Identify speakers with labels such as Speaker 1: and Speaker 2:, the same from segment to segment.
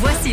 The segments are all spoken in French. Speaker 1: Voici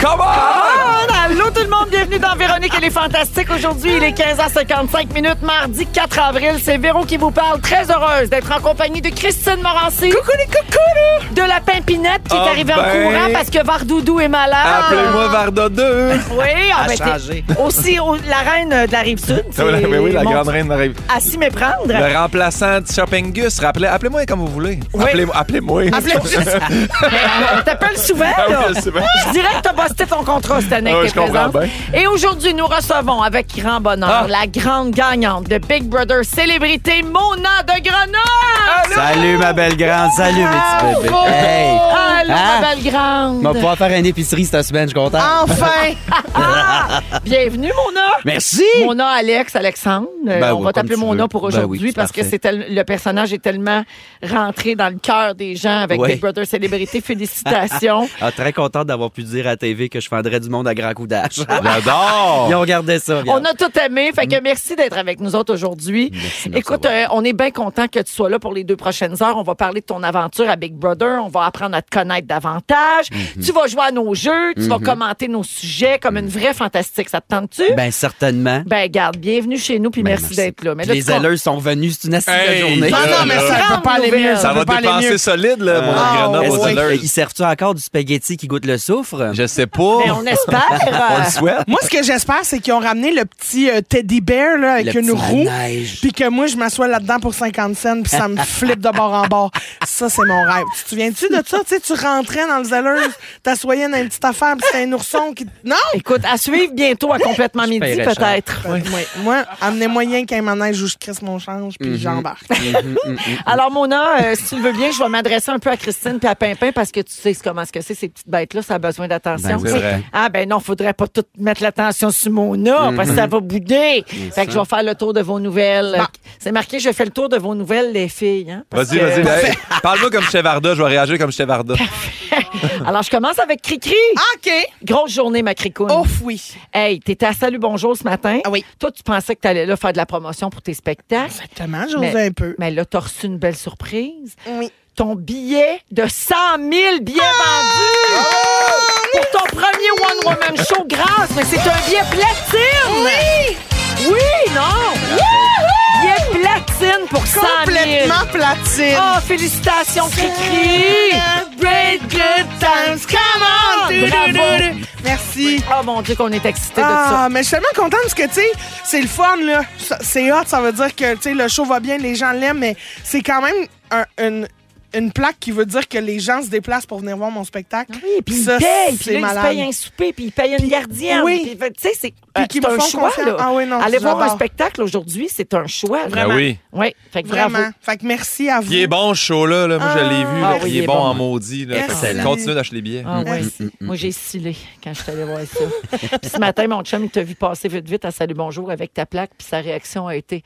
Speaker 2: Come on!
Speaker 3: Bon, Allô tout le monde, bienvenue dans Véronique et les Fantastiques. Aujourd'hui, il est 15h55 minutes, mardi 4 avril. C'est Véro qui vous parle. Très heureuse d'être en compagnie de Christine Morancy. Coucou les coucou! De la Pimpinette qui
Speaker 2: Ah
Speaker 3: est arrivée en
Speaker 2: ben.
Speaker 3: courant parce que Vardoudou est malade.
Speaker 2: Appelez-moi Varda 2.
Speaker 3: Oui, ah
Speaker 4: À
Speaker 3: ben, t'es
Speaker 4: changer.
Speaker 3: aussi au- la reine euh, de la rive sud.
Speaker 2: Ah, voilà, mais oui, la grande reine m'arrive.
Speaker 3: À s'y méprendre.
Speaker 2: Le remplaçant de Shoppingus, rappelez- appelez-moi comme vous voulez.
Speaker 3: Oui.
Speaker 2: Appelez- Appelez-moi.
Speaker 3: Appelez- On t'appelle souvent,
Speaker 2: Ah oui,
Speaker 3: là.
Speaker 2: je sais bien.
Speaker 3: Je dirais que t'as busté ton contrat cette année
Speaker 2: Ah oui,
Speaker 3: que t'es
Speaker 2: je comprends
Speaker 3: présente. Et aujourd'hui, nous recevons avec grand
Speaker 2: Ah.
Speaker 3: bonheur la grande gagnante de Big Brother Célébrité, Mona de Grenoble!
Speaker 4: Salut ma belle grande, salut
Speaker 2: Ah,
Speaker 4: mes petits bébés.
Speaker 3: Bravo!
Speaker 4: Hey!
Speaker 3: Allô,
Speaker 4: Hein?
Speaker 3: ma belle grande!
Speaker 4: On va pouvoir faire une épicerie cette semaine, je suis content.
Speaker 3: Enfin! Ah! Bienvenue, Mona!
Speaker 4: Merci!
Speaker 3: Mona, Alex, Alexandre, Euh,
Speaker 4: Ben
Speaker 3: on
Speaker 4: oui,
Speaker 3: va
Speaker 4: comme
Speaker 3: t'appeler
Speaker 4: tu
Speaker 3: Mona
Speaker 4: veux.
Speaker 3: pour
Speaker 4: Ben
Speaker 3: aujourd'hui
Speaker 4: oui, c'est
Speaker 3: parce que
Speaker 4: parfait.
Speaker 3: c'est tel- le personnage est tellement rentré dans le cœur des gens avec
Speaker 4: Oui.
Speaker 3: Big Brother Célébrité. Félicitations.
Speaker 4: Ah, très contente d'avoir pu dire à TV que je fendrais du monde à grand coup d'âge.
Speaker 2: J'adore.
Speaker 4: Ils ont regardé ça. regarde.
Speaker 3: On a tout aimé. Fait que merci d'être avec nous autres aujourd'hui.
Speaker 4: Mm. Merci de me
Speaker 3: Écoute,
Speaker 4: recevoir.
Speaker 3: euh, on est bien content que tu sois là pour les deux prochaines heures. On va parler de ton aventure à Big Brother. On va apprendre à te connaître davantage.
Speaker 4: Mm-hmm.
Speaker 3: Tu vas jouer à nos jeux. Tu vas commenter nos sujets comme une vraie fantastique. Ça te tente-tu? Ben,
Speaker 4: Ben certainement.
Speaker 3: garde, bienvenue chez nous puis
Speaker 4: Ben,
Speaker 3: merci d'être là. Mais
Speaker 4: Puis
Speaker 3: là, tu
Speaker 4: les
Speaker 3: con-
Speaker 4: alleurs sont venus, c'est une assise
Speaker 2: Hey,
Speaker 4: de journée.
Speaker 2: Non,
Speaker 5: Ah,
Speaker 2: non, mais ça
Speaker 3: grande
Speaker 5: peut pas aller
Speaker 3: nouvelle.
Speaker 5: mieux,
Speaker 2: Ça
Speaker 5: peut
Speaker 2: va
Speaker 5: pas aller mieux.
Speaker 2: dépenser solide, là, mon
Speaker 3: Ah,
Speaker 2: Grenoble,
Speaker 3: ouais.
Speaker 2: aux
Speaker 4: Est-ce
Speaker 2: Zellers.
Speaker 4: qu'il sert-tu encore du spaghetti qui goûte le soufre?
Speaker 2: Je sais pas.
Speaker 3: Mais on espère.
Speaker 2: On le souhaite.
Speaker 5: Moi, ce que j'espère, c'est qu'ils ont ramené le petit euh, teddy bear là, avec
Speaker 4: Le
Speaker 5: une
Speaker 4: petit
Speaker 5: roue.
Speaker 4: manège.
Speaker 5: Puis que moi, je m'assois là-dedans pour 50 cents, puis ça me flippe de bord en bord. Ça, c'est mon rêve. Tu te souviens-tu de ça? Tu sais, tu rentrais dans le Zelleuse, t'assoyais dans une petite affaire, puis c'était un ourson qui. Non!
Speaker 3: Écoute, à suivre bientôt à complètement midi
Speaker 4: paierais
Speaker 3: peut-être.
Speaker 5: Oui, moi, amenez moyen qu'un manège où je crisse mon change, puis j'embarque.
Speaker 3: Alors, Mona, euh, si tu le veux bien, je vais m'adresser un peu à Christine puis à Pimpin parce que tu sais comment ce que c'est, ces petites bêtes-là, ça a besoin d'attention.
Speaker 4: Ben, c'est vrai.
Speaker 3: Ah, ben non, faudrait pas tout mettre l'attention sur Mona parce que
Speaker 4: Mm-hmm.
Speaker 3: ça va bouder. Fait que je vais faire le tour de vos nouvelles. C'est marqué, je fais le tour de vos nouvelles, les filles. hein, parce
Speaker 2: Vas-y,
Speaker 3: que-
Speaker 2: vas-y. hey, Parle-moi comme chez Varda, je vais réagir comme chez Varda.
Speaker 3: Alors, je commence avec Cricri.
Speaker 5: OK!
Speaker 3: Grosse journée, ma cricoune.
Speaker 5: Ouf, oui.
Speaker 3: Hey, t'étais à Salut Bonjour ce matin.
Speaker 5: Oh. Ah oui.
Speaker 3: Toi, tu pensais que t'allais là faire de la promotion pour tes spectacles.
Speaker 5: Exactement, j'ose
Speaker 3: Mais-
Speaker 5: un peu.
Speaker 3: Mais là, t'as reçu une belle surprise.
Speaker 5: Oui.
Speaker 3: ton billet de 100 000 billets vendus pour ton premier One Woman Show grâce, mais c'est un billet platine! Oui! Oui, non! Billet platine pour 100 000!
Speaker 5: Complètement platine.
Speaker 3: Oh, félicitations, Cricri! Ah,
Speaker 5: Great good times, come on!
Speaker 3: Bravo.
Speaker 5: Merci.
Speaker 3: Oh mon Dieu, qu'on est excités de ça.
Speaker 5: Ah, mais je suis tellement contente parce que, tu sais, c'est le fun, là. Ça- C'est hot, ça veut dire que, tu sais, le show va bien, les gens l'aiment, mais c'est quand même un- une, une plaque qui veut dire que les gens se déplacent pour venir voir mon spectacle.
Speaker 3: Oui, puis ils
Speaker 5: ça,
Speaker 3: payent, puis
Speaker 5: c'est
Speaker 3: là, ils se
Speaker 5: malade.
Speaker 3: payent un souper, puis ils payent une gardienne.
Speaker 5: oui.
Speaker 3: puis, fait, Tu sais, c'est euh,
Speaker 5: Puis qu'ils
Speaker 3: c'est
Speaker 5: me
Speaker 3: un
Speaker 5: font
Speaker 3: choix,
Speaker 5: confiance.
Speaker 3: là.
Speaker 5: Ah oui, non,
Speaker 3: Aller voir un
Speaker 5: j'adore.
Speaker 3: spectacle aujourd'hui, c'est un choix. là.
Speaker 2: Ben oui.
Speaker 3: Oui, fait que bravo.
Speaker 5: Vraiment. Fait que merci à vous.
Speaker 2: Puis il est bon, ce show-là. là. Moi, je l'ai vu.
Speaker 3: Ah
Speaker 2: là,
Speaker 3: oui,
Speaker 2: puis il est bon, en maudit. là. Fait que
Speaker 5: Excellent.
Speaker 2: Continuez d'acheter les billets.
Speaker 3: Ah ouais.
Speaker 5: Mm,
Speaker 3: Moi, j'ai scillé quand je suis allée voir ça. puis ce matin, mon chum, il t'a vu passer vite, vite à Salut Bonjour avec ta plaque, puis sa réaction a été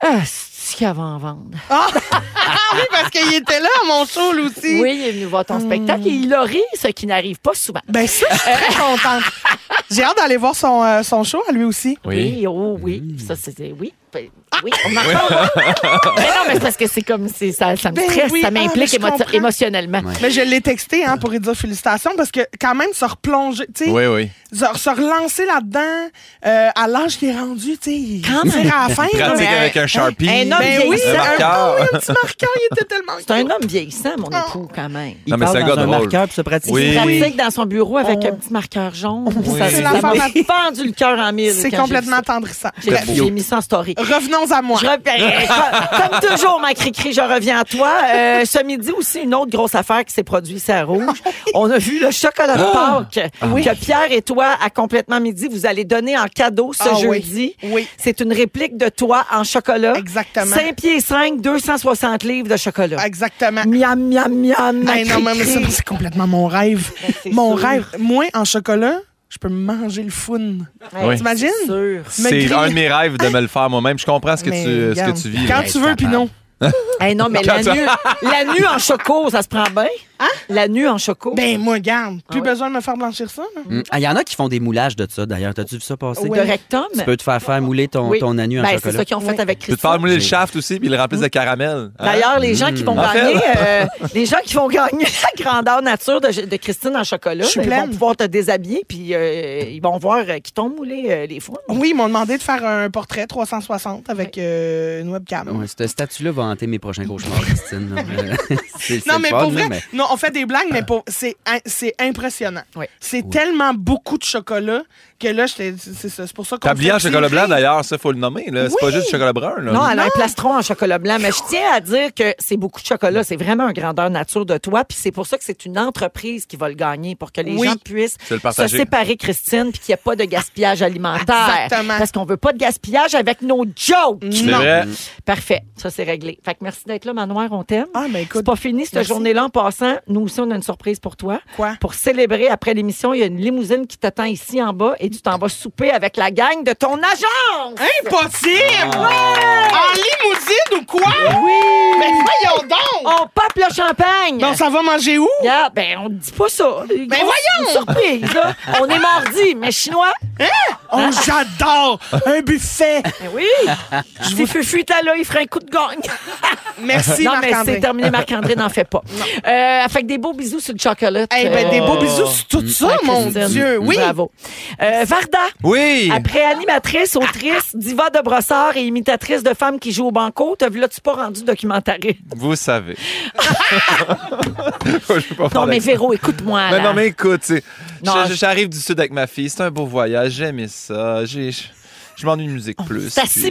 Speaker 3: Ah, c'est qu'il y avait en vendre.
Speaker 5: Ah oui, parce qu'il était là, mon show, lui aussi.
Speaker 3: Oui, il est venu voir ton
Speaker 5: Mm.
Speaker 3: spectacle et il a ri, ce qui n'arrive pas souvent.
Speaker 5: Ben ça, je suis très contente. J'ai hâte d'aller voir son, euh, son show à lui aussi.
Speaker 3: Oui, oh oui.
Speaker 5: Mm.
Speaker 3: Ça, c'était oui. Ben,
Speaker 5: Ah!
Speaker 3: Oui, on en reparle. mais non, mais c'est parce que c'est comme c'est- ça, ça me
Speaker 5: Ben
Speaker 3: stresse,
Speaker 5: oui,
Speaker 3: ça
Speaker 5: ah, mais
Speaker 3: m'implique
Speaker 5: je
Speaker 3: émo-
Speaker 5: comprends.
Speaker 3: émotionnellement.
Speaker 5: Mais je l'ai texté hein, pour lui dire félicitations parce que quand même se replonger, tu sais,
Speaker 2: Oui, oui.
Speaker 5: se, se relancer là-dedans euh, à l'âge qui est rendu, tu sais,
Speaker 3: Quand
Speaker 5: tirer à la fin. là.
Speaker 2: Pratique
Speaker 5: Ben,
Speaker 2: avec un Sharpie.
Speaker 3: un homme
Speaker 5: ben oui,
Speaker 2: un
Speaker 5: un,
Speaker 2: marqueur.
Speaker 5: ah oui, un petit marqueur, il était tellement
Speaker 3: C'est un
Speaker 5: cute.
Speaker 3: homme vieillissant, mon
Speaker 5: Ah.
Speaker 3: époux, quand même.
Speaker 4: Il
Speaker 2: Non, mais
Speaker 4: parle
Speaker 2: c'est un
Speaker 4: dans
Speaker 2: gars
Speaker 4: un
Speaker 2: drôle.
Speaker 4: marqueur puis se pratique.
Speaker 2: Oui.
Speaker 3: Il
Speaker 5: Oui.
Speaker 3: pratique dans son bureau avec
Speaker 5: On-
Speaker 3: un petit marqueur jaune. Ça ça
Speaker 5: C'est
Speaker 3: m'a
Speaker 5: l'enfant
Speaker 3: fendu le cœur en mille. quand j'ai
Speaker 5: C'est
Speaker 3: vu ça.
Speaker 5: complètement tendrissant.
Speaker 3: J'ai
Speaker 5: Bref,
Speaker 3: j'ai mis ça en story.
Speaker 5: Revenons à moi.
Speaker 3: Je reviens- Comme toujours, ma cri-cri, je reviens à toi. Euh, ce midi aussi, une autre grosse affaire qui s'est produite ici à Rouge. On a vu le chocolat de Pâques que Pierre et toi, à complètement midi, vous allez donner en cadeau ce
Speaker 5: Ah oui.
Speaker 3: jeudi.
Speaker 5: Oui.
Speaker 3: C'est une réplique de toi en chocolat.
Speaker 5: Exactement.
Speaker 3: 5 pieds 5, 260 livres de chocolat.
Speaker 5: Exactement.
Speaker 3: Miam, miam, miam, ma
Speaker 5: Hey, non, mais
Speaker 3: Cri-Cri.
Speaker 5: ça, c'est complètement mon rêve.
Speaker 3: Ben, c'est
Speaker 5: Mon
Speaker 3: sûr.
Speaker 5: rêve. Moi, en chocolat, je peux manger le foun.
Speaker 2: Oui.
Speaker 5: T'imagines?
Speaker 3: C'est sûr.
Speaker 5: Me
Speaker 2: C'est
Speaker 5: griller.
Speaker 2: un de mes rêves de me le faire moi-même. Je comprends ce que,
Speaker 5: Mais
Speaker 2: tu, ce
Speaker 5: regarde,
Speaker 2: que tu vis.
Speaker 5: Quand
Speaker 2: là.
Speaker 5: tu veux, puis non.
Speaker 3: Hey, non, mais la
Speaker 2: Quand-
Speaker 3: nuit, la nuit en choco, ça se prend bien? Hein? La nuit en choco.
Speaker 5: Ben, moi, garde. Plus
Speaker 3: Ah ouais?
Speaker 5: besoin de me faire blanchir ça. là.
Speaker 4: Mm. Ah, Il y en a qui font des moulages de ça, d'ailleurs. T'as-tu vu ça passer?
Speaker 3: de rectum.
Speaker 4: Tu peux te faire faire mouler ton,
Speaker 3: Oui.
Speaker 4: ton anus en
Speaker 3: Ben, c'est
Speaker 4: chocolat.
Speaker 3: ça qu'ils ont fait
Speaker 5: Oui.
Speaker 3: avec
Speaker 2: Tu peux te
Speaker 3: Christophe.
Speaker 2: faire mouler le shaft aussi, puis le remplir de caramel. Hein?
Speaker 3: Mhm. D'ailleurs, les gens qui
Speaker 4: Mm.
Speaker 3: vont
Speaker 2: En fait-
Speaker 3: gagner, euh, les gens qui vont gagner la grandeur nature de, de Christine en chocolat,
Speaker 5: Je suis
Speaker 3: ben, ils vont
Speaker 5: pleine.
Speaker 3: pouvoir te déshabiller puis euh, ils vont voir euh, qui t'ont moulé euh, les fois.
Speaker 5: Oui, ils m'ont demandé de faire un portrait 360 avec euh, une webcam.
Speaker 4: Ouais, cette statue-là va hanter mes prochains cauchemars, Christine. Euh, c'est- c'est
Speaker 5: Non,
Speaker 4: le
Speaker 5: mais
Speaker 4: fun,
Speaker 5: pour
Speaker 4: là,
Speaker 5: vrai,
Speaker 4: mais-
Speaker 5: non, on fait des blagues, mais pour, c'est, in- c'est impressionnant.
Speaker 3: Oui.
Speaker 5: C'est tellement beaucoup de chocolat que là, j'étais- c'est, ça, c'est pour ça qu'on.
Speaker 2: T'as oublié en
Speaker 5: fait
Speaker 2: chocolat
Speaker 5: tirer.
Speaker 2: blanc, d'ailleurs, ça, faut le nommer. là. C'est pas juste du chocolat brun. Là.
Speaker 3: Non, elle a un plastron en chocolat blanc. Mais je tiens à dire que c'est beaucoup de chocolat. C'est vraiment un grandeur nature de toi. Puis c'est pour ça que c'est une entreprise qui va le gagner pour que les
Speaker 5: Oui.
Speaker 3: gens puissent
Speaker 2: Se le
Speaker 3: se
Speaker 2: partager.
Speaker 3: séparer, Christine, puis qu'il n'y ait pas de gaspillage alimentaire.
Speaker 5: Exactement. Mm.
Speaker 3: Parce qu'on veut pas de gaspillage avec nos jokes.
Speaker 2: C'est
Speaker 5: Non.
Speaker 2: vrai.
Speaker 3: Parfait. Ça, c'est réglé. Fait que merci d'être là, Manoir. On t'aime.
Speaker 5: Ah, mais
Speaker 3: C'est
Speaker 5: écoute.
Speaker 3: pas fini cette
Speaker 5: Merci.
Speaker 3: journée-là en passant. Nous aussi, on a une surprise pour toi.
Speaker 5: Quoi?
Speaker 3: Pour célébrer après l'émission, il y a une limousine qui t'attend ici en bas et tu t'en vas souper avec la gang de ton agence.
Speaker 5: Hein? Impossible! En limousine ou quoi?
Speaker 3: Oui!
Speaker 5: Mais voyons donc!
Speaker 3: On pop le champagne!
Speaker 5: Donc, ça va manger où?
Speaker 3: Regarde, ben, on dit pas ça. Mais
Speaker 5: voyons!
Speaker 3: surprise, là. On est mardi, mais chinois. Ah.
Speaker 5: Oh, j'adore! Un buffet!
Speaker 3: Ben oui! Je vous fais fuite à l'œil, il ferait un coup de gagne.
Speaker 5: Merci,
Speaker 3: non, mais c'est
Speaker 5: Marc-André.
Speaker 3: terminé, Marc-André n'en fait pas. Euh, fait que des beaux bisous sur le chocolat.
Speaker 5: Eh ben, des
Speaker 3: Euh,
Speaker 5: beaux bisous sur tout ça,
Speaker 3: à
Speaker 5: mon
Speaker 3: Christine.
Speaker 5: Dieu! Oui!
Speaker 3: Bravo. Euh, Varda.
Speaker 2: Oui!
Speaker 3: Après animatrice, autrice, diva de brossard et imitatrice de femmes qui jouent au banco, t'as vu là, tu pas rendu documentaire.
Speaker 2: Vous savez. Je vais pas
Speaker 4: Ah,
Speaker 3: Non,
Speaker 4: ben,
Speaker 2: parler
Speaker 3: mais
Speaker 2: avec ça.
Speaker 3: Véro, écoute-moi.
Speaker 2: Mais
Speaker 3: là.
Speaker 2: non, mais écoute, tu sais,
Speaker 3: Non,
Speaker 2: je- je-
Speaker 3: je-
Speaker 2: j'arrive du sud avec ma fille. C'est un beau voyage. J'aimais ça. J'ai- Je je m'ennuie de musique plus.
Speaker 3: c'est à Oh, s'y
Speaker 2: puis-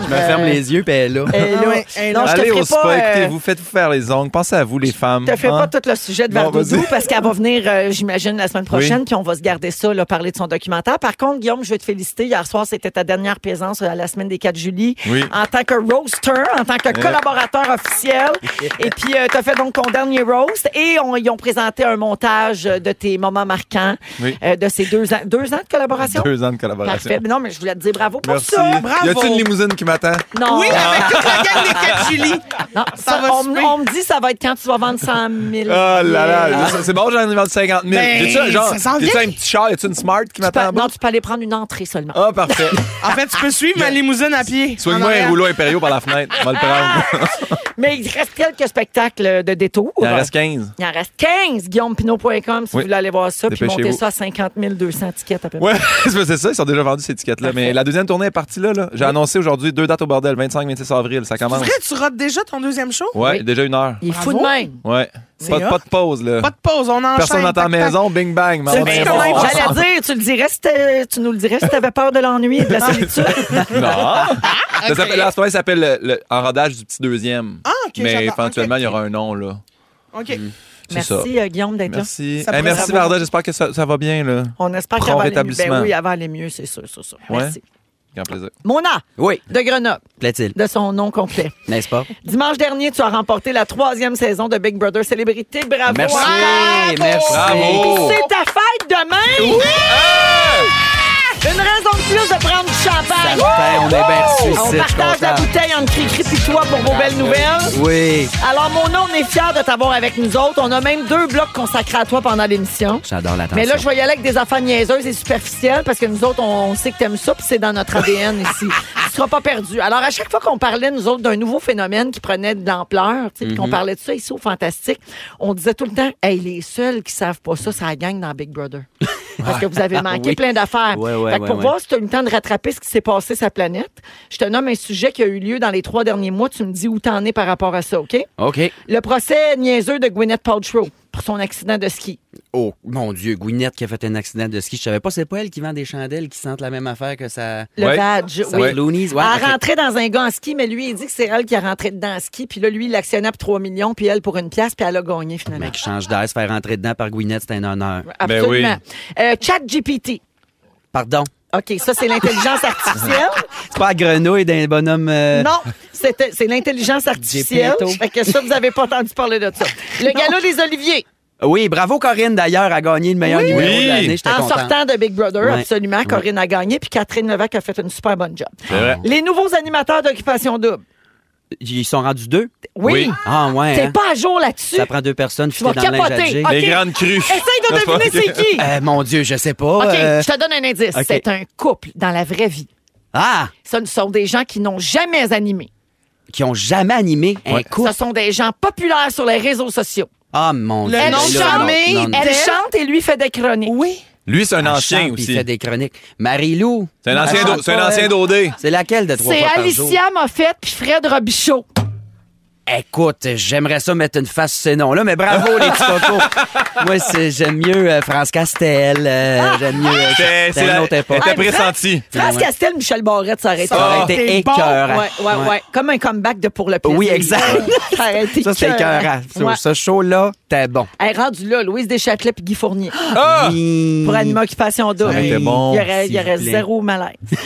Speaker 2: Ah,
Speaker 4: Je me ferme les yeux, puis elle est là.
Speaker 3: Eh, là,
Speaker 5: Ah ouais, eh,
Speaker 3: non,
Speaker 5: là.
Speaker 3: je te
Speaker 2: Allez
Speaker 3: ferai
Speaker 2: au spa,
Speaker 3: pas. euh,
Speaker 2: écoutez-vous, faites-vous faire les ongles. Pensez à vous, les femmes.
Speaker 3: Je te fais
Speaker 2: hein?
Speaker 3: pas tout le sujet de
Speaker 2: Non,
Speaker 3: Vardoudou
Speaker 2: vas-y.
Speaker 3: parce qu'elle va venir, euh, j'imagine, la semaine prochaine, puis on va se garder ça, là, parler de son documentaire. Par contre, Guillaume, je veux te féliciter. Hier soir, c'était ta dernière présence à la semaine des 4 juillet
Speaker 2: Oui. Eh.
Speaker 3: en tant que roaster, en tant que collaborateur officiel. Et puis, tu as fait donc ton dernier roast et on, ils ont présenté un montage de tes moments marquants
Speaker 2: Oui.
Speaker 3: euh, de ces deux ans, deux ans de collaboration.
Speaker 2: Deux ans de collaboration.
Speaker 3: Parfait. Mais Non, mais je voulais te dire bravo pour
Speaker 2: Merci.
Speaker 3: ça.
Speaker 5: bravo.
Speaker 2: Y a-t-il une Ah. limousine qui m'attend?
Speaker 3: Non,
Speaker 5: Oui, avec toute la gang des quatre Julie!
Speaker 3: non,
Speaker 5: ça
Speaker 3: ça,
Speaker 5: va
Speaker 3: on,
Speaker 5: se faire.
Speaker 3: on me dit ça va être quand tu vas vendre 100 000.
Speaker 2: Oh là là, c'est- c'est bon, j'en ai vendu 50 000.
Speaker 5: Ben,
Speaker 2: Y'a-tu genre,
Speaker 5: ça s'en
Speaker 2: y'a-tu
Speaker 5: vient.
Speaker 2: un petit char, y'a-tu une smart qui
Speaker 3: Tu peux-
Speaker 2: m'attend en bas?
Speaker 3: non, tu peux aller prendre une entrée seulement.
Speaker 2: Ah, parfait.
Speaker 5: En fait, tu peux suivre ma limousine à pied. En
Speaker 2: Soigne-moi
Speaker 5: arrière.
Speaker 2: un rouleau impériaux par la fenêtre. On va le prendre.
Speaker 3: Mais il reste quelques spectacles euh, de détour.
Speaker 2: Il en reste 15.
Speaker 3: Il en reste 15. GuillaumePinot.com si
Speaker 2: Oui.
Speaker 3: vous voulez aller voir ça. Puis
Speaker 2: Dépêchez-vous.
Speaker 3: montez ça à 50 200 étiquettes à peu près.
Speaker 2: Ouais, c'est ça, ils sont déjà vendus ces étiquettes-là. Mais la deuxième tournée est partie là. là. J'ai annoncé aujourd'hui deux dates au bordel, 25-26 avril, ça
Speaker 5: Pour
Speaker 2: commence.
Speaker 5: vrai, tu rates déjà ton deuxième show?
Speaker 2: Ouais,
Speaker 3: Oui.
Speaker 2: déjà une heure.
Speaker 3: Il est fou de
Speaker 5: Bravo.
Speaker 3: même.
Speaker 2: Ouais.
Speaker 5: C'est
Speaker 2: Pas, de-
Speaker 5: hot.
Speaker 2: pas de pause là.
Speaker 5: Pas de pause, on enchaîne.
Speaker 2: Personne dans ta
Speaker 5: tac, tac.
Speaker 2: maison, bing bang.
Speaker 3: Tu le
Speaker 2: maman,
Speaker 5: dis
Speaker 2: bing,
Speaker 5: quand
Speaker 2: bang.
Speaker 5: même,
Speaker 3: J'allais dire, tu le dirais si t'es- tu nous le dirais si t'avais peur de l'ennui et de la solitude.
Speaker 2: Non. Ça s'appelle- Là, ce moment, il s'appelle le- le- En rodage du petit deuxième.
Speaker 5: Ah, ok,
Speaker 2: Mais
Speaker 5: j'adore.
Speaker 2: éventuellement,
Speaker 5: Ok.
Speaker 2: il y aura un nom là.
Speaker 5: OK.
Speaker 2: C'est ça.
Speaker 3: Merci euh, Guillaume d'être là.
Speaker 2: Merci.
Speaker 5: Ça
Speaker 2: Eh,
Speaker 5: pourrait
Speaker 2: merci
Speaker 5: savoir.
Speaker 2: Varda, j'espère que ça, ça va bien là.
Speaker 3: On espère qu'elle
Speaker 2: Prompt
Speaker 3: va aller mieux. Ben
Speaker 2: rétablissement.
Speaker 3: oui, elle va aller mieux, c'est sûr, c'est sûr.
Speaker 2: Ouais.
Speaker 3: Merci.
Speaker 2: Grand plaisir.
Speaker 4: Ah.
Speaker 3: Mona,
Speaker 4: Oui,
Speaker 3: de Grenoble,
Speaker 4: plaît-il,
Speaker 3: de son nom complet.
Speaker 4: n'est-ce pas?
Speaker 3: Dimanche dernier, tu as remporté la troisième saison de Big Brother Célébrité. Bravo.
Speaker 4: Merci,
Speaker 3: Bravo.
Speaker 4: merci.
Speaker 2: Bravo.
Speaker 3: C'est ta fête demain! Une raison de plus de prendre du champagne!
Speaker 4: Certain, on est bien reçus ici,
Speaker 3: On
Speaker 4: je suis
Speaker 3: partage la
Speaker 4: content.
Speaker 3: bouteille entre Cricri et toi pour vos belles nouvelles.
Speaker 4: Oui,
Speaker 3: Alors, mon nom, on est fiers de t'avoir avec nous autres. On a même deux blocs consacrés à toi pendant l'émission.
Speaker 4: j'adore l'attention.
Speaker 3: Mais là, je vais y aller avec des affaires niaiseuses et superficielles parce que nous autres, on, on sait que t'aimes ça puis c'est dans notre ADN ici. Tu seras pas perdu. Alors, à chaque fois qu'on parlait, nous autres, d'un nouveau phénomène qui prenait de l'ampleur, tu sais, puis
Speaker 4: Mhm.
Speaker 3: qu'on parlait de ça ici au Fantastique, on disait tout le temps, hey, les seuls qui savent pas ça, ça la gang dans Big Brother. Parce que vous avez manqué
Speaker 4: Ah Oui.
Speaker 3: plein d'affaires.
Speaker 4: Ouais, ouais,
Speaker 3: Fait que
Speaker 4: ouais,
Speaker 3: pour
Speaker 4: ouais.
Speaker 3: voir si tu as eu le temps de rattraper ce qui s'est passé sur la planète, je te nomme un sujet qui a eu lieu dans les trois derniers mois. Tu me dis où t'en es par rapport à ça, OK?
Speaker 4: OK.
Speaker 3: Le procès niaiseux de Gwyneth Paltrow pour son accident de ski.
Speaker 4: Oh, mon Dieu, Gwyneth qui a fait un accident de ski. Je savais pas, c'est pas elle qui vend des chandelles qui sentent la même affaire que ça.
Speaker 3: Le
Speaker 2: Ouais.
Speaker 3: badge,
Speaker 4: Ça
Speaker 3: oui.
Speaker 4: fait Loonies, ouais,
Speaker 3: Elle
Speaker 4: ok.
Speaker 3: rentrait dans un gars en ski, mais lui, il dit que c'est elle qui a rentré dedans en ski. Puis là, lui, il l'actionnait pour 3 millions, puis elle pour une pièce, puis elle a gagné finalement.
Speaker 4: Mais qui change d'air, se faire rentrer dedans par Gwyneth, c'est un honneur.
Speaker 2: Ben
Speaker 3: Absolument. Euh, Chat GPT.
Speaker 4: Pardon.
Speaker 3: OK, ça, c'est l'intelligence artificielle.
Speaker 4: C'est pas la grenouille d'un bonhomme. euh,
Speaker 3: Non, c'était- c'est l'intelligence artificielle.
Speaker 4: Gepetto.
Speaker 3: Fait que ça, vous n'avez pas entendu parler de ça. Le gala des Oliviers.
Speaker 4: Oui, bravo Corinne d'ailleurs a gagné le meilleur numéro
Speaker 2: Oui.
Speaker 4: de l'année. J'étais
Speaker 3: En
Speaker 4: content.
Speaker 3: sortant de Big Brother,
Speaker 4: Ouais.
Speaker 3: absolument, Corinne a gagné, puis Catherine Levac a fait une super bonne job. Les nouveaux animateurs d'Occupation Double.
Speaker 4: Ils sont rendus deux.
Speaker 3: Oui.
Speaker 2: Oui.
Speaker 4: Ah ouais.
Speaker 3: T'es
Speaker 4: hein.
Speaker 3: pas à jour là-dessus.
Speaker 4: Ça prend deux personnes
Speaker 3: vas
Speaker 4: fitter dans le linge à
Speaker 3: capoter.
Speaker 4: Jay.
Speaker 3: Ah.
Speaker 2: Les
Speaker 3: Ok.
Speaker 2: grandes crues.
Speaker 3: Essaye de
Speaker 2: Non,
Speaker 3: deviner
Speaker 2: c'est
Speaker 3: c'est
Speaker 2: pas-
Speaker 3: qui.
Speaker 4: Euh, mon Dieu, je sais pas.
Speaker 3: OK,
Speaker 4: euh,
Speaker 3: je te donne un indice.
Speaker 4: OK.
Speaker 3: C'est un couple dans la vraie vie.
Speaker 4: Ah,
Speaker 3: Ce ne sont des gens qui n'ont jamais animé.
Speaker 4: qui ont jamais animé un
Speaker 2: Ouais.
Speaker 4: couple.
Speaker 3: Ce sont des gens populaires sur les réseaux sociaux.
Speaker 4: Ah mon
Speaker 5: Le
Speaker 4: Dieu.
Speaker 3: Elle
Speaker 5: nom de
Speaker 4: là,
Speaker 5: sa
Speaker 4: non,
Speaker 5: mère,
Speaker 4: non, non.
Speaker 3: Elle
Speaker 5: d'elle.
Speaker 3: chante et lui fait des chroniques.
Speaker 5: Oui.
Speaker 2: Lui, c'est un
Speaker 4: Elle chante,
Speaker 2: ancien
Speaker 4: puis
Speaker 2: aussi.
Speaker 4: Il fait des chroniques. Marie-Lou.
Speaker 2: C'est un
Speaker 4: Elle
Speaker 2: ancien
Speaker 4: chante
Speaker 2: do- c'est
Speaker 4: pas, Ah,
Speaker 2: un ancien
Speaker 4: elle.
Speaker 2: dodé.
Speaker 4: C'est laquelle de trois
Speaker 3: C'est
Speaker 4: fois par jour?
Speaker 3: Alicia Moffett puis Fred Robichaud.
Speaker 4: Écoute, j'aimerais ça mettre une face sur ces noms-là, mais bravo les petits cocos. Moi, c'est- j'aime mieux euh, France Castel. euh, j'aime mieux. euh,
Speaker 2: C'est
Speaker 4: c'était
Speaker 2: c'est
Speaker 4: une
Speaker 2: la.
Speaker 4: autre
Speaker 2: Elle
Speaker 4: époque.
Speaker 2: était
Speaker 3: Ah,
Speaker 2: pressentie.
Speaker 3: France
Speaker 4: Ouais.
Speaker 3: Castel, Michel Barrette, ça aurait été.
Speaker 4: Ça aurait
Speaker 2: Ah,
Speaker 4: été
Speaker 5: t'es bon.
Speaker 4: écœurant.
Speaker 3: Ouais, ouais, ouais, Comme un comeback de pour le plaisir.
Speaker 4: Oui, exact.
Speaker 3: ça aurait été
Speaker 4: Ça, c'était
Speaker 3: écœurant.
Speaker 4: écœurant. Ce-
Speaker 3: Ouais.
Speaker 4: Ce show-là, t'es bon.
Speaker 3: Hey, rendu là, Louise Deschâtelet puis Guy Fournier.
Speaker 2: Ah!
Speaker 3: Pour
Speaker 4: Pour
Speaker 3: Anima Occupation Double.
Speaker 2: aurait été
Speaker 3: Il
Speaker 2: bon,
Speaker 3: y aurait, il y
Speaker 4: s'il
Speaker 3: aurait
Speaker 4: vous plaît.
Speaker 3: zéro malaise.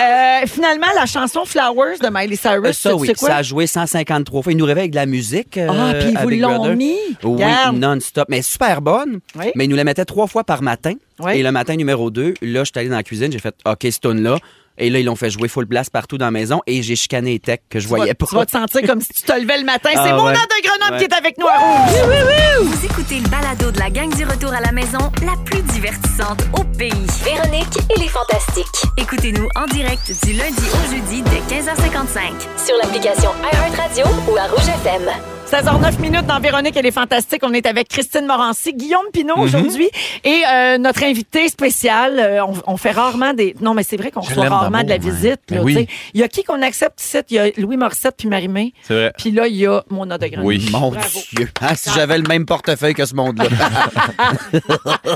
Speaker 3: Euh, finalement, la chanson Flowers de Miley Cyrus,
Speaker 4: Euh, Ça,
Speaker 3: tu
Speaker 4: oui.
Speaker 3: sais quoi?
Speaker 4: Ça a joué 153 fois. Il nous réveille avec de la musique. euh,
Speaker 3: Ah, puis ils
Speaker 4: à
Speaker 3: vous
Speaker 4: Big
Speaker 3: l'ont
Speaker 4: Brother.
Speaker 3: mis.
Speaker 4: Oui,
Speaker 3: Regarde.
Speaker 4: non-stop. Mais super bonne.
Speaker 3: Oui.
Speaker 4: Mais ils nous la mettaient trois fois par matin.
Speaker 3: Oui.
Speaker 4: Et le matin numéro 2, là, je suis allé dans la cuisine, j'ai fait OK, ce tune-là. Et là, ils l'ont fait jouer full blast partout dans la maison et j'ai chicané les techs que je
Speaker 3: Tu vas-
Speaker 4: voyais pas.
Speaker 3: Tu vas te sentir comme si tu te levais le matin. C'est
Speaker 4: Ah,
Speaker 3: mon
Speaker 4: ouais.
Speaker 3: de Grenoble
Speaker 4: Ouais.
Speaker 3: qui est avec nous à Rouge.
Speaker 1: Vous écoutez le balado de la gang du retour à la maison, la plus divertissante au pays.
Speaker 6: Véronique et les Fantastiques.
Speaker 1: Écoutez-nous en direct du lundi au jeudi dès 15h55.
Speaker 6: Sur l'application iHeartRadio ou à Rouge FM.
Speaker 3: 16h09 minutes dans Véronique, elle est fantastique. On est avec Christine Morancy, Guillaume Pinot
Speaker 4: Mhm.
Speaker 3: aujourd'hui et euh, notre invité spécial. euh, on, on fait rarement des. Non, mais c'est vrai qu'on reçoit
Speaker 2: l'aime
Speaker 3: rarement de la
Speaker 4: hein.
Speaker 2: d'amour, ouais.
Speaker 3: visite. là,
Speaker 2: Ben oui.
Speaker 3: tu sais. Il y a qui qu'on accepte ici? Il y a Louis Morissette puis Marie-Mé.
Speaker 2: C'est vrai.
Speaker 3: Puis là, il y a Mona de Grenoble.
Speaker 2: Oui.
Speaker 4: Mon
Speaker 3: Bravo.
Speaker 4: Dieu. Ah, si j'avais le même portefeuille que ce monde-là.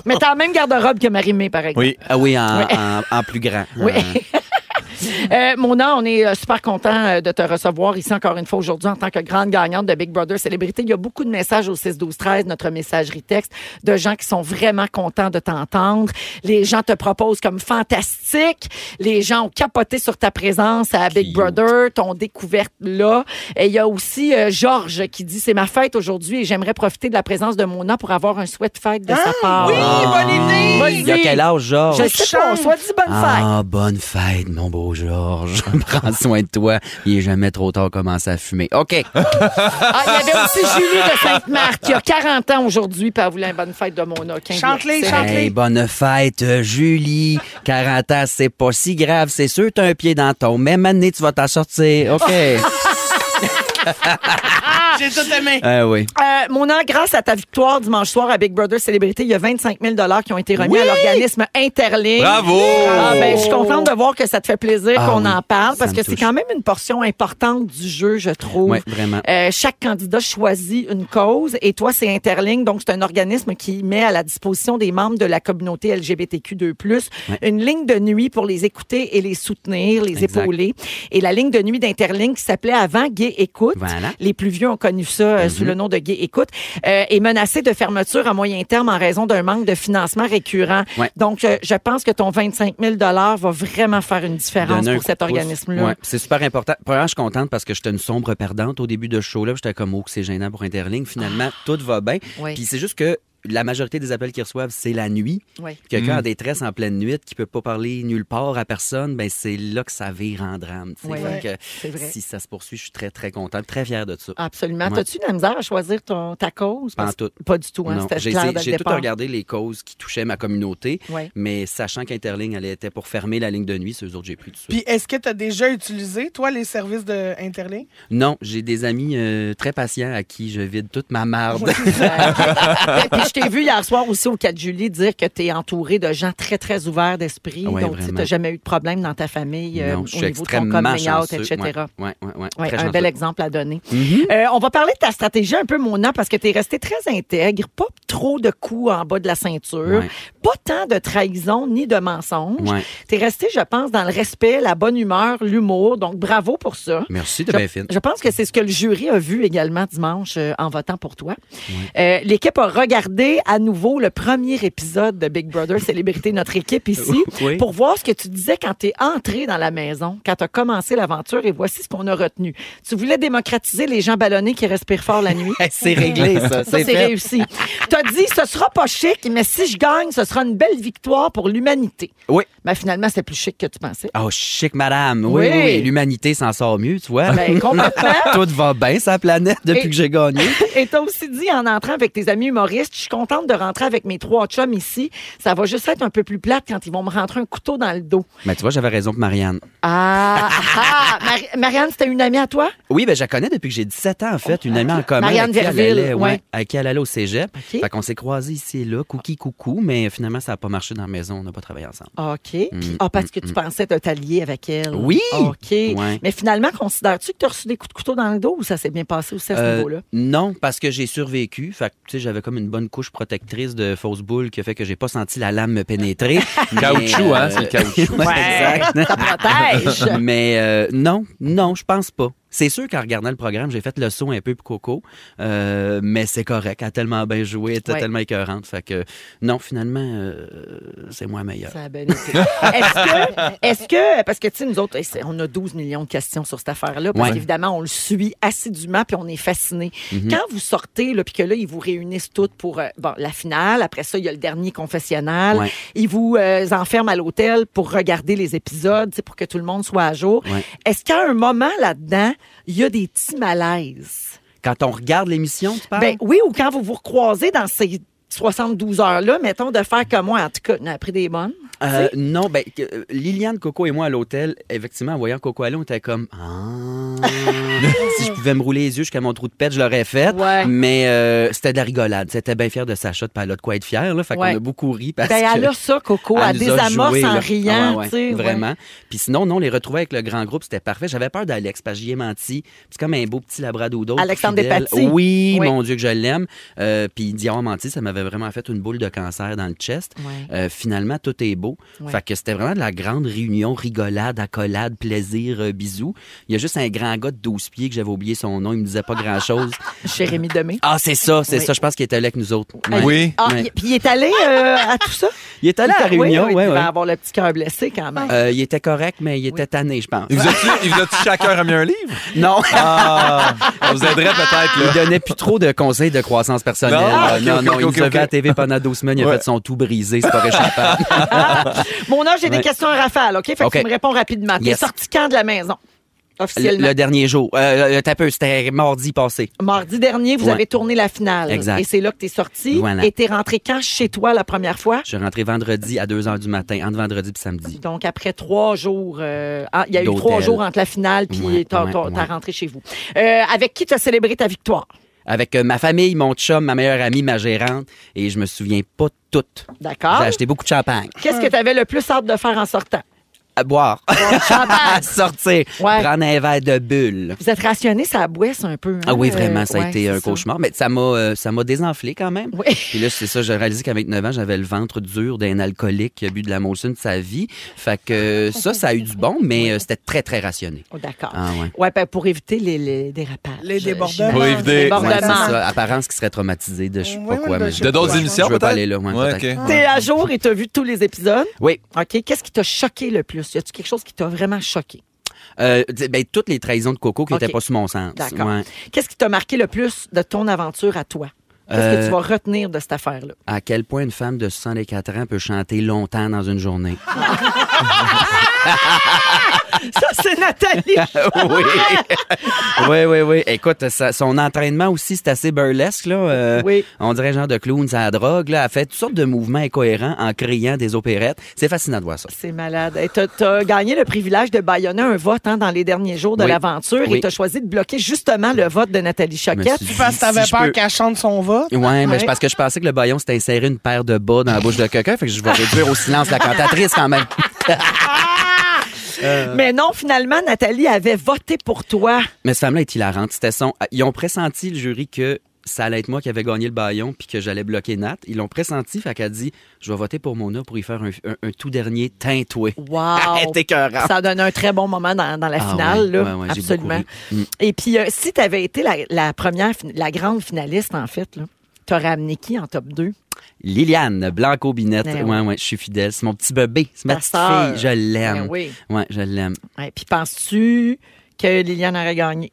Speaker 3: Mais t'as la même garde-robe que Marie-Mé, par exemple.
Speaker 2: Oui.
Speaker 4: ah oui, en,
Speaker 3: Oui.
Speaker 4: en- en plus grand.
Speaker 3: Oui.
Speaker 4: Euh,
Speaker 3: Euh, Mona, on est euh, super content euh, de te recevoir ici encore une fois aujourd'hui en tant que grande gagnante de Big Brother Célébrité. Il y a beaucoup de messages au 6-12-13, notre messagerie texte, de gens qui sont vraiment contents de t'entendre. Les gens te proposent comme fantastique. Les gens ont capoté sur ta présence à Big
Speaker 4: Cute.
Speaker 3: Brother, t'ont découverte là. Et il y a aussi euh, Georges qui dit c'est ma fête aujourd'hui et j'aimerais profiter de la présence de Mona pour avoir un souhait de fête de sa part.
Speaker 5: Oui, bonne idée.
Speaker 3: Vas-y.
Speaker 4: Ah. Il y a quel âge, Georges?
Speaker 3: Je sais pas, soit dit bonne fête.
Speaker 4: Ah, bonne fête, mon beau Georges. Prends soin de toi. Il est jamais trop tard de commencer à fumer. OK.
Speaker 3: Ah, il y avait aussi Julie de Sainte-Marthe, qui a 40 ans aujourd'hui, puis elle voulait une bonne fête de Mona. 15
Speaker 5: Chante-les,
Speaker 3: C'est-
Speaker 5: chante-les.
Speaker 4: Hey, bonne fête, euh, Julie. 40 ans, c'est pas si grave. C'est sûr, t'as un pied dans ton. Même année, tu vas t'en
Speaker 3: Oh.
Speaker 4: sortir. OK.
Speaker 5: J'ai tout aimé.
Speaker 4: Ah oui.
Speaker 3: Euh, Mona, grâce à ta victoire dimanche soir à Big Brother Célébrité, il y a 25 000 qui ont été remis
Speaker 4: Oui!
Speaker 3: à l'organisme Interlink.
Speaker 2: Bravo!
Speaker 3: Ah, ben, je suis contente de voir que ça te fait plaisir
Speaker 4: Ah
Speaker 3: qu'on
Speaker 4: oui,
Speaker 3: en parle
Speaker 4: ça
Speaker 3: parce
Speaker 4: me
Speaker 3: que c'est
Speaker 4: touche.
Speaker 3: quand même une portion importante du jeu, je trouve.
Speaker 4: Ouais, vraiment.
Speaker 3: Euh, chaque candidat choisit une cause et toi, c'est Interling, donc c'est un organisme qui met à la disposition des membres de la communauté LGBTQ2+, une ligne de nuit pour les écouter et les soutenir, les
Speaker 4: Exact.
Speaker 3: épauler. Et la ligne de nuit d'Interling qui s'appelait avant Gay Écoute.
Speaker 4: Voilà.
Speaker 3: Les plus vieux ont connu ça euh,
Speaker 4: Ben
Speaker 3: sous le nom de Gay Écoute euh, est menacée de fermeture à moyen terme en raison d'un manque de financement récurrent.
Speaker 4: Ouais.
Speaker 3: Donc, euh, je pense que ton 25 000 va vraiment faire une différence
Speaker 4: Donner un
Speaker 3: pour
Speaker 4: coup
Speaker 3: cet
Speaker 4: de pouce.
Speaker 3: organisme-là.
Speaker 4: Ouais, c'est super important. Premièrement, je suis contente parce que j'étais une sombre perdante au début de ce show-là. J'étais comme, oh, que c'est gênant pour Interling. Finalement, tout va bien.
Speaker 3: Ah. Oui.
Speaker 4: Puis c'est juste que la majorité des appels qu'ils reçoivent, c'est la nuit.
Speaker 3: Oui.
Speaker 4: Quelqu'un en détresse en pleine nuit qui peut pas parler nulle part à personne, ben c'est là que ça vire en drame. tu sais.
Speaker 3: Oui.
Speaker 4: Fait que
Speaker 3: C'est vrai.
Speaker 4: Si ça se poursuit, je suis très, très contente, très fière de ça.
Speaker 3: Absolument.
Speaker 4: Ouais.
Speaker 3: T'as-tu de la misère à choisir ton, ta cause?
Speaker 4: Pas en
Speaker 3: Parce-
Speaker 4: tout.
Speaker 3: Pas du tout, hein?
Speaker 4: Non,
Speaker 3: C'était
Speaker 4: j'ai
Speaker 3: clair
Speaker 4: essayé-
Speaker 3: dès le
Speaker 4: j'ai tout
Speaker 3: départ.
Speaker 4: regardé les causes qui touchaient ma communauté,
Speaker 3: Ouais.
Speaker 4: mais sachant qu'Interling elle était pour fermer la ligne de nuit, c'est eux autres que j'ai pris tout ça.
Speaker 5: Puis est-ce que tu as déjà utilisé, toi, les services de Interlink?
Speaker 4: Non, j'ai des amis euh, très patients à qui je vide toute ma marde.
Speaker 3: Euh, Puis je t'ai vu hier soir aussi au 4 juillet dire que tu es entouré de gens très, très ouverts d'esprit.
Speaker 4: Ouais,
Speaker 3: donc, tu
Speaker 4: vraiment.
Speaker 3: n'as jamais eu de problème dans ta famille euh,
Speaker 4: non, je
Speaker 3: au
Speaker 4: suis
Speaker 3: niveau de ton
Speaker 4: extrêmement
Speaker 3: coming out,
Speaker 4: chanceux.
Speaker 3: etc.
Speaker 4: Ouais, ouais, ouais, ouais,
Speaker 3: Ouais,
Speaker 4: très Mhm.
Speaker 3: un
Speaker 4: chanceux.
Speaker 3: bel exemple à donner. Euh, on va parler de ta stratégie un peu, Mona, parce que tu es restée très intègre, pas trop de coups en bas de la ceinture,
Speaker 4: Ouais.
Speaker 3: pas tant de trahison ni de mensonges.
Speaker 4: Ouais.
Speaker 3: Tu es restée, je pense, dans le respect, la bonne humeur, l'humour. Donc, bravo pour ça.
Speaker 4: Merci de
Speaker 3: Je,
Speaker 4: bien fine.
Speaker 3: je pense que c'est ce que le jury a vu également dimanche euh, en votant pour toi. Euh, L'équipe a regardé regardé à nouveau le premier épisode de Big Brother Célébrité, notre équipe ici,
Speaker 4: Oui.
Speaker 3: pour voir ce que tu disais quand tu es entré dans la maison, quand tu as commencé l'aventure, et voici ce qu'on a retenu. Tu voulais démocratiser les gens ballonnés qui respirent fort la nuit.
Speaker 4: C'est réglé,
Speaker 3: Ça,
Speaker 4: ça. C'est
Speaker 3: c'est
Speaker 4: fait.
Speaker 3: réussi. T'as dit, ce sera pas chic, mais si je gagne, ce sera une belle victoire pour l'humanité.
Speaker 4: Oui.
Speaker 3: Mais finalement, c'était plus chic que tu pensais.
Speaker 4: Oh, chic, madame. Oui,
Speaker 3: Oui.
Speaker 4: oui, oui. L'humanité s'en sort mieux, tu vois.
Speaker 3: Ben, complètement.
Speaker 4: Tout va bien, sa planète, depuis
Speaker 3: Et-
Speaker 4: que j'ai gagné.
Speaker 3: Et t'as aussi dit en entrant avec tes amis humoristes, je suis contente de rentrer avec mes trois chums ici. Ça va juste être un peu plus plate quand ils vont me rentrer un couteau dans le dos.
Speaker 4: Mais tu vois, j'avais raison pour Marianne.
Speaker 3: Ah, ah, ah. Mar- Marianne, c'était une amie à toi?
Speaker 4: Oui, ben je la connais depuis que j'ai 17 ans, en fait. Une amie en commun.
Speaker 3: Marianne
Speaker 4: avec qui elle
Speaker 3: Verville,
Speaker 4: allait-
Speaker 3: ouais.
Speaker 4: avec qui elle allait au cégep.
Speaker 3: OK.
Speaker 4: Fait qu'on s'est croisés ici et là, cookie, coucou, mais finalement, ça n'a pas marché dans la maison. On n'a pas travaillé ensemble.
Speaker 3: OK. Puis, ah, parce que tu pensais te t'allier avec elle.
Speaker 4: Mm, Oui.
Speaker 3: OK.
Speaker 4: Ouais.
Speaker 3: Mais finalement, considères-tu que tu as reçu des coups de couteau dans le dos ou ça s'est bien passé aussi à ce
Speaker 4: Euh,
Speaker 3: niveau-là?
Speaker 4: non, parce que j'ai survécu. Fait que, tu sais, j'avais comme une bonne couche protectrice de fausse boule qui a fait que j'ai pas senti la lame me pénétrer. Mais, euh,
Speaker 2: Caoutchouc, hein, c'est le caoutchouc.
Speaker 4: Ouais, exact.
Speaker 3: Ça protège.
Speaker 4: Mais euh, non, non, je pense pas. C'est sûr qu'en regardant le programme, j'ai fait le saut un peu pour Coco, euh, mais c'est correct. Elle a tellement bien joué, elle était
Speaker 3: Ouais.
Speaker 4: tellement écœurante. Fait que non, finalement, euh, c'est moi meilleur.
Speaker 3: Ça a bien été. Est-ce que, est-ce que, parce que, tu sais, nous autres, c'est- on a 12 millions de questions sur cette affaire-là, parce
Speaker 4: Ouais. Mhm.
Speaker 3: qu'évidemment, on le suit assidûment, puis on est fasciné. Quand vous sortez, là, puis que là, ils vous réunissent toutes pour euh, bon, la finale, après ça, il y a le dernier confessionnal,
Speaker 4: Ouais.
Speaker 3: ils vous euh, enferment à l'hôtel pour regarder les épisodes, tu sais, pour que tout le monde soit à jour.
Speaker 4: Ouais.
Speaker 3: Est-ce qu'à un moment là-dedans, il y a des petits malaises?
Speaker 4: Quand on regarde l'émission, tu parles?
Speaker 3: Ben oui, ou quand vous vous recroisez dans ces 72 heures-là, mettons, de faire comme moi, en tout cas, on a pris des bonnes.
Speaker 4: Euh, non, ben que- euh, Liliane, Coco et moi à l'hôtel, effectivement, en voyant Coco aller, on était comme ah, si je pouvais me rouler les yeux jusqu'à mon trou de pète, je l'aurais fait.
Speaker 3: Ouais.
Speaker 4: Mais euh, c'était de la rigolade. C'était bien fier de sa shot, puis elle a de quoi être fière. Là, fait
Speaker 3: Ouais.
Speaker 4: qu'on a beaucoup ri parce
Speaker 3: Ben,
Speaker 4: que.
Speaker 3: elle a ça, Coco. Elle,
Speaker 4: Elle nous a
Speaker 3: désamorce
Speaker 4: joué,
Speaker 3: en
Speaker 4: là.
Speaker 3: riant,
Speaker 4: Ah ouais, ouais,
Speaker 3: tu sais. ouais.
Speaker 4: Vraiment. Puis sinon, non, les retrouver avec le grand groupe, c'était parfait. J'avais peur d'Alex parce que j'y ai menti. Puis C'est comme un beau petit labradoodle.
Speaker 3: Alexandre
Speaker 4: fidèle.
Speaker 3: Despatie.
Speaker 4: Oui,
Speaker 3: Oui.
Speaker 4: mon Dieu que je l'aime. Euh, puis d'y avoir menti, ça m'avait vraiment fait une boule de cancer dans le chest.
Speaker 3: Ouais.
Speaker 4: Euh, finalement, tout est beau.
Speaker 3: Ouais.
Speaker 4: Fait que c'était vraiment de la grande réunion, rigolade, accolade, plaisir, euh, bisous. Il y a juste un grand gars de 12 pieds que j'avais oublié son nom, il me disait pas grand-chose.
Speaker 3: Jérémy Demé.
Speaker 4: Ah, c'est ça, c'est
Speaker 3: Oui.
Speaker 4: ça, je pense qu'il était là avec nous autres.
Speaker 2: Oui.
Speaker 4: Ouais.
Speaker 3: Ah,
Speaker 4: Ouais.
Speaker 3: il- puis il est allé euh, à tout ça? Ben
Speaker 4: Il était là à la
Speaker 3: oui,
Speaker 4: réunion,
Speaker 3: oui,
Speaker 4: ouais,
Speaker 3: Il devait
Speaker 4: ouais.
Speaker 3: avoir le petit cœur blessé quand même.
Speaker 4: Euh, il était correct, mais il était tanné, je pense.
Speaker 2: Il vous a-tu il vous a-tu chacun remis un livre?
Speaker 4: Non. Ah.
Speaker 2: On vous aiderait peut-être,
Speaker 4: Il
Speaker 2: là.
Speaker 4: donnait plus trop de conseils de croissance personnelle.
Speaker 2: Non?
Speaker 4: Euh,
Speaker 2: Ok,
Speaker 4: non,
Speaker 2: ok,
Speaker 4: non,
Speaker 2: ok,
Speaker 4: il nous
Speaker 2: ok,
Speaker 4: a
Speaker 2: ok.
Speaker 4: fait à TV pendant 12 semaines, il a
Speaker 2: Ouais.
Speaker 4: fait son tout brisé, c'est pas réchappable.
Speaker 3: Mon âge, j'ai des
Speaker 4: Euh, ouais.
Speaker 3: questions en rafale, OK? Fait que
Speaker 4: OK.
Speaker 3: tu me réponds rapidement. T'es
Speaker 4: Yes.
Speaker 3: sorti quand de la maison?
Speaker 4: le,
Speaker 3: Officiellement.
Speaker 4: le dernier jour, euh, le tapeux, c'était mardi passé.
Speaker 3: Mardi dernier, vous
Speaker 4: Ouais.
Speaker 3: avez tourné la finale.
Speaker 4: Exact.
Speaker 3: Et c'est là que t'es sorti.
Speaker 4: Voilà.
Speaker 3: Et t'es rentré quand chez toi la première fois?
Speaker 4: Je suis rentré vendredi à 2 h du matin, entre vendredi et samedi.
Speaker 3: Donc, après trois jours, euh, ah, il y a eu
Speaker 4: D'hôtel.
Speaker 3: trois jours entre la finale puis
Speaker 4: Ouais,
Speaker 3: t'as
Speaker 4: ouais,
Speaker 3: t'as-
Speaker 4: ouais.
Speaker 3: t'as rentré chez vous. Euh, avec qui t'as célébré ta victoire?
Speaker 4: Avec euh, ma famille, mon chum, ma meilleure amie, ma gérante, et je me souviens pas de toutes.
Speaker 3: D'accord.
Speaker 4: J'ai acheté beaucoup de champagne.
Speaker 3: Qu'est-ce que t'avais le plus hâte de faire en sortant?
Speaker 4: À boire, à sortir,
Speaker 3: Ouais.
Speaker 4: prendre un verre de bulle.
Speaker 3: Vous êtes rationné, ça abouesse un peu. hein?
Speaker 4: Ah oui, vraiment, ça a
Speaker 3: ouais,
Speaker 4: été
Speaker 3: c'est ça.
Speaker 4: un cauchemar. Mais ça m'a, euh, ça m'a désenflé quand même.
Speaker 3: Oui.
Speaker 4: Puis là, c'est ça, j'ai réalisé qu'à 29 ans, j'avais le ventre dur d'un alcoolique qui a bu de la Molson de sa vie. Fait que euh, ça, ça a eu du bon, mais euh, c'était très, très rationné.
Speaker 3: Oh, D'accord.
Speaker 4: Ah ouais.
Speaker 3: Ouais, ben, pour éviter les, les dérapages. euh,
Speaker 5: Les débordements.
Speaker 3: j'imagine.
Speaker 2: Pour éviter-
Speaker 3: Les
Speaker 4: Ouais, c'est
Speaker 3: débordements.
Speaker 4: ça, apparence qui serait traumatisée de je sais
Speaker 5: Oui,
Speaker 4: pas
Speaker 5: oui,
Speaker 4: quoi.
Speaker 5: de
Speaker 4: mais-
Speaker 5: je sais
Speaker 2: De d'autres
Speaker 5: Ouais.
Speaker 2: émissions,
Speaker 4: Je veux
Speaker 2: peut-être?
Speaker 4: pas aller là, ouais,
Speaker 2: Ouais,
Speaker 4: peut-être.
Speaker 2: OK.
Speaker 3: T'es à jour et t'as vu tous les épisodes.
Speaker 4: Oui,
Speaker 3: OK. Qu'est-ce qui t'a choqué le plus? Y a-tu quelque chose qui t'a vraiment choqué?
Speaker 4: euh, d- ben, toutes les trahisons de Coco qui
Speaker 3: Ok.
Speaker 4: n'étaient pas sous mon sens.
Speaker 3: D'accord.
Speaker 4: Ouais.
Speaker 3: Qu'est-ce qui t'a marqué le plus de ton aventure à toi? Qu'est-ce que
Speaker 4: Euh,
Speaker 3: tu vas retenir de cette affaire-là?
Speaker 4: À quel point une femme de 64 ans peut chanter longtemps dans une journée?
Speaker 3: Ça, c'est Nathalie.
Speaker 4: oui. oui, oui, oui. Écoute, ça- son entraînement aussi, c'est assez burlesque. Là. Euh,
Speaker 3: Oui.
Speaker 4: On dirait genre de clowns à la drogue. Là. Elle fait toutes sortes de mouvements incohérents en créant des opérettes. C'est fascinant de voir ça.
Speaker 3: C'est malade. Et t'as, t'as gagné le privilège de baïonner un vote hein, dans les derniers jours de
Speaker 4: Oui.
Speaker 3: l'aventure et
Speaker 4: Oui.
Speaker 3: t'as choisi de bloquer justement le vote de Nathalie Choquette.
Speaker 4: Je me suis
Speaker 5: Parce que t'avais
Speaker 4: Si je
Speaker 5: peur
Speaker 4: peux-
Speaker 5: qu'elle chante son vote.
Speaker 4: Ouais, mais c'est parce que je pensais que le baillon c'était insérer une paire de bas dans la bouche de quelqu'un, fait que je vais réduire au silence la cantatrice quand même.
Speaker 3: Mais non, finalement, Nathalie avait voté pour toi.
Speaker 4: Mais cette femme-là est hilarante. C'était son. ah, Ils ont pressenti le jury que ça allait être moi qui avait gagné le baillon puis que j'allais bloquer Nat. Ils l'ont pressenti, fait qu'elle dit Je vais voter pour Mona pour y faire un, un- un tout dernier tintoué.
Speaker 3: Wow!
Speaker 4: T'es écœurant.
Speaker 3: Ça donne un très bon moment dans, dans la
Speaker 4: Ah
Speaker 3: finale,
Speaker 4: ouais,
Speaker 3: là.
Speaker 4: ouais, ouais, j'ai
Speaker 3: absolument.
Speaker 4: beaucoup ri. Mm.
Speaker 3: Et puis, euh, si tu avais été la, la première, fin- la grande finaliste, en fait, là, T'aurais amené qui en top 2?
Speaker 4: Liliane Blanco-Binette.
Speaker 3: Eh
Speaker 4: Ouais,
Speaker 3: oui.
Speaker 4: ouais, je suis fidèle. C'est mon petit bébé. C'est ma
Speaker 3: Ta
Speaker 4: petite
Speaker 3: sœur.
Speaker 4: fille. Je l'aime.
Speaker 3: Ben oui.
Speaker 4: Ouais, je l'aime.
Speaker 3: Ouais, Puis penses-tu que Liliane aurait gagné?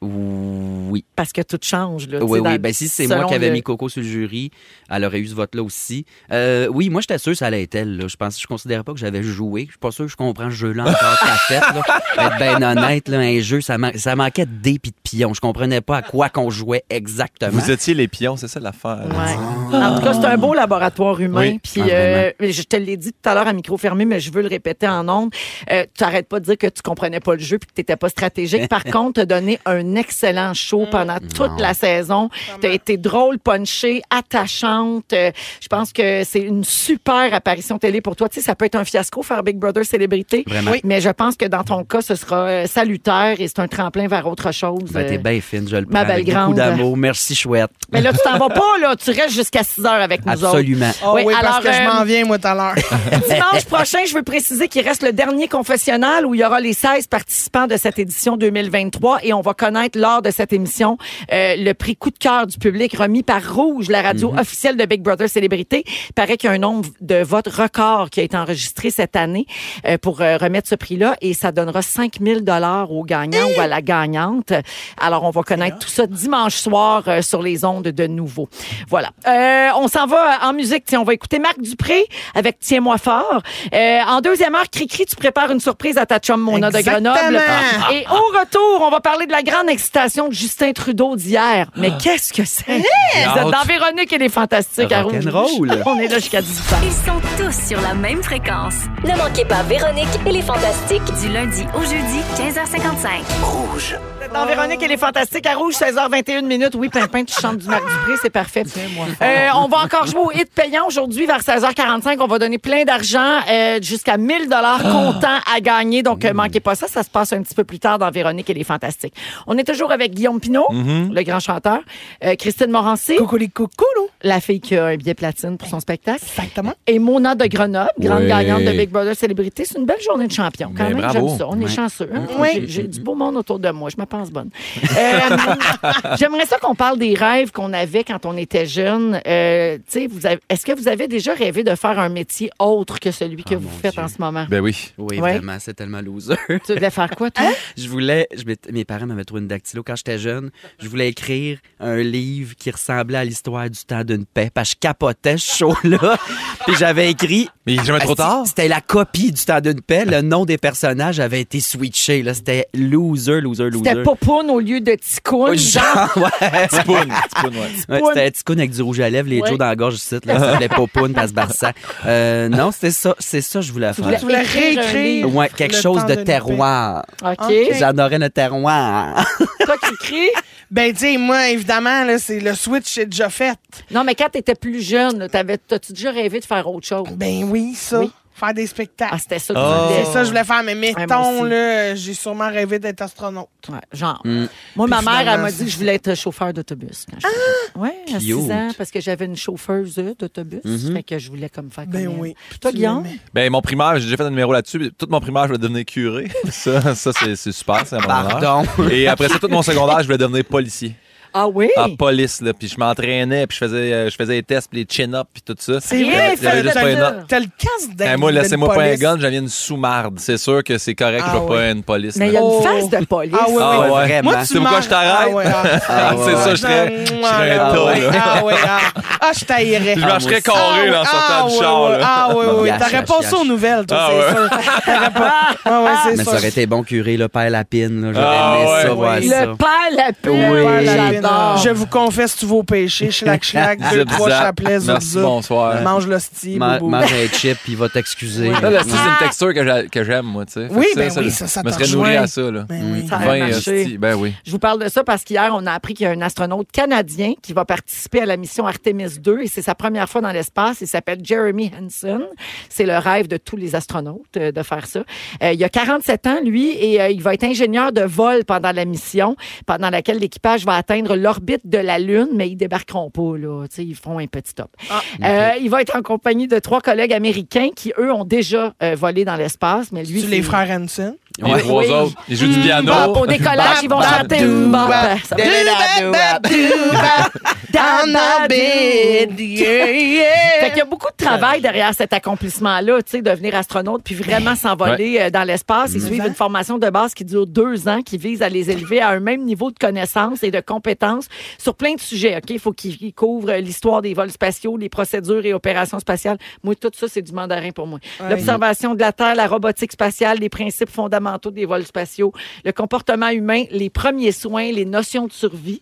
Speaker 4: Oui.
Speaker 3: Parce que tout change. Là, tu sais,
Speaker 4: Oui, oui.
Speaker 3: dans-
Speaker 4: Ben, si c'est moi
Speaker 3: selon
Speaker 4: qui avais
Speaker 3: le-
Speaker 4: mis Coco sur le jury, elle aurait eu ce vote-là aussi. Euh, oui, moi, j'étais sûr que ça allait être elle. là. Je pense, je considérais pas que j'avais joué. Je suis pas sûr que je comprends ce jeu-là encore à fait. Là. Être bien honnête, là, un jeu, ça, man- ça manquait de dés pis de pions. Je comprenais pas à quoi qu'on jouait exactement.
Speaker 2: Vous étiez les pions, c'est ça l'affaire.
Speaker 3: Ouais. En tout cas, c'est un beau laboratoire humain.
Speaker 2: Oui.
Speaker 3: Puis
Speaker 4: Ah, vraiment.
Speaker 3: euh, je te l'ai dit tout à l'heure à micro fermé, mais je veux le répéter en ondes. Euh, tu n'arrêtes pas de dire que tu comprenais pas le jeu puis que tu n'étais pas stratégique. Par contre, tu as donné un excellent show pendant toute la saison. Tu as été drôle, punché, attachante. Euh, je pense que c'est une super apparition télé pour toi. Tu sais, ça peut être un fiasco faire Big Brother célébrité.
Speaker 4: Vraiment.
Speaker 3: Oui. Mais je pense que dans ton cas, ce sera euh, salutaire et c'est un tremplin vers autre chose.
Speaker 4: Ben, t'es
Speaker 3: Euh,
Speaker 4: bien fine, je le prends.
Speaker 3: ma
Speaker 4: Avec
Speaker 3: belle
Speaker 4: beaucoup
Speaker 3: grande.
Speaker 4: d'amour. Merci, chouette.
Speaker 3: Mais là, tu t'en vas pas, là. Tu restes jusqu'à 6 heures avec nous autres.
Speaker 4: Absolument.
Speaker 5: Ah oui,
Speaker 3: Oui, alors,
Speaker 5: parce que je
Speaker 3: euh,
Speaker 5: m'en viens, moi, tout à l'heure.
Speaker 3: Dimanche prochain, je veux préciser qu'il reste le dernier confessionnal où il y aura les 16 participants de cette édition 2023 et on va connaître lors de cette émission euh, le prix coup de cœur du public remis par Rouge, la radio officielle de Big Brother Célébrité. Il paraît qu'il y a un nombre de votes record qui a été enregistré cette année euh, pour euh, remettre ce prix-là et ça donnera 5000 dollars au gagnant ou à la gagnante. Alors, on va connaître tout ça dimanche soir euh, sur les ondes de nouveau. Voilà. Euh, on s'en va en musique. Tiens, on va écouter Marc Dupré avec Tiens-moi fort. Euh, en deuxième heure, Cricri, tu prépares une surprise à ta chum Mona
Speaker 5: Exactement.
Speaker 3: de Grenoble. Et au retour, on va parler de la grande excitation de Justin Trudeau d'hier. Mais qu'est-ce que c'est? Vous êtes dans Véronique et les Fantastiques à Rouge.
Speaker 4: Rock'n'roll.
Speaker 3: On est là jusqu'à 18 ans.
Speaker 1: Ils sont tous sur la même fréquence.
Speaker 6: Ne manquez pas Véronique et les Fantastiques.
Speaker 1: Du lundi au jeudi, 15h55.
Speaker 3: Dans Véronique, elle est fantastique. À Rouge, 16h21 minutes. Oui, Pimpin, tu chantes du Marc Dupré, c'est parfait. Euh, on va encore jouer au hit payant aujourd'hui vers 16h45. On va donner plein d'argent, euh, jusqu'à 1000 dollars comptant à gagner. Donc, euh, manquez pas ça. Ça se passe un petit peu plus tard dans Véronique, elle est fantastique. On est toujours avec Guillaume Pinot, le grand chanteur, euh, Christine Morancy,
Speaker 5: Coucou les coucous,
Speaker 3: la fille qui a un billet platine pour son spectacle.
Speaker 5: Exactement.
Speaker 3: Et Mona de Grenoble, grande
Speaker 2: Ouais.
Speaker 3: gagnante de Big Brother Célébrité. C'est une belle journée de champion. Quand
Speaker 2: Mais
Speaker 3: même,
Speaker 2: bravo.
Speaker 3: j'aime ça. On est
Speaker 4: Ouais.
Speaker 3: chanceux. hein.
Speaker 5: Oui.
Speaker 3: J'ai- J'ai du beau monde autour de moi. Je me pense bonne. Euh, J'aimerais ça qu'on parle des rêves qu'on avait quand on était jeune. Euh, tu sais, vous avez- Est-ce que vous avez déjà rêvé de faire un métier autre que celui que
Speaker 4: Ah,
Speaker 3: vous
Speaker 4: mon
Speaker 3: faites
Speaker 4: Dieu.
Speaker 3: en ce moment?
Speaker 2: Ben oui.
Speaker 4: Oui,
Speaker 3: Ouais.
Speaker 4: vraiment, c'est tellement loser.
Speaker 3: Tu devais faire quoi,
Speaker 5: Hein?
Speaker 3: toi?
Speaker 4: Je voulais, je m'étais- mes parents m'avaient trouvé une dactylo quand j'étais jeune. Je voulais écrire un livre qui ressemblait à l'histoire du temps d'une paix. Parce que je capotais ce show-là. Puis j'avais écrit.
Speaker 2: Mais il est jamais trop tard.
Speaker 4: C'était la copie du temps d'une paix. Le nom des personnages avait été switché. là. C'était loser, loser, loser.
Speaker 3: C'était Popoun au lieu de
Speaker 4: Ah,
Speaker 3: Ticoun.
Speaker 4: Genre, ouais.
Speaker 2: Tipoun. Tipoun, ouais.
Speaker 4: Ouais,
Speaker 3: Popoun.
Speaker 4: c'était un petit coup avec du rouge à lèvres, les
Speaker 3: Ouais.
Speaker 4: Joe dans la gorge, je cite, là, ça s'appelait Popoun, passe barça. Euh, non, c'était ça, c'est ça que je voulais
Speaker 3: Tu
Speaker 4: faire.
Speaker 3: voulais
Speaker 5: Tu voulais
Speaker 3: écrire un
Speaker 5: réécrire.
Speaker 3: livre.
Speaker 4: Ouais, quelque
Speaker 5: Le
Speaker 4: chose
Speaker 5: temps
Speaker 4: de
Speaker 5: de
Speaker 4: terroir.
Speaker 3: OK.
Speaker 4: J'en aurais le terroir.
Speaker 3: Toi qui cries.
Speaker 5: Ben, tu sais, moi, évidemment, là, c'est le switch est déjà fait.
Speaker 3: Non, mais quand t'étais plus jeune, là, t'avais- t'as-tu déjà rêvé de faire autre chose?
Speaker 5: Ben oui, ça.
Speaker 3: Oui.
Speaker 5: Faire des spectacles.
Speaker 3: Ah, c'était ça que tu
Speaker 2: Oh.
Speaker 3: voulais.
Speaker 5: C'est ça, que je voulais faire, mais mettons,
Speaker 3: aussi.
Speaker 5: là, j'ai sûrement rêvé d'être astronaute.
Speaker 3: Ouais, genre. Moi, ma
Speaker 5: Puis
Speaker 3: mère, elle
Speaker 5: finalement, Ah!
Speaker 3: m'a dit que je voulais être chauffeur d'autobus. quand j'étais jeune. Ouais, à 6
Speaker 4: Cute.
Speaker 3: ans, parce que j'avais une chauffeuse euh, d'autobus. Fait que je voulais comme faire comme
Speaker 5: Ben
Speaker 3: elle.
Speaker 5: oui.
Speaker 3: Puis Toi,
Speaker 5: Tu
Speaker 3: Guillaume?
Speaker 5: l'aimais.
Speaker 2: Ben, mon primaire, j'ai déjà fait un numéro là-dessus. Tout mon primaire, je voulais devenir curé. Ça, ça c'est c'est super, c'est à mon honneur.
Speaker 4: Pardon.
Speaker 2: Et après ça, tout mon secondaire, je voulais devenir policier.
Speaker 3: Ah oui?
Speaker 2: En police, là. Puis je m'entraînais, puis je faisais, euh, je faisais les tests, puis les chin-ups, puis tout ça.
Speaker 5: C'est
Speaker 3: Bien
Speaker 5: vrai,
Speaker 2: J'avais-
Speaker 3: fait,
Speaker 2: j'avais juste
Speaker 5: t'as
Speaker 2: pas une
Speaker 3: Daniel.
Speaker 2: note.
Speaker 5: le- t'as le casse d'un.
Speaker 2: Eh, moi,
Speaker 5: d'une
Speaker 2: laissez-moi pas un
Speaker 5: police.
Speaker 2: gun, j'avais une sous-marde. C'est sûr que c'est correct, je
Speaker 5: Ah
Speaker 2: vais
Speaker 5: ouais.
Speaker 2: pas à une police.
Speaker 3: Mais il y a
Speaker 2: là.
Speaker 3: une
Speaker 5: Oh.
Speaker 3: face de police.
Speaker 5: Ah ouais,
Speaker 2: Ah
Speaker 5: ouais.
Speaker 2: ouais.
Speaker 4: Vraiment.
Speaker 5: Moi, tu
Speaker 2: C'est pourquoi
Speaker 5: m'as-
Speaker 2: je t'arrête.
Speaker 5: Ah ouais, ah.
Speaker 2: Ah,
Speaker 4: ouais,
Speaker 2: c'est
Speaker 4: ouais.
Speaker 2: ça, je serais, je serais un
Speaker 5: Ah,
Speaker 2: tas,
Speaker 5: ouais,
Speaker 2: là.
Speaker 5: Ah ouais, ah. Ah, je taillerais.
Speaker 2: Je
Speaker 4: Ah,
Speaker 2: marcherais
Speaker 4: moi
Speaker 2: carré là, en sortant du char, là.
Speaker 5: Ah oui, oui.
Speaker 4: Yache,
Speaker 5: T'aurais
Speaker 4: yache,
Speaker 5: passé aux
Speaker 4: yache.
Speaker 5: nouvelles, toi,
Speaker 2: Ah,
Speaker 5: c'est
Speaker 2: ouais.
Speaker 5: sûr. T'aurais pas. Ah ouais, c'est
Speaker 4: Mais ça
Speaker 5: sûr.
Speaker 4: aurait été bon curé, le père Lapine. là. J'aurais
Speaker 2: Ah,
Speaker 4: aimé ça,
Speaker 2: ouais.
Speaker 4: voir
Speaker 3: Le
Speaker 4: ça.
Speaker 3: père la
Speaker 4: Oui.
Speaker 5: Pas la peine.
Speaker 3: j'adore.
Speaker 5: Je vous confesse tous vos péchés. Schlac, schlac, Ah, deux,
Speaker 2: Zip,
Speaker 5: trois
Speaker 2: zap.
Speaker 5: chapelets, zoup,
Speaker 2: Merci,
Speaker 5: zoup.
Speaker 2: bonsoir.
Speaker 5: Mange l'hostie,
Speaker 4: Ma-
Speaker 5: boubou.
Speaker 4: Mange un chip, puis il va t'excuser.
Speaker 2: Là, là, Ah, c'est
Speaker 3: Ah,
Speaker 2: une texture que j'a- que j'aime, moi, tu sais. Fait
Speaker 5: Ah. Oui,
Speaker 2: que
Speaker 5: ben oui, ça, ça
Speaker 2: Je me
Speaker 5: te
Speaker 2: serais nourri
Speaker 5: rejoint.
Speaker 2: à ça, là. Mm.
Speaker 5: Ben oui.
Speaker 3: Ça a
Speaker 2: Vin,
Speaker 3: marché.
Speaker 2: hostie, ben oui.
Speaker 3: Je vous parle de ça parce qu'hier, on a appris qu'il y a un astronaute canadien qui va participer à la mission Artemis 2 et c'est sa première fois dans l'espace. Il s'appelle Jeremy Hansen. C'est le rêve de tous les astronautes euh, de faire ça. Euh, il a 47 ans, lui, et euh, il va être ingénieur de vol pendant la mission, pendant laquelle l'équipage va atteindre l'orbite de la Lune, mais ils débarqueront pas, là. Tu sais, ils feront un petit top.
Speaker 5: Ah.
Speaker 3: Euh, il va être en compagnie de trois collègues américains qui, eux, ont déjà euh, volé dans l'espace, mais lui...
Speaker 5: Tu les
Speaker 3: c'est-
Speaker 5: frères Hanson?
Speaker 2: les
Speaker 4: Ouais.
Speaker 2: trois
Speaker 3: Oui.
Speaker 2: autres. Ils jouent
Speaker 5: Hmm.
Speaker 2: du piano.
Speaker 5: Bah,
Speaker 3: Bop, au décollage, ils vont chanter une bop. Ça va- Fait qu'il y a beaucoup de travail derrière cet accomplissement-là, tu sais, devenir astronaute puis vraiment s'envoler euh, dans l'espace. Ils suivent une formation de base qui dure deux ans, qui vise à les élever à un même niveau de connaissances et de compétences sur plein de sujets. Ok, il faut qu'ils couvrent l'histoire des vols spatiaux, les procédures et opérations spatiales. Moi, tout ça, c'est du mandarin pour moi. L'observation de la Terre, la robotique spatiale, les principes fondamentaux des vols spatiaux, le comportement humain, les premiers soins, les notions de survie.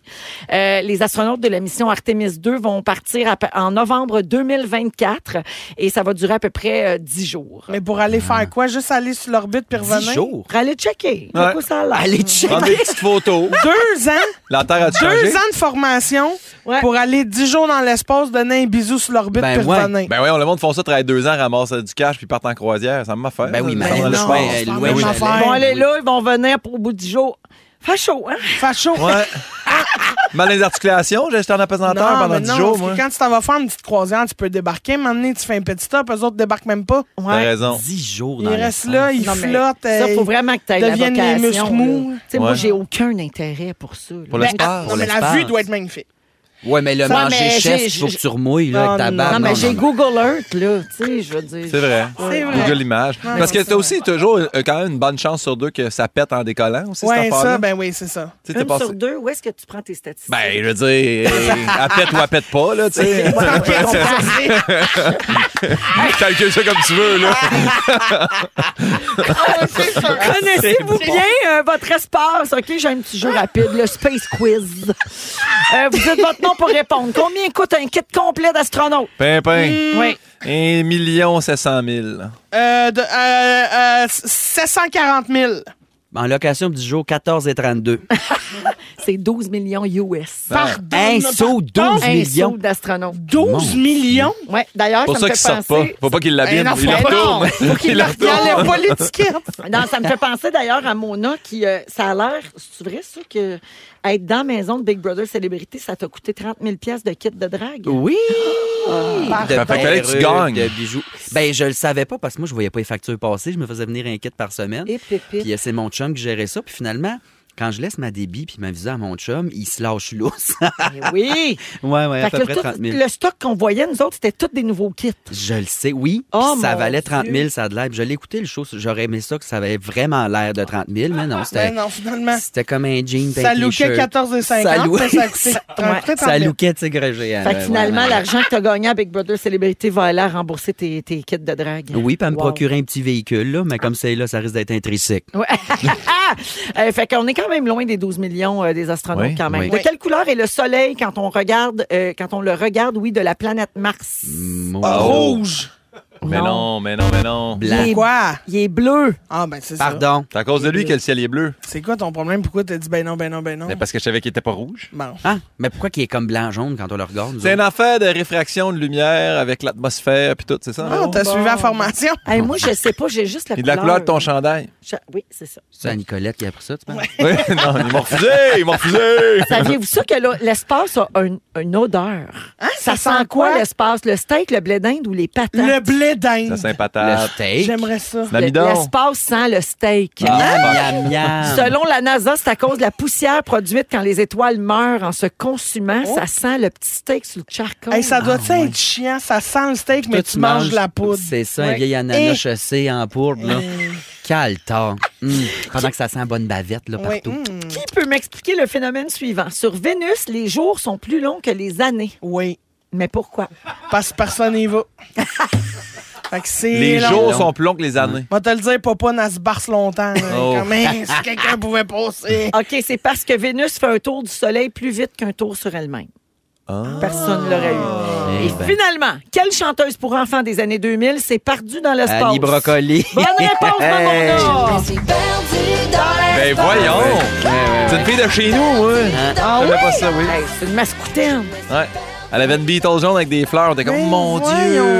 Speaker 3: Euh, les astronautes de la mission Artemis 2 vont partir à peu- en novembre 2024 et ça va durer à peu près euh, 10 jours.
Speaker 5: Mais pour aller faire quoi? Juste aller sur l'orbite puis revenir?
Speaker 4: jours.
Speaker 3: Allez checker.
Speaker 2: Ouais.
Speaker 3: Le coup, ça a l'air.
Speaker 4: Allez, check.
Speaker 2: Prendre Ah, des petites photos.
Speaker 5: Deux ans?
Speaker 2: La Terre a changé.
Speaker 5: Deux ans de formation
Speaker 3: Ouais.
Speaker 5: pour aller dix jours dans l'espace, donner un bisou sur l'orbite
Speaker 4: Ben
Speaker 5: puis
Speaker 4: ouais.
Speaker 5: revenir.
Speaker 2: Ben oui, on le monde font ça, travaillent deux ans, ramassent du cash, puis partent en croisière. Ça me m'a fait. Ben
Speaker 4: Ben oui,
Speaker 2: ça,
Speaker 3: Ah,
Speaker 2: ça,
Speaker 4: mais
Speaker 2: dans
Speaker 4: non,
Speaker 2: l'espace.
Speaker 4: Ah, mais elle louait
Speaker 5: oui.
Speaker 4: un chalet.
Speaker 3: Ils vont
Speaker 5: Ouais.
Speaker 3: aller là, ils vont venir pour au bout de 10 jours. Fait chaud, hein?
Speaker 5: Fait chaud.
Speaker 2: Ouais. Mal dans les articulations, j'ai acheté en apesanteur
Speaker 5: Non,
Speaker 2: pendant
Speaker 5: mais
Speaker 2: 10
Speaker 5: non,
Speaker 2: jours,
Speaker 5: parce
Speaker 2: moi.
Speaker 5: que quand tu t'en vas faire une petite croisière, tu peux débarquer. Un moment donné, tu fais un petit stop, eux autres débarquent même pas.
Speaker 2: T'as raison.
Speaker 4: 10 jours
Speaker 5: Ils
Speaker 4: dans
Speaker 5: restent
Speaker 4: l'espace.
Speaker 5: là, ils
Speaker 3: Non, mais
Speaker 5: flottent.
Speaker 3: Ça,
Speaker 5: euh,
Speaker 3: faut vraiment que tu aies la
Speaker 5: deviennent les
Speaker 3: vocation.
Speaker 5: muscles
Speaker 3: là.
Speaker 5: mous.
Speaker 3: Tu sais, Moi,
Speaker 2: Ouais.
Speaker 3: j'ai aucun intérêt pour ça. là.
Speaker 2: Pour
Speaker 5: ben,
Speaker 2: l'espace.
Speaker 5: non, mais la
Speaker 4: l'espace.
Speaker 5: vue doit être magnifique.
Speaker 4: Ouais, mais le
Speaker 5: Ça,
Speaker 4: manger
Speaker 3: mais
Speaker 4: chef,
Speaker 3: j'ai-
Speaker 4: il faut que
Speaker 3: j'ai-
Speaker 4: tu remouilles là, avec ta
Speaker 5: non,
Speaker 4: barbe.
Speaker 3: non, mais
Speaker 4: Non,
Speaker 3: j'ai
Speaker 4: non.
Speaker 3: Google Earth, là. Tu sais, je veux dire.
Speaker 2: C'est vrai.
Speaker 5: C'est vrai.
Speaker 2: Google Images. Parce que t'as aussi toujours euh, quand même une bonne chance sur deux que ça pète en décollant aussi,
Speaker 5: Ouais,
Speaker 2: cette
Speaker 5: ça,
Speaker 2: affaire-là.
Speaker 5: ben oui, c'est ça.
Speaker 2: Tu sais, t'es
Speaker 3: Une
Speaker 2: passé-
Speaker 3: sur deux, où est-ce que tu prends tes statistiques?
Speaker 2: Ben, je veux dire, euh, elle pète ou elle pète pas, là, tu sais. Calcule ça comme tu veux, là.
Speaker 3: Connaissez-vous bien euh, votre espace? OK, j'ai un petit jeu rapide, le Space Quiz. Euh, vous dites votre nom pour répondre. Combien coûte un kit complet d'astronautes?
Speaker 5: Hmm.
Speaker 2: Pimpin.
Speaker 3: Oui.
Speaker 2: 1 million 700 000.
Speaker 5: Euh, de- euh, euh, 740 000.
Speaker 4: En location 10 jours, 14 et 32.
Speaker 3: C'est 12 millions
Speaker 5: Ah.
Speaker 3: US.
Speaker 2: Ben,
Speaker 5: Pardon.
Speaker 4: Un saut, 12
Speaker 3: Un saut
Speaker 4: millions.
Speaker 3: d'astronautes.
Speaker 5: 12 millions?
Speaker 3: Oui, d'ailleurs,
Speaker 2: Pour
Speaker 3: ça
Speaker 2: ça
Speaker 3: me
Speaker 2: qu'ils
Speaker 3: fait
Speaker 2: sortent pas.
Speaker 3: penser...
Speaker 2: Faut pas qu'ils
Speaker 5: Eh
Speaker 2: l'abîment.
Speaker 5: non,
Speaker 2: Ils la
Speaker 5: faut pas.
Speaker 2: retournent. Ils la
Speaker 5: Il
Speaker 2: retournent.
Speaker 5: enlève pas l'étiquette.
Speaker 3: Non, ça me fait penser d'ailleurs à Mona qui, euh, ça a l'air, c'est vrai ça, que être dans la maison de Big Brother Célébrité, ça t'a coûté 30 000 pièces de kit de drague?
Speaker 4: Oui!
Speaker 3: Ah,
Speaker 5: Pardon.
Speaker 2: Fait
Speaker 4: De
Speaker 2: que fallait que tu
Speaker 4: perruques,
Speaker 2: gagnes.
Speaker 4: De bijoux. Ben, je le savais pas parce que moi, je voyais pas les factures passer. Je me faisais venir un kit par semaine.
Speaker 3: Et pépite.
Speaker 4: Puis euh, c'est mon chum qui gérait ça. Puis finalement, quand je laisse ma débit puis ma visa à mon chum, il se lâche lousse.
Speaker 3: Eh oui!
Speaker 4: ouais, ouais, à
Speaker 3: Fait
Speaker 4: peu
Speaker 3: que
Speaker 4: près
Speaker 3: tout-
Speaker 4: 30 000.
Speaker 3: le stock qu'on voyait, nous autres, c'était tous des nouveaux kits.
Speaker 4: Je le sais, oui.
Speaker 3: Oh,
Speaker 4: Puis ça
Speaker 3: mon
Speaker 4: valait 30
Speaker 3: Dieu.
Speaker 4: 000, ça a de l'air. Puis Je l'ai écouté, le show. J'aurais aimé ça, que ça avait vraiment l'air de 30 000, Ah, mais non, c'était...
Speaker 5: Ben non, finalement.
Speaker 4: C'était comme un jean
Speaker 5: Ça lookait 14 et 50, mais ça a coûté
Speaker 4: ça,
Speaker 5: 30
Speaker 4: ça lookait, tu sais, grégé,
Speaker 3: Fait
Speaker 4: euh,
Speaker 3: que finalement,
Speaker 4: ouais,
Speaker 3: l'argent que tu as gagné à Big Brother Célébrité va aller à rembourser tes, tes kits de drague.
Speaker 4: ouais. Oui, puis elle me
Speaker 3: Wow.
Speaker 4: procurer un petit véhicule, là, mais comme celle-là, ça risque d'être un tricycle.
Speaker 3: Ouais. Euh, fait qu'on est quand même loin des 12 millions euh, des astronautes
Speaker 2: Oui,
Speaker 3: quand même.
Speaker 4: oui.
Speaker 3: De quelle couleur est le soleil quand on regarde euh, quand on le regarde oui de la planète Mars
Speaker 4: Mon
Speaker 5: Rouge.
Speaker 2: Ah, oh. Mais non, mais non, mais non.
Speaker 4: Blanc.
Speaker 3: Il est-
Speaker 5: Quoi?
Speaker 3: Il est bleu.
Speaker 5: Ah, ben c'est ça.
Speaker 4: Pardon.
Speaker 2: C'est à cause de lui que le ciel est bleu.
Speaker 5: C'est quoi ton problème? Pourquoi t'as dit ben non, ben non, ben non?
Speaker 2: Mais parce que je savais qu'il était pas rouge.
Speaker 5: Bon.
Speaker 4: Ah, mais pourquoi qu'il est comme blanc-jaune quand on le regarde? nous
Speaker 2: C'est une
Speaker 4: autres?
Speaker 2: affaire de réfraction de lumière avec l'atmosphère puis tout, c'est ça?
Speaker 5: Ah,
Speaker 2: non?
Speaker 5: t'as suivi la formation?
Speaker 3: Hey, Eh, moi je sais pas, j'ai juste la
Speaker 2: Et de
Speaker 3: couleur.
Speaker 2: la couleur de ton chandail.
Speaker 3: Je- Oui, c'est ça.
Speaker 4: C'est à Nicolette qui a pris ça, tu penses?
Speaker 2: Oui, non, ils m'ont refusé, ils m'ont refusé.
Speaker 3: Saviez-vous ça que là, l'espace a un- une odeur? ça, sent quoi, l'espace? Le steak, le blé d'Inde ou les patates?
Speaker 5: Le blé
Speaker 2: La
Speaker 5: d'Inde.
Speaker 4: Le
Speaker 2: sympathate.
Speaker 4: steak.
Speaker 5: J'aimerais ça.
Speaker 3: Le-
Speaker 2: L'amidon.
Speaker 3: L'espace sent le steak.
Speaker 4: Ah, Miam, miam, miam.
Speaker 3: Selon la NASA, c'est à cause de la poussière produite quand les étoiles meurent en se consumant. Ça sent le petit steak sur le charcoal.
Speaker 5: Hey, ça doit être chiant? Ça sent le steak, mais
Speaker 4: Toi,
Speaker 5: tu manges de la poudre.
Speaker 4: C'est ça, un
Speaker 5: Ouais. Eh.
Speaker 4: vieil ananas
Speaker 5: Et-
Speaker 4: chaussé en poudre, là. Quel temps. Hum, Pendant que ça sent la bonne bavette, là,
Speaker 5: Ouais,
Speaker 4: partout.
Speaker 5: mm,
Speaker 3: Qui peut m'expliquer le phénomène suivant? Sur Vénus, les jours sont plus longs que les années.
Speaker 5: Oui.
Speaker 3: Mais pourquoi?
Speaker 5: Parce que personne n'y va. fait que c'est.
Speaker 2: Les
Speaker 5: long.
Speaker 2: jours sont plus longs que les années.
Speaker 5: Va te le dire, papa n'a se barce longtemps. là.
Speaker 2: Oh.
Speaker 5: Quand même, si quelqu'un pouvait passer.
Speaker 4: Ah,
Speaker 3: OK, c'est parce que Vénus fait un tour du Soleil plus vite qu'un tour sur elle-même. Personne ne l'aurait eu.
Speaker 4: Ah. Eh
Speaker 3: Et
Speaker 4: ben.
Speaker 3: finalement, quelle chanteuse pour enfants des années 2000 s'est perdue dans l'espace?
Speaker 4: Annie Euh, Brocoli.
Speaker 3: Bonne réponse, Mamona!
Speaker 2: Ben voyons! C'est une fille de chez nous, moi.
Speaker 4: Hein?
Speaker 3: Ah
Speaker 2: Je savais pas ça, oui.
Speaker 3: Hey, c'est une mascoutaine.
Speaker 2: Ouais. Elle avait une Beatles jaune avec des fleurs. On était comme,
Speaker 5: Ben,
Speaker 2: Ah, mon
Speaker 5: voyons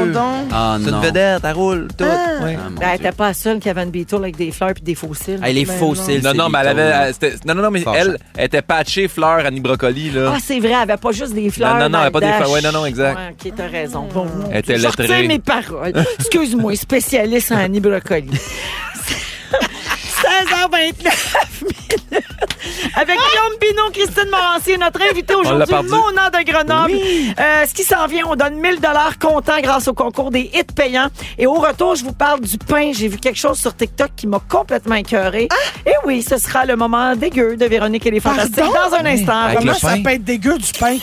Speaker 2: Dieu!
Speaker 5: donc.
Speaker 4: Ah
Speaker 2: C'est
Speaker 4: non.
Speaker 2: une vedette, elle roule, tout. Ouais.
Speaker 4: Ah, mon
Speaker 3: Ben, Elle
Speaker 4: Dieu.
Speaker 3: n'était pas la seule qui avait une beatle avec des fleurs et des fossiles.
Speaker 4: Elle est
Speaker 5: Ben
Speaker 4: fossile.
Speaker 2: Non,
Speaker 4: c'est
Speaker 2: non, mais elle
Speaker 4: Beatles.
Speaker 2: avait. euh, elle- c'était- non, non, non, mais
Speaker 4: Fâchant.
Speaker 2: elle, elle était patchée fleur Annie Brocoli, là.
Speaker 3: Ah, c'est vrai, elle avait pas juste des fleurs.
Speaker 2: Non, non, non,
Speaker 3: dans
Speaker 2: elle
Speaker 3: le
Speaker 2: a pas des
Speaker 3: dash.
Speaker 2: fleurs. Ouais, non, non, exact.
Speaker 3: Ouais, ok, t'as raison. Bon, mon
Speaker 2: Elle était
Speaker 3: Dieu,
Speaker 2: lettrée.
Speaker 3: sortez mes paroles. Excuse-moi, spécialiste en Annie Brocoli. 16 16h29 avec Guillaume Pinot, Christine Morancier, notre invité aujourd'hui,
Speaker 2: Ah! perdu.
Speaker 3: mon an de Grenoble. Euh, ce qui s'en vient, on donne 1000 dollars comptant grâce au concours des hits payants. Et au retour, je vous parle du pain. J'ai vu quelque chose sur TikTok qui m'a complètement écœuré.
Speaker 2: Ah!
Speaker 3: Et oui, ce sera le moment dégueu de Véronique et les Fantastiques
Speaker 5: Pardon?
Speaker 3: dans un instant.
Speaker 2: Avec
Speaker 5: Comment
Speaker 2: le
Speaker 5: ça
Speaker 2: pain.
Speaker 5: peut être dégueu du pain?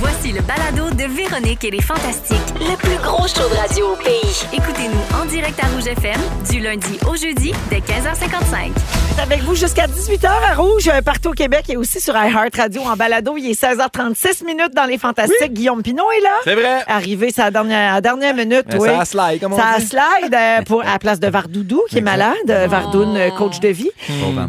Speaker 1: Voici le balado de Véronique et les Fantastiques.
Speaker 6: Le plus gros show de radio au pays.
Speaker 1: Écoutez-nous en direct à Rouge FM du lundi au jeudi dès 15h55.
Speaker 3: avec vous jusqu'à 18h à Rouge, euh, partout au Québec et aussi sur iHeart Radio en balado. Il est 16h36 minutes dans les Fantastiques. Guillaume Pinot est là.
Speaker 2: C'est vrai.
Speaker 3: Arrivé sa dernière, à la dernière minute,
Speaker 2: Mais
Speaker 3: oui.
Speaker 2: Ça a slide, comme on
Speaker 3: Ça
Speaker 2: dit.
Speaker 3: slide euh, pour, à la place de Vardoudou, qui est malade. euh, Vardoune, euh, coach de vie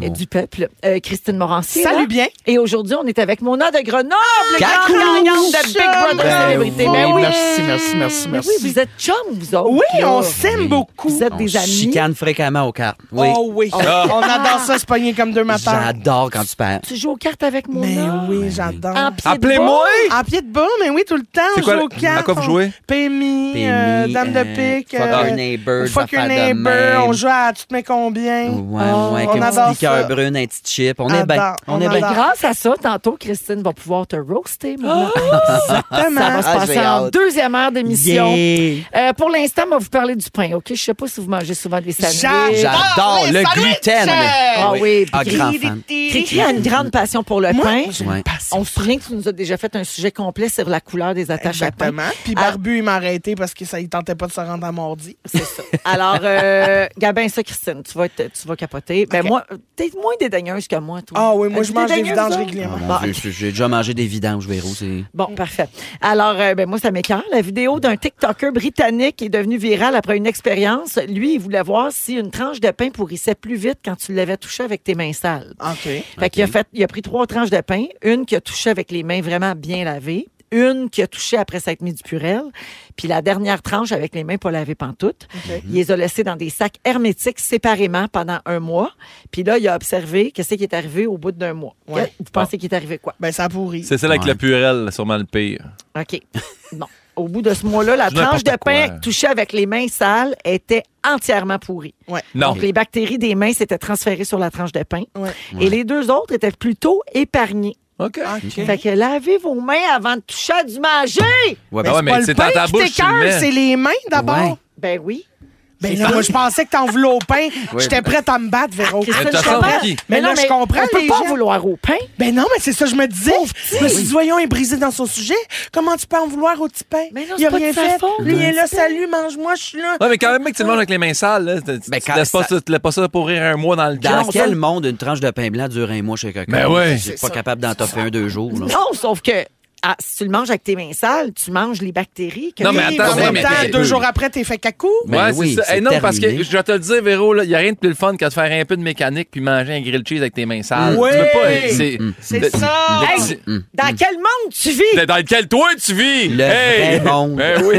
Speaker 3: euh, du peuple. Euh, Christine Morancier.
Speaker 5: Salut
Speaker 3: là.
Speaker 5: bien.
Speaker 3: Et aujourd'hui, on est avec Mona de Grenoble,
Speaker 4: Cacou!
Speaker 3: grande gagnante de Big Brother
Speaker 5: Ben
Speaker 3: Célébrité.
Speaker 5: oui,
Speaker 3: Ben oui.
Speaker 7: Merci, merci, merci,
Speaker 3: Ben
Speaker 7: merci.
Speaker 3: oui, vous êtes chums, vous autres.
Speaker 5: Oui,
Speaker 3: là.
Speaker 5: on s'aime beaucoup.
Speaker 3: Vous êtes
Speaker 4: On
Speaker 3: des
Speaker 4: se
Speaker 3: amis.
Speaker 4: chicane fréquemment aux cartes. Oui.
Speaker 5: Oh oui.
Speaker 2: Ah.
Speaker 5: On adore ça, se pogner comme deux matins.
Speaker 4: J'adore quand tu perds.
Speaker 3: Tu joues aux cartes avec Mona.
Speaker 5: Mais oui, j'adore.
Speaker 3: En pied de
Speaker 2: Appelez-moi!
Speaker 3: bois.
Speaker 5: En pied de boule, mais oui, tout le temps.
Speaker 2: C'est
Speaker 5: on
Speaker 2: quoi
Speaker 5: joue
Speaker 2: le-
Speaker 5: aux cartes,
Speaker 2: à quoi vous
Speaker 5: on-
Speaker 2: jouez?
Speaker 5: Pémi, euh,
Speaker 4: Pémi,
Speaker 5: Dame
Speaker 4: euh,
Speaker 5: de pique.
Speaker 4: Fuck
Speaker 5: euh,
Speaker 4: Your Neighbor,
Speaker 5: ou Fuck
Speaker 4: des
Speaker 5: Your
Speaker 4: affaires de
Speaker 5: Neighbor.
Speaker 4: même.
Speaker 5: On joue à Tu te mets combien?
Speaker 4: Ouais,
Speaker 3: Oh,
Speaker 4: ouais,
Speaker 5: on
Speaker 4: avec un
Speaker 5: adore
Speaker 4: petit liqueur
Speaker 5: ça.
Speaker 4: brune, un petit chip. On est bien.
Speaker 5: Adore,
Speaker 4: On
Speaker 5: on
Speaker 4: est
Speaker 3: Ben,
Speaker 4: bien.
Speaker 5: adore.
Speaker 3: grâce à ça, tantôt, Christine va pouvoir te roaster, Mona.
Speaker 5: Oh!
Speaker 3: Ça va
Speaker 5: Exactement.
Speaker 3: se passer
Speaker 4: Ah, j'ai
Speaker 3: en
Speaker 4: hâte.
Speaker 3: deuxième heure d'émission.
Speaker 4: Yeah.
Speaker 3: Euh, pour l'instant, on va vous parler du pain, OK? Je sais pas si vous mangez souvent des sandwichs.
Speaker 4: J'adore
Speaker 5: les
Speaker 4: le
Speaker 5: sandwichs!
Speaker 4: gluten.
Speaker 3: Ah oui,
Speaker 4: Ah,
Speaker 3: puis
Speaker 4: grand
Speaker 3: gris-
Speaker 4: fan.
Speaker 3: Cricri a une grande passion pour le pain.
Speaker 4: Ouais.
Speaker 3: On se souvient que tu nous as déjà fait un sujet complet sur la couleur des attaches à pain.
Speaker 5: Exactement. Puis
Speaker 3: Ah.
Speaker 5: Barbu, il m'a arrêté parce que ça, il tentait pas de se rendre à mardi.
Speaker 3: C'est ça. Alors, euh, Gabin, ça, Christine, tu vas, être- tu vas capoter. Ben,
Speaker 5: OK.
Speaker 3: moi, t'es moins dédaigneuse que moi, toi.
Speaker 5: Ah oui, moi, je
Speaker 3: Êtes-vous
Speaker 5: mange des
Speaker 3: dédaigneuse,
Speaker 5: vidanges
Speaker 3: vous autres?
Speaker 5: régulièrement.
Speaker 4: Ah,
Speaker 3: Bon,
Speaker 4: mon Dieu, J'ai j'ai déjà mangé des vidanges, Véro. c'est-
Speaker 3: Bon, parfait. Alors, euh, ben, moi, ça m'écœure. La vidéo d'un TikToker britannique est devenue virale après une expérience. Lui, il voulait voir si une tranche de pain pourrissait plus vite quand tu l'avais touchée avec tes mains sales.
Speaker 5: OK.
Speaker 3: Fait qu'il a fait, il a pris trois tranches de pain, une qui a touché avec les mains vraiment bien lavées, une qui a touché après s'être mis du purel, puis la dernière tranche avec les mains pas lavées pantoute.
Speaker 5: Mhm.
Speaker 3: Il les a laissées dans des sacs hermétiques séparément pendant un mois. Puis là, il a observé qu'est-ce qui est arrivé au bout d'un mois.
Speaker 5: Ouais.
Speaker 3: Vous pensez qu'il est arrivé quoi?
Speaker 5: Ben, ça pourrit.
Speaker 2: C'est celle avec
Speaker 4: Ouais.
Speaker 2: la purelle, sûrement le pire.
Speaker 3: OK. Non. Au bout de ce mois-là, la
Speaker 2: Je
Speaker 3: tranche de
Speaker 2: n'importe
Speaker 3: pain
Speaker 2: quoi. euh?
Speaker 3: touchée avec les mains sales était entièrement pourrie.
Speaker 5: Ouais.
Speaker 2: Non.
Speaker 3: Donc, les bactéries des mains s'étaient transférées sur la tranche de pain.
Speaker 5: Ouais.
Speaker 3: Et les deux autres étaient plutôt épargnées.
Speaker 2: OK. Ah
Speaker 5: OK.
Speaker 3: Fait que lavez vos mains avant de toucher à du manger!
Speaker 4: Ouais,
Speaker 2: Ah ouais, mais
Speaker 5: c'est
Speaker 2: c'est
Speaker 5: pas
Speaker 2: dans
Speaker 5: le
Speaker 2: ta
Speaker 5: pain
Speaker 2: bouche,
Speaker 5: qui
Speaker 2: tu le
Speaker 5: t'écœure, c'est
Speaker 2: mets.
Speaker 5: les mains d'abord.
Speaker 4: Ouais.
Speaker 3: Ben oui.
Speaker 5: Ben là, moi, je pensais que t'en voulais au pain. J'étais prête à me battre, Véro.
Speaker 3: Christine,
Speaker 2: Mais t'as
Speaker 3: je
Speaker 2: ça,
Speaker 3: comprends.
Speaker 2: Vicky.
Speaker 5: Mais là,
Speaker 3: non,
Speaker 5: je comprends
Speaker 3: On peut
Speaker 5: les
Speaker 3: pas
Speaker 5: gens.
Speaker 3: vouloir au pain.
Speaker 5: Ben non, mais c'est ça, je me disais. Je me suis dit, voyons, il est brisé dans son sujet. Comment tu peux en vouloir au petit pain?
Speaker 3: Mais non,
Speaker 5: il a
Speaker 3: c'est pas de
Speaker 5: rien
Speaker 3: sa
Speaker 5: fait.
Speaker 3: faute,
Speaker 5: Lui, il est
Speaker 3: le
Speaker 5: là,
Speaker 3: petit
Speaker 5: salut, mange-moi, je suis là.
Speaker 2: Non, mais quand même, mec, tu le manges avec les mains sales. Là. Tu, tu-
Speaker 4: Ben,
Speaker 2: tu
Speaker 4: quand
Speaker 2: laisses pas
Speaker 4: ça-
Speaker 2: ça, tu laisses pas ça pourrir un mois dans le
Speaker 4: Dans
Speaker 2: gaz.
Speaker 4: quel monde une tranche de pain blanc dure un mois chez quelqu'un?
Speaker 2: Ben ouais.
Speaker 4: Je suis pas capable d'en toffer un, deux jours. là.
Speaker 3: Non, sauf que ah, si tu le manges avec tes mains sales, tu manges les bactéries. Que
Speaker 2: Non,
Speaker 5: Oui,
Speaker 2: mais
Speaker 5: mais
Speaker 2: attends,
Speaker 5: en
Speaker 2: mais-
Speaker 5: même
Speaker 2: mais-
Speaker 5: temps,
Speaker 4: mais-
Speaker 5: deux jours après, t'es fait cacou.
Speaker 4: Ben
Speaker 2: ouais,
Speaker 4: oui,
Speaker 2: c'est ça.
Speaker 4: c'est
Speaker 2: Eh non, parce que
Speaker 4: terminé.
Speaker 2: je vais te le dire, Véro, il n'y a rien de plus le fun que de faire un peu de mécanique puis manger un grilled cheese avec tes mains sales.
Speaker 5: Oui.
Speaker 2: Tu veux pas. hein, C'est
Speaker 5: C'est
Speaker 2: de-
Speaker 5: ça.
Speaker 2: de-
Speaker 3: Hey, dans quel monde tu vis?
Speaker 2: de- Dans lequel toi tu vis.
Speaker 4: Le
Speaker 2: hey.
Speaker 4: vrai monde.
Speaker 2: Ben oui.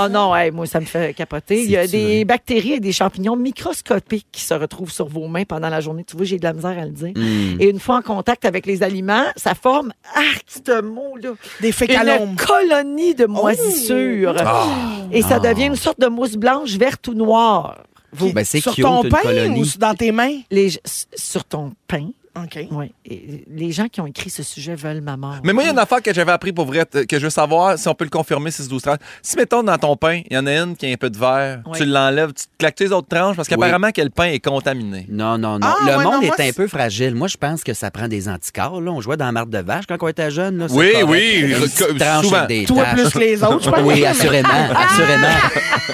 Speaker 3: Oh non, hey, moi, ça me fait capoter. Il y a
Speaker 4: C'est-tu
Speaker 3: des bactéries et des champignons microscopiques qui se retrouvent sur vos mains pendant la journée. Tu vois, j'ai de la misère à le dire. Et une fois en contact avec les aliments, ça forme, arc, ce mot-là,
Speaker 5: Des
Speaker 3: une
Speaker 5: fécalomes.
Speaker 3: colonie de moisissures. Et ça devient une sorte de mousse blanche, verte ou noire. Vous,
Speaker 4: Ben, c'est
Speaker 5: Sur
Speaker 4: cute,
Speaker 5: ton
Speaker 4: une
Speaker 5: pain
Speaker 4: colonie.
Speaker 5: ou dans tes mains?
Speaker 3: les, sur ton pain,
Speaker 5: OK.
Speaker 3: ouais, et les gens qui ont écrit ce sujet veulent ma mort.
Speaker 2: Mais moi, il y a une affaire que j'avais appris pour vrai, t- que je veux savoir si on peut le confirmer, 6, 12, 13. Si, mettons, dans ton pain, il y en a une qui a un peu de verre,
Speaker 3: Oui.
Speaker 2: tu l'enlèves, tu te claques tes autres tranches parce
Speaker 4: Oui.
Speaker 2: qu'apparemment que le pain est contaminé.
Speaker 4: Non, non, non.
Speaker 5: Ah,
Speaker 4: le
Speaker 5: ouais, non,
Speaker 4: monde
Speaker 5: moi,
Speaker 4: est
Speaker 5: c'est-
Speaker 4: un peu fragile. Moi, je pense que ça prend des anticorps. Là. On jouait dans la marde de vache quand on était jeune. Là, c'est
Speaker 2: Oui,
Speaker 4: correct.
Speaker 2: oui,
Speaker 4: Une
Speaker 2: re-
Speaker 4: petite
Speaker 2: que-
Speaker 4: tranche
Speaker 2: souvent.
Speaker 4: avec des
Speaker 5: Toi
Speaker 4: taches.
Speaker 5: plus que les Ah! autres, je pense.
Speaker 4: Oui, assurément, assurément.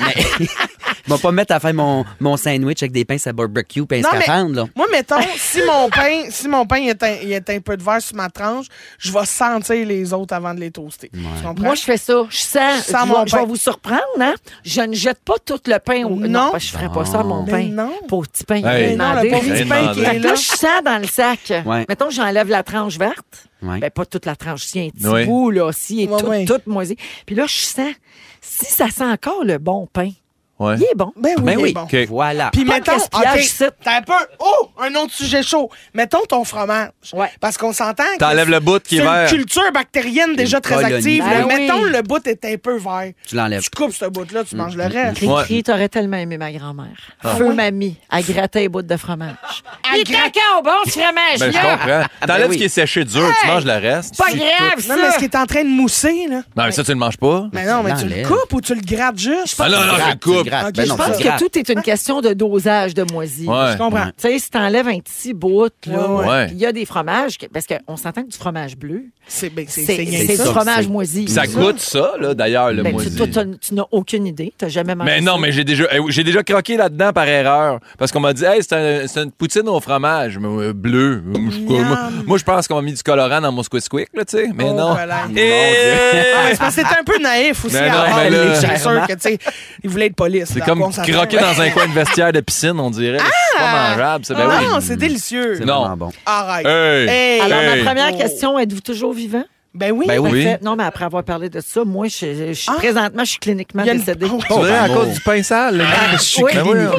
Speaker 4: Mais je vais pas me mettre à faire mon, mon sandwich avec des pinces à barbecue et un
Speaker 5: Non, mais-
Speaker 4: scaphandre. là.
Speaker 5: Moi, mettons, si mon pain, si mon pain il est, un, il est un peu de verre sur ma tranche, je vais sentir les autres avant de les toaster. Tu comprends?
Speaker 3: Moi, je fais ça. Je sens.
Speaker 5: Je sens
Speaker 3: je,
Speaker 5: mon
Speaker 3: vais- je vais
Speaker 5: pain.
Speaker 3: vous surprendre, hein? Je ne jette pas tout le pain. Au...
Speaker 5: Non. Ah.
Speaker 3: parce que je ne ferais pas ça, à mon
Speaker 4: Mais
Speaker 3: pain.
Speaker 5: non.
Speaker 3: Pauvre petit pain.
Speaker 2: Hey.
Speaker 3: j'ai
Speaker 5: Mais non,
Speaker 3: demandé.
Speaker 5: le pauvre
Speaker 2: J'ai
Speaker 5: petit pain qui
Speaker 2: demandé.
Speaker 5: est
Speaker 3: Fait que là,
Speaker 5: là.
Speaker 3: je sens dans le sac.
Speaker 4: Ouais.
Speaker 3: Mettons que j'enlève la tranche verte.
Speaker 4: Ouais.
Speaker 3: Ben, pas toute la tranche. Si un petit
Speaker 2: Ouais.
Speaker 3: bout, là, si est
Speaker 5: Ouais,
Speaker 3: toute,
Speaker 5: ouais.
Speaker 3: toute moisie. Puis là, je sens. Si ça sent encore le bon pain,
Speaker 2: Ouais.
Speaker 3: Il est bon.
Speaker 5: Ben oui,
Speaker 4: Ben
Speaker 5: il est
Speaker 4: oui.
Speaker 5: bon.
Speaker 2: OK.
Speaker 4: Voilà.
Speaker 5: Puis
Speaker 3: Pas de
Speaker 5: mettons,
Speaker 3: gaspillage,
Speaker 5: OK,
Speaker 3: ici.
Speaker 5: t'as un peu, oh, un autre sujet chaud. Mettons ton fromage.
Speaker 3: Ouais.
Speaker 5: Parce qu'on s'entend que
Speaker 2: T'enlèves le bout qui est
Speaker 5: c'est une
Speaker 2: vert.
Speaker 5: culture bactérienne déjà très
Speaker 4: colonie.
Speaker 5: active.
Speaker 3: Ben
Speaker 5: là.
Speaker 3: oui.
Speaker 5: Mettons, le bout est un peu vert.
Speaker 4: Tu l'enlèves. Mm,
Speaker 5: Tu coupes ce bout-là, tu manges le reste.
Speaker 3: T'écris,
Speaker 2: Ouais.
Speaker 3: t'aurais tellement aimé ma grand-mère. Feu mamie, à gratter les bouts de fromage.
Speaker 5: Ah À
Speaker 3: Il est
Speaker 5: gratter-
Speaker 3: encore bon, ce fromage
Speaker 2: Ben, je comprends.
Speaker 4: Ah, ben
Speaker 2: T'enlèves
Speaker 4: oui.
Speaker 2: ce qui est séché dur, tu manges le reste.
Speaker 3: Pas grave, ça.
Speaker 5: Non, mais ce qui est en train de mousser, là.
Speaker 2: Non, mais ça, tu le manges pas.
Speaker 5: Mais non, mais tu le
Speaker 4: l'enlèves.
Speaker 5: coupes ou tu le grattes juste?
Speaker 2: Ah, non, non, je le
Speaker 4: Gratte, tu
Speaker 2: coupe.
Speaker 4: grattes.
Speaker 5: Ok,
Speaker 4: Ben
Speaker 5: je
Speaker 4: non,
Speaker 3: Je pense
Speaker 4: tu
Speaker 3: que
Speaker 4: grattes.
Speaker 3: tout est une question de dosage de moisie.
Speaker 2: Ouais.
Speaker 5: Je comprends.
Speaker 3: Tu sais, si t'enlèves un petit bout, là,
Speaker 5: Ouais,
Speaker 2: ouais.
Speaker 3: puis il y a des fromages, que- parce qu'on s'entend que du fromage bleu,
Speaker 5: C'est ben, c'est-
Speaker 3: c'est
Speaker 5: c'est
Speaker 3: c'est
Speaker 5: rien
Speaker 3: du
Speaker 5: que
Speaker 4: ça.
Speaker 3: fromage
Speaker 4: C'est-
Speaker 3: moisi.
Speaker 2: Puis ça goûte ça, là, d'ailleurs, le
Speaker 3: Ben, tu-
Speaker 2: moisi.
Speaker 3: toi, t'as- tu n'as aucune idée. Tu n'as jamais mangé
Speaker 2: Mais
Speaker 3: ça.
Speaker 2: non, mais j'ai déjà, eh oui, j'ai déjà croqué là-dedans par erreur. Parce qu'on m'a dit, hey, c'est un- c'est une poutine au fromage mais, euh, bleu. Je sais pas, Moi, moi, je pense qu'on m'a mis du colorant dans mon squid squick, là, tu sais. Mais
Speaker 5: Oh,
Speaker 2: non.
Speaker 5: voilà.
Speaker 2: Eh!
Speaker 5: Ah, mais c'est parce que c'était un peu naïf aussi.
Speaker 2: Mais
Speaker 5: à
Speaker 2: non,
Speaker 5: base,
Speaker 2: mais là-
Speaker 5: les chasseurs, que, tu sais, ils voulaient être police.
Speaker 2: C'est comme croquer dans un coin de vestiaire de piscine, on dirait.
Speaker 5: Ah!
Speaker 2: C'est pas mangeable, ça. Ben oui.
Speaker 5: Non, c'est délicieux.
Speaker 4: C'est
Speaker 2: Non.
Speaker 4: vraiment bon.
Speaker 5: Arrête.
Speaker 2: Hey!
Speaker 5: Hey.
Speaker 3: Alors, ma
Speaker 2: Hey.
Speaker 3: première
Speaker 5: Oh.
Speaker 3: question, êtes-vous toujours vivant?
Speaker 5: Ben oui.
Speaker 2: Ben oui.
Speaker 3: Parfait. Non, mais après avoir parlé de ça, moi, je, je- je-
Speaker 5: Ah.
Speaker 3: présentement, je suis cliniquement
Speaker 5: Il y a une-
Speaker 3: décédée
Speaker 5: Oh,
Speaker 2: Tu dirais à
Speaker 4: Bravo.
Speaker 2: cause du pain sale, là.
Speaker 5: je suis
Speaker 3: oui.
Speaker 2: Ben oui, là.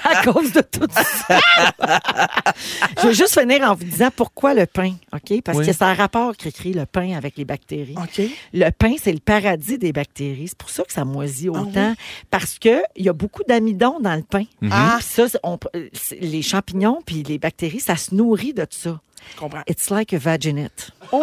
Speaker 3: à cause de tout ça. je veux juste finir en vous disant pourquoi le pain, OK? Parce
Speaker 2: Oui.
Speaker 3: que c'est un rapport qui crée le pain avec les bactéries.
Speaker 5: OK.
Speaker 3: Le pain, c'est le paradis des bactéries. C'est pour ça que ça moisit
Speaker 5: Ah
Speaker 3: autant. Parce que il y a beaucoup d'amidon dans le pain.
Speaker 5: Ah.
Speaker 3: Puis ça, c'est- on- euh, c'est- les champignons puis les bactéries, ça se nourrit de ça.
Speaker 5: Je comprends.
Speaker 3: It's like a vaginette.
Speaker 5: Ah.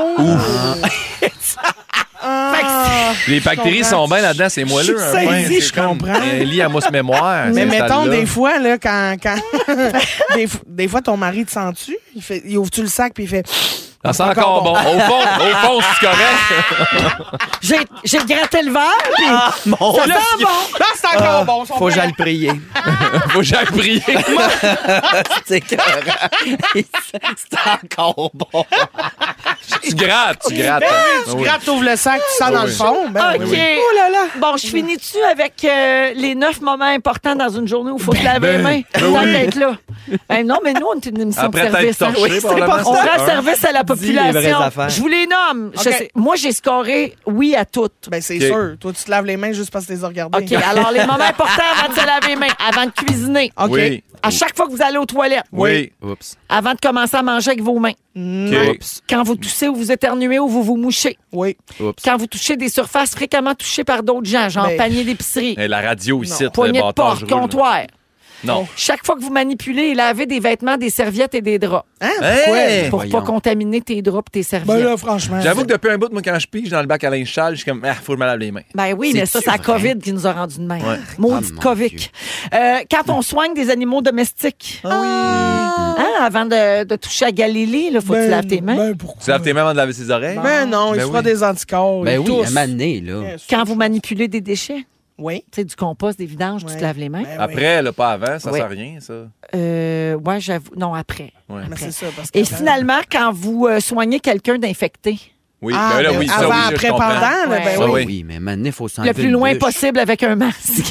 Speaker 2: Les bactéries
Speaker 5: comprends.
Speaker 2: sont bien là-dedans, c'est moelleux.
Speaker 5: Je suis
Speaker 2: un pain,
Speaker 5: saisie,
Speaker 2: c'est
Speaker 5: je
Speaker 2: comme
Speaker 5: comprends.
Speaker 2: Un lit à mousse mémoire.
Speaker 5: Mais
Speaker 2: c'est
Speaker 5: mettons,
Speaker 2: installe-là.
Speaker 5: des fois, là, quand. quand des, fo- des fois, ton mari te sent-tu? Il, fait- il ouvre-tu le sac puis il fait.
Speaker 2: Ah, c'est encore bon. Au fond, au fond, c'est correct.
Speaker 3: J'ai j'ai gratté le verre, puis
Speaker 5: Ah,
Speaker 2: Oh,
Speaker 4: Mon
Speaker 3: ça sent bon.
Speaker 5: Là, c'est
Speaker 2: Ah.
Speaker 5: encore bon. son
Speaker 4: Faut que
Speaker 5: père.
Speaker 4: j'aille le prier.
Speaker 2: Faut que j'aille prier.
Speaker 4: C'est écœurant. C'est encore bon.
Speaker 2: tu grattes, tu grattes.
Speaker 5: Tu grattes, t'ouvres le sac, tu sens dans le
Speaker 2: Ah oui.
Speaker 5: fond. Ben,
Speaker 3: OK.
Speaker 5: oui. Oh là là.
Speaker 3: Bon, je finis-tu avec euh, les neuf moments importants dans une journée où il faut se laver les mains?
Speaker 2: ben
Speaker 3: Tant
Speaker 2: oui.
Speaker 3: qu'à être là. Ben non, mais nous, on est une émission
Speaker 2: Après
Speaker 3: de
Speaker 2: t'être
Speaker 3: service. hein.
Speaker 2: torché,
Speaker 3: c'est
Speaker 2: probablement,
Speaker 3: pas- on
Speaker 2: c'est
Speaker 3: rend
Speaker 2: un.
Speaker 3: service à la
Speaker 4: Dis les vraies
Speaker 3: population.
Speaker 4: affaires.
Speaker 3: Je vous les nomme. Je
Speaker 5: OK.
Speaker 3: sais- moi, j'ai scoré oui à toutes.
Speaker 5: Ben, c'est
Speaker 2: OK.
Speaker 5: sûr. Toi, tu te laves les mains juste parce que tu les as regardées.
Speaker 3: OK, alors les moments importants avant de se laver les mains, avant de cuisiner,
Speaker 5: OK.
Speaker 2: Oui.
Speaker 3: à chaque fois que vous allez aux toilettes,
Speaker 2: Oui.
Speaker 4: Oups.
Speaker 3: avant de commencer à manger avec vos mains,
Speaker 2: OK.
Speaker 4: Oups.
Speaker 3: quand vous toussez ou vous éternuez ou vous vous mouchez,
Speaker 5: Oui.
Speaker 4: Oups.
Speaker 3: quand vous touchez des surfaces fréquemment touchées par d'autres gens, genre
Speaker 5: Ben.
Speaker 3: panier d'épicerie,
Speaker 2: Eh, la radio ici, le
Speaker 3: poignée de
Speaker 2: bâtard,
Speaker 3: porte,
Speaker 2: je roule, là.
Speaker 3: comptoir.
Speaker 2: Non.
Speaker 3: Chaque fois que vous manipulez et lavez des vêtements, des serviettes et des draps
Speaker 5: Hein?
Speaker 2: Hey! Ben
Speaker 3: pour
Speaker 4: Eh, Voyons.
Speaker 3: pas contaminer tes draps et tes serviettes.
Speaker 5: Ben
Speaker 3: Ben,
Speaker 5: là, franchement.
Speaker 2: J'avoue que depuis un bout, moi, quand je pige dans le bac à linge sale, je suis comme, ah, faut que je me lave les mains.
Speaker 3: Ben oui, mais ça,
Speaker 4: C'est-tu
Speaker 3: c'est la
Speaker 4: vrai?
Speaker 3: COVID qui nous a rendu de même.
Speaker 2: Ouais.
Speaker 3: Maudite
Speaker 4: Ah, mon Dieu.
Speaker 3: COVID. Euh, quand on soigne des animaux
Speaker 5: Ah
Speaker 3: domestiques, Hein, avant de, de toucher à Galilée, il faut que tu laves tes mains.
Speaker 5: Ben, pourquoi?
Speaker 2: Tu laves tes mains avant de laver ses oreilles?
Speaker 5: Ben non, il
Speaker 2: Ben
Speaker 5: se fera
Speaker 2: oui.
Speaker 5: des anticorps.
Speaker 4: Ben
Speaker 5: il
Speaker 4: oui,
Speaker 5: tousse.
Speaker 4: à m'amener, là.
Speaker 3: quand vous manipulez des déchets,
Speaker 5: Oui.
Speaker 3: tu sais, du compost, des vidanges, tu
Speaker 5: Ouais.
Speaker 3: te laves les mains.
Speaker 5: Ben oui.
Speaker 2: Après, là, pas avant, ça
Speaker 3: Oui.
Speaker 2: sert à rien, ça.
Speaker 3: Euh, ouais, j'avoue. Non, après.
Speaker 2: Ouais.
Speaker 5: Ben, c'est ça, parce que
Speaker 3: Et finalement, quand vous euh, soignez quelqu'un d'infecté,
Speaker 2: Oui,
Speaker 5: Ah,
Speaker 2: ben là,
Speaker 5: ben,
Speaker 2: oui, ça,
Speaker 5: avant,
Speaker 2: oui, je
Speaker 5: après,
Speaker 2: comprends.
Speaker 5: pendant, là,
Speaker 3: Ouais.
Speaker 5: ben
Speaker 2: Ah
Speaker 5: oui.
Speaker 4: Oui,
Speaker 2: oui.
Speaker 4: oui, mais maintenant, il faut s'enlever
Speaker 3: Eh le plus
Speaker 4: une
Speaker 3: loin
Speaker 4: bûche.
Speaker 3: possible avec un masque.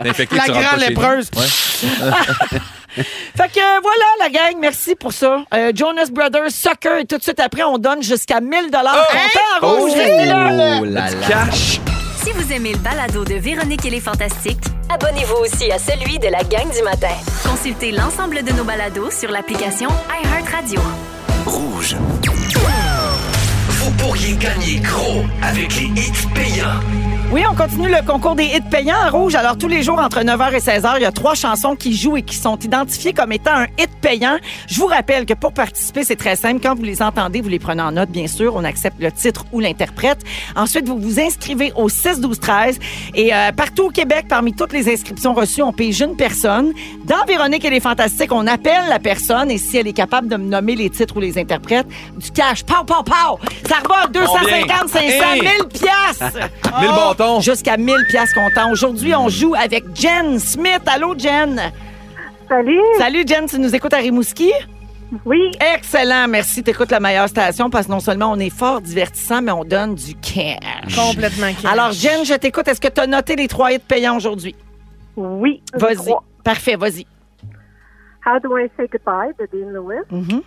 Speaker 2: Infecté,
Speaker 5: La
Speaker 2: tu rentres pas
Speaker 5: grande
Speaker 2: chez nous.
Speaker 5: lépreuse.
Speaker 2: Ouais.
Speaker 3: Fait que euh, voilà, la gang, merci pour ça. Euh, Jonas Brothers, Soccer, et tout de suite après, on donne jusqu'à 1000 dollars comptant en
Speaker 4: Oh,
Speaker 3: rouge. Restez là.
Speaker 4: là là.
Speaker 2: Cash!
Speaker 1: Si vous aimez le balado de Véronique et les Fantastiques,
Speaker 6: Abonnez-vous aussi à celui de la gang du matin.
Speaker 1: consultez l'ensemble de nos balados sur l'application iHeartRadio.
Speaker 7: Rouge. Vous pourriez gagner gros avec les hits payants.
Speaker 3: Oui, on continue le concours des hits payants en rouge. Alors, tous les jours, entre 9h et 16h, il y a trois chansons qui jouent et qui sont identifiées comme étant un hit payant. Je vous rappelle que pour participer, c'est très simple. Quand vous les entendez, vous les prenez en note, bien sûr. On accepte le titre ou l'interprète. Ensuite, vous vous inscrivez au 6-12-13. Et euh, partout au Québec, parmi toutes les inscriptions reçues, on pige une personne. Dans Véronique et les Fantastiques, on appelle la personne et si elle est capable de me nommer les titres ou les interprètes, du cash. Pow, pow, pow! Ça rebat à 250, 500,
Speaker 2: Hey!
Speaker 3: 1000 piastres!
Speaker 2: Mille bâtons!
Speaker 3: jusqu'à 1000 pièces comptant. Aujourd'hui, on joue avec Jen Smith. Allô, Jen?
Speaker 8: Salut.
Speaker 3: Salut, Jen, tu nous écoutes à Rimouski?
Speaker 8: Oui.
Speaker 3: Excellent, merci. T'écoutes la meilleure station parce que non seulement on est fort divertissant, mais on donne du cash.
Speaker 5: Complètement qui.
Speaker 3: Alors, Jen, je t'écoute. Est-ce que tu as noté les trois hits payants aujourd'hui?
Speaker 8: Oui.
Speaker 3: Vas-y.
Speaker 8: Trois.
Speaker 3: Parfait, vas-y.
Speaker 8: How do I say goodbye de Dean Lewis?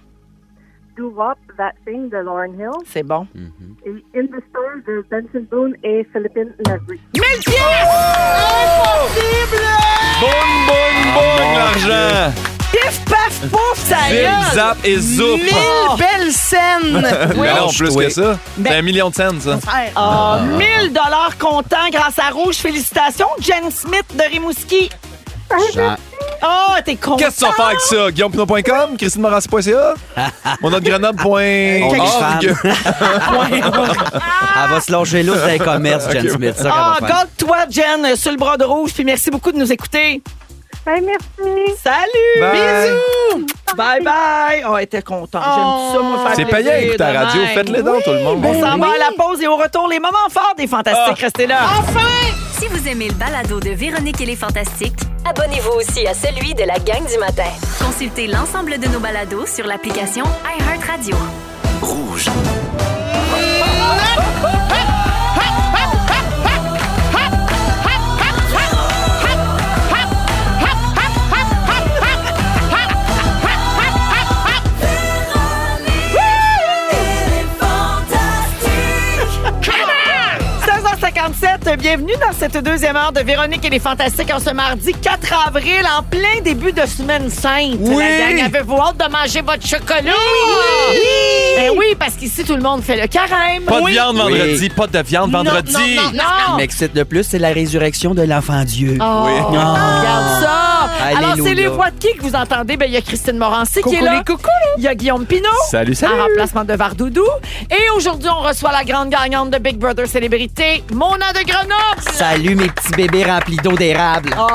Speaker 8: Do Wop That Thing de Lauren Hill
Speaker 3: C'est bon.
Speaker 8: et In the Store de Benson Boone et Philippine Lavery.
Speaker 3: 1000 pièces! Impossible!
Speaker 2: Boum, boum, boum, l'argent!
Speaker 3: Pif, paf, pouf, ça y
Speaker 2: Zip,
Speaker 3: est!
Speaker 2: zap et zoup!
Speaker 5: Mille belles scènes!
Speaker 2: Mais non, plus
Speaker 4: Oui.
Speaker 2: que ça.
Speaker 5: Ben,
Speaker 2: C'est un million de cents, ça.
Speaker 5: Frère,
Speaker 3: Ah, 1000 dollars comptant grâce à Rouge. Félicitations, Jen Smith de Rimouski.
Speaker 4: Jean-
Speaker 3: Ah, t'es con.
Speaker 2: Qu'est-ce que tu vas faire avec ça? GuillaumePinot.com, ChristineMorancy.ca, mon autre grenoble.org.
Speaker 4: Elle va se longer là dans les commerces, Jen Smith. Ça,
Speaker 3: Ah,
Speaker 4: qu'elle va faire.
Speaker 3: garde-toi, Jen, euh, sur le bras de rouge. Puis merci beaucoup de nous écouter.
Speaker 8: Ben, merci!
Speaker 3: Salut!
Speaker 2: Bye.
Speaker 3: Bisous! Bye bye! Oh, elle était contente. J'aime ça, moi, faire
Speaker 2: C'est
Speaker 3: plaisir
Speaker 2: payé à écouter
Speaker 3: de
Speaker 2: la radio.
Speaker 3: même.
Speaker 2: Faites-le dans tout le monde.
Speaker 3: On s'en va à la pause et au retour, les moments forts des
Speaker 2: Ah.
Speaker 3: Fantastiques. Restez là.
Speaker 1: Si vous aimez le balado de Véronique et les Fantastiques,
Speaker 6: Abonnez-vous aussi à celui de la gang du matin.
Speaker 1: consultez l'ensemble de nos balados sur l'application iHeartRadio.
Speaker 7: Rouge.
Speaker 1: Fantastique!
Speaker 3: 16h57, bienvenue dans cette deuxième heure de Véronique et les Fantastiques en ce mardi 4 avril, en plein début de semaine sainte.
Speaker 2: Oui.
Speaker 3: La gang, avez-vous hâte de manger votre chocolat? Oui! Ben oui, parce qu'ici, tout le monde fait le carême.
Speaker 2: Pas de
Speaker 3: Oui.
Speaker 2: viande vendredi,
Speaker 4: Oui.
Speaker 2: pas de viande
Speaker 3: Non,
Speaker 2: vendredi.
Speaker 3: non, non,
Speaker 5: Ah,
Speaker 4: Ce qui
Speaker 3: non.
Speaker 4: m'excite le plus, c'est la résurrection de l'enfant Dieu.
Speaker 3: Oh,
Speaker 2: Oui.
Speaker 3: Regarde ça!
Speaker 4: Alléluia.
Speaker 3: Alors, c'est les voix de qui que vous entendez? Ben, il y a Christine Morancy qui est là. Il y a Guillaume Pinot.
Speaker 2: Salut, salut.
Speaker 3: En remplacement de Vardoudou. Et aujourd'hui, on reçoit la grande gagnante de Big Brother Célébrité, Mona de Grenoble.
Speaker 4: Salut mes petits bébés remplis d'eau d'érable.
Speaker 3: Oh.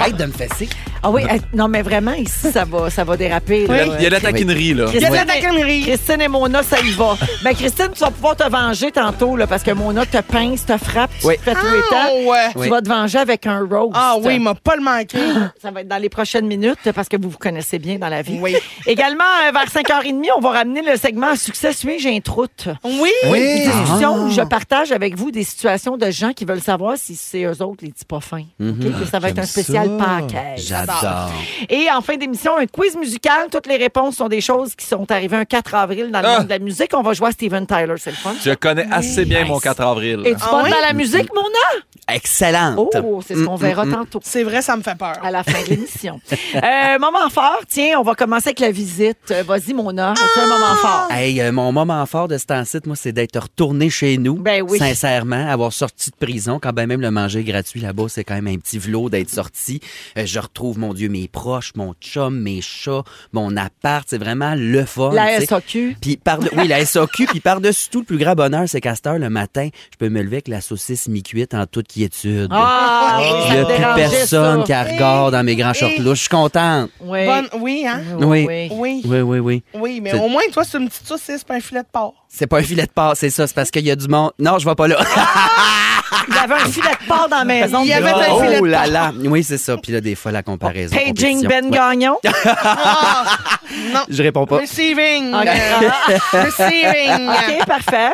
Speaker 4: Arrête de me fesser.
Speaker 3: Ah oui, euh, non, mais vraiment, ici, ça va, ça va déraper. là.
Speaker 2: Il y a de la taquinerie, là.
Speaker 3: Christine,
Speaker 5: de la taquinerie.
Speaker 3: Christine et Mona, ça y va. Ben, Christine, tu vas pouvoir te venger tantôt, là, parce que Mona te pince, te frappe, tu
Speaker 4: Oui.
Speaker 3: te fais tous les temps.
Speaker 5: Oh, ouais.
Speaker 3: Tu
Speaker 4: Oui.
Speaker 3: vas te venger avec un roast.
Speaker 5: Ah oui, il m'a pas le manqué.
Speaker 2: Ah!
Speaker 3: Ça va être dans les prochaines minutes parce que vous vous connaissez bien dans la vie. Également, euh, vers 5h30, on va ramener le segment à succès. Suis-je j'ai un troute?
Speaker 5: Oui!
Speaker 3: Une discussion où je partage avec vous des situations de gens qui veulent savoir si c'est eux autres les petits pas fins. OK? Puis ça va être un spécial package.
Speaker 4: J'adore.
Speaker 3: Et en fin d'émission, un quiz musical. Toutes les réponses sont des choses qui sont arrivées un 4 avril dans le
Speaker 2: Ah!
Speaker 3: monde de la musique. On va jouer à Steven Tyler, c'est le fun.
Speaker 2: Je connais assez bien mon 4 avril.
Speaker 3: Et tu
Speaker 5: Ah
Speaker 3: vas
Speaker 5: oui?
Speaker 3: dans la musique, mon âme?
Speaker 4: Excellente.
Speaker 3: Oh, c'est ce qu'on verra tantôt.
Speaker 5: C'est vrai, ça me fait peur.
Speaker 3: à la fin de l'émission. Euh, moment fort, tiens, on va commencer avec la visite. Euh, Vas-y, Mona, c'est un moment fort.
Speaker 4: Hey, euh, mon moment fort de ce temps-ci, moi, c'est d'être retourné chez nous.
Speaker 3: Ben oui.
Speaker 4: Sincèrement, avoir sorti de prison, quand ben même le manger gratuit là-bas, c'est quand même un petit vlot d'être sorti. Euh, je retrouve, mon Dieu, mes proches, mon chum, mes chats, mon appart. C'est vraiment le fun.
Speaker 3: La
Speaker 4: tu sais.
Speaker 3: SAQ.
Speaker 4: Puis par de- oui, la SAQ, puis par-dessus tout, le plus grand bonheur, c'est qu'à cette heure, le matin, je peux me lever avec la saucisse mi-cuite en toute quiétude.
Speaker 3: Ah, oui,
Speaker 4: Il
Speaker 3: ça
Speaker 4: n'y
Speaker 3: me
Speaker 4: a plus
Speaker 3: dérangeait,
Speaker 4: personne
Speaker 3: ça. Eh,
Speaker 4: qui regarde dans mes grands shorts là. Je suis contente.
Speaker 3: Oui.
Speaker 5: Bonne- Oui, hein?
Speaker 3: Oui.
Speaker 4: Oui.
Speaker 3: oui.
Speaker 5: Oui.
Speaker 4: Oui, oui, oui.
Speaker 5: Oui, mais
Speaker 4: C'est-
Speaker 5: au moins, toi, c'est une petite saucisse, pas un filet de porc.
Speaker 4: C'est pas un filet de passe, c'est ça. C'est parce qu'il y a du monde. Non, je vais pas là.
Speaker 3: Il y avait un filet de porc dans la maison.
Speaker 5: Il y avait un
Speaker 4: oh
Speaker 5: filet de porc.
Speaker 4: là là. Oui, c'est ça. Puis là, des fois, la comparaison.
Speaker 3: Paging
Speaker 4: compétition.
Speaker 3: Ben
Speaker 4: Ouais.
Speaker 3: Gagnon.
Speaker 5: Non.
Speaker 4: Je réponds pas.
Speaker 5: Receiving.
Speaker 3: OK.
Speaker 5: Euh, Receiving.
Speaker 3: OK, parfait.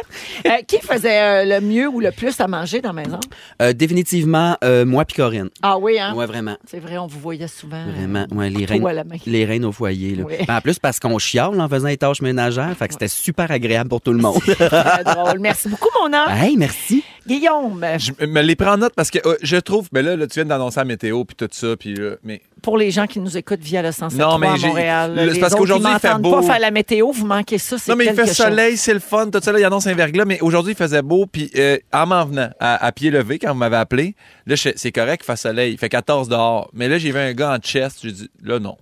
Speaker 3: Euh, qui faisait euh, le mieux ou le plus à manger dans la maison?
Speaker 4: Euh, définitivement, euh, moi puis Corinne.
Speaker 3: Ah oui, hein?
Speaker 4: Ouais, vraiment.
Speaker 3: C'est vrai, on vous voyait souvent. euh,
Speaker 4: Vraiment, ouais, les,
Speaker 3: Tout
Speaker 4: reines,
Speaker 3: à la main.
Speaker 4: les reines au foyer. Là.
Speaker 3: Oui.
Speaker 4: Ben, en plus, parce qu'on chiale en faisant les tâches ménagères, fait que c'était super agréable pour tout le monde.
Speaker 3: Très drôle. Merci beaucoup, mon ange.
Speaker 4: hey, merci.
Speaker 3: Guillaume,
Speaker 2: Je me les prends en note parce que euh, je trouve. Mais là, là, tu viens d'annoncer la météo puis tout ça. Puis, là, mais
Speaker 3: pour les gens qui nous écoutent via le 107
Speaker 2: Non, mais
Speaker 3: à
Speaker 2: j'ai-
Speaker 3: Montréal.
Speaker 2: le- c'est
Speaker 3: les
Speaker 2: parce
Speaker 3: autres qui
Speaker 2: qu'aujourd'hui, il fait
Speaker 3: m'entendent
Speaker 2: beau.
Speaker 3: pas faire la météo, vous manquez ça, c'est
Speaker 2: Non, mais il
Speaker 3: quelque
Speaker 2: fait
Speaker 3: chose.
Speaker 2: soleil, c'est le fun, tout ça. Là, il annonce un verglas, mais aujourd'hui, il faisait beau. Puis euh, en m'en venant, à, à pied levé, quand vous m'avez appelé, là, je- c'est correct, il fait soleil. Il fait 14 dehors. Mais là, j'ai vu un gars en chest. J'ai dit, là, non.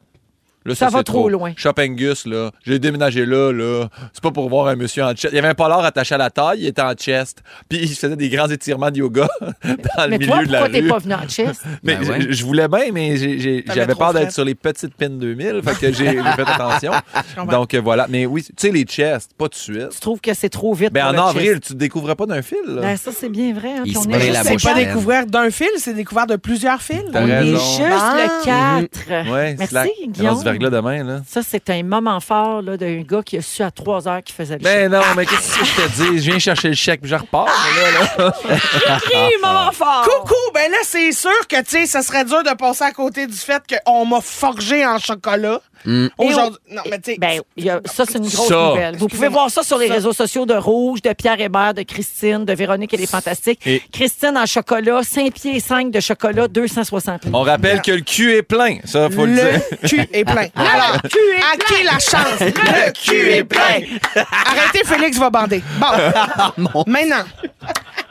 Speaker 2: Là,
Speaker 3: Ça va
Speaker 2: c'est
Speaker 3: trop loin.
Speaker 2: Chopingus, là. J'ai déménagé là, là. C'est pas pour voir un monsieur en chest. Il y avait un polar attaché à la taille, il était en chest. Puis il faisait des grands étirements de yoga dans le
Speaker 3: Mais
Speaker 2: milieu
Speaker 3: toi,
Speaker 2: de la
Speaker 3: pourquoi t'es
Speaker 2: rue.
Speaker 3: pas venu en chest?
Speaker 2: Mais
Speaker 4: Ben ouais.
Speaker 2: je, je voulais bien, mais j'ai- j'ai-
Speaker 5: T'avais
Speaker 2: j'avais
Speaker 5: trop
Speaker 2: peur
Speaker 5: fret.
Speaker 2: d'être sur les petites pins 2000. Fait que j'ai j'ai fait attention.
Speaker 5: comprends.
Speaker 2: Donc euh, voilà. Mais oui, tu sais, les chests, pas de
Speaker 3: Tu
Speaker 2: suite.
Speaker 3: trouves que c'est trop vite
Speaker 2: Ben,
Speaker 3: pour
Speaker 2: en
Speaker 3: le
Speaker 2: avril,
Speaker 3: chest?
Speaker 2: tu te découvrais pas d'un fil. là.
Speaker 3: Ben, ça, c'est bien vrai. hein,
Speaker 4: Il
Speaker 3: puis on
Speaker 4: se
Speaker 3: est
Speaker 4: brûle
Speaker 3: juste
Speaker 4: la
Speaker 3: le
Speaker 5: C'est
Speaker 4: bouche.
Speaker 5: pas
Speaker 3: quatre.
Speaker 4: Prochaine.
Speaker 5: découvert d'un fil, c'est découvert de plusieurs fils.
Speaker 2: T'as
Speaker 3: On est
Speaker 2: raison.
Speaker 3: juste
Speaker 4: Mhm.
Speaker 5: Ah.
Speaker 3: le 4.
Speaker 2: Ouais,
Speaker 3: Merci,
Speaker 2: slack.
Speaker 3: Guillaume.
Speaker 2: Annonce article-là demain, là.
Speaker 3: Ça, c'est un moment fort là, d'un gars qui a su à 3 heures qu'il faisait le chien.
Speaker 2: Ben non, mais qu'est-ce que je te dis? Je viens chercher le chèque, puis je repars. mais là, là.
Speaker 3: Cri, moment fort!
Speaker 5: Coucou! Ben là, c'est sûr que, tu sais, ça serait dur de passer à côté du fait qu'on m'a forgé en chocolat.
Speaker 4: Mm.
Speaker 5: Aujourd'hui. Non, mais tu sais.
Speaker 3: Ben, il y a- ça, c'est une grosse
Speaker 2: Ça.
Speaker 3: nouvelle. Vous pouvez voir ça sur les réseaux sociaux de Rouge, de Pierre Hébert, de Christine, de Véronique, elle est fantastique.
Speaker 2: Et-
Speaker 3: Christine en chocolat, 5 pieds 5 de chocolat, 260
Speaker 2: On rappelle que le cul est plein, ça, faut le, dire.
Speaker 5: le cul est plein. Alors, à qui la chance? Le cul est plein. Arrêtez, Félix va bander. Bon, maintenant,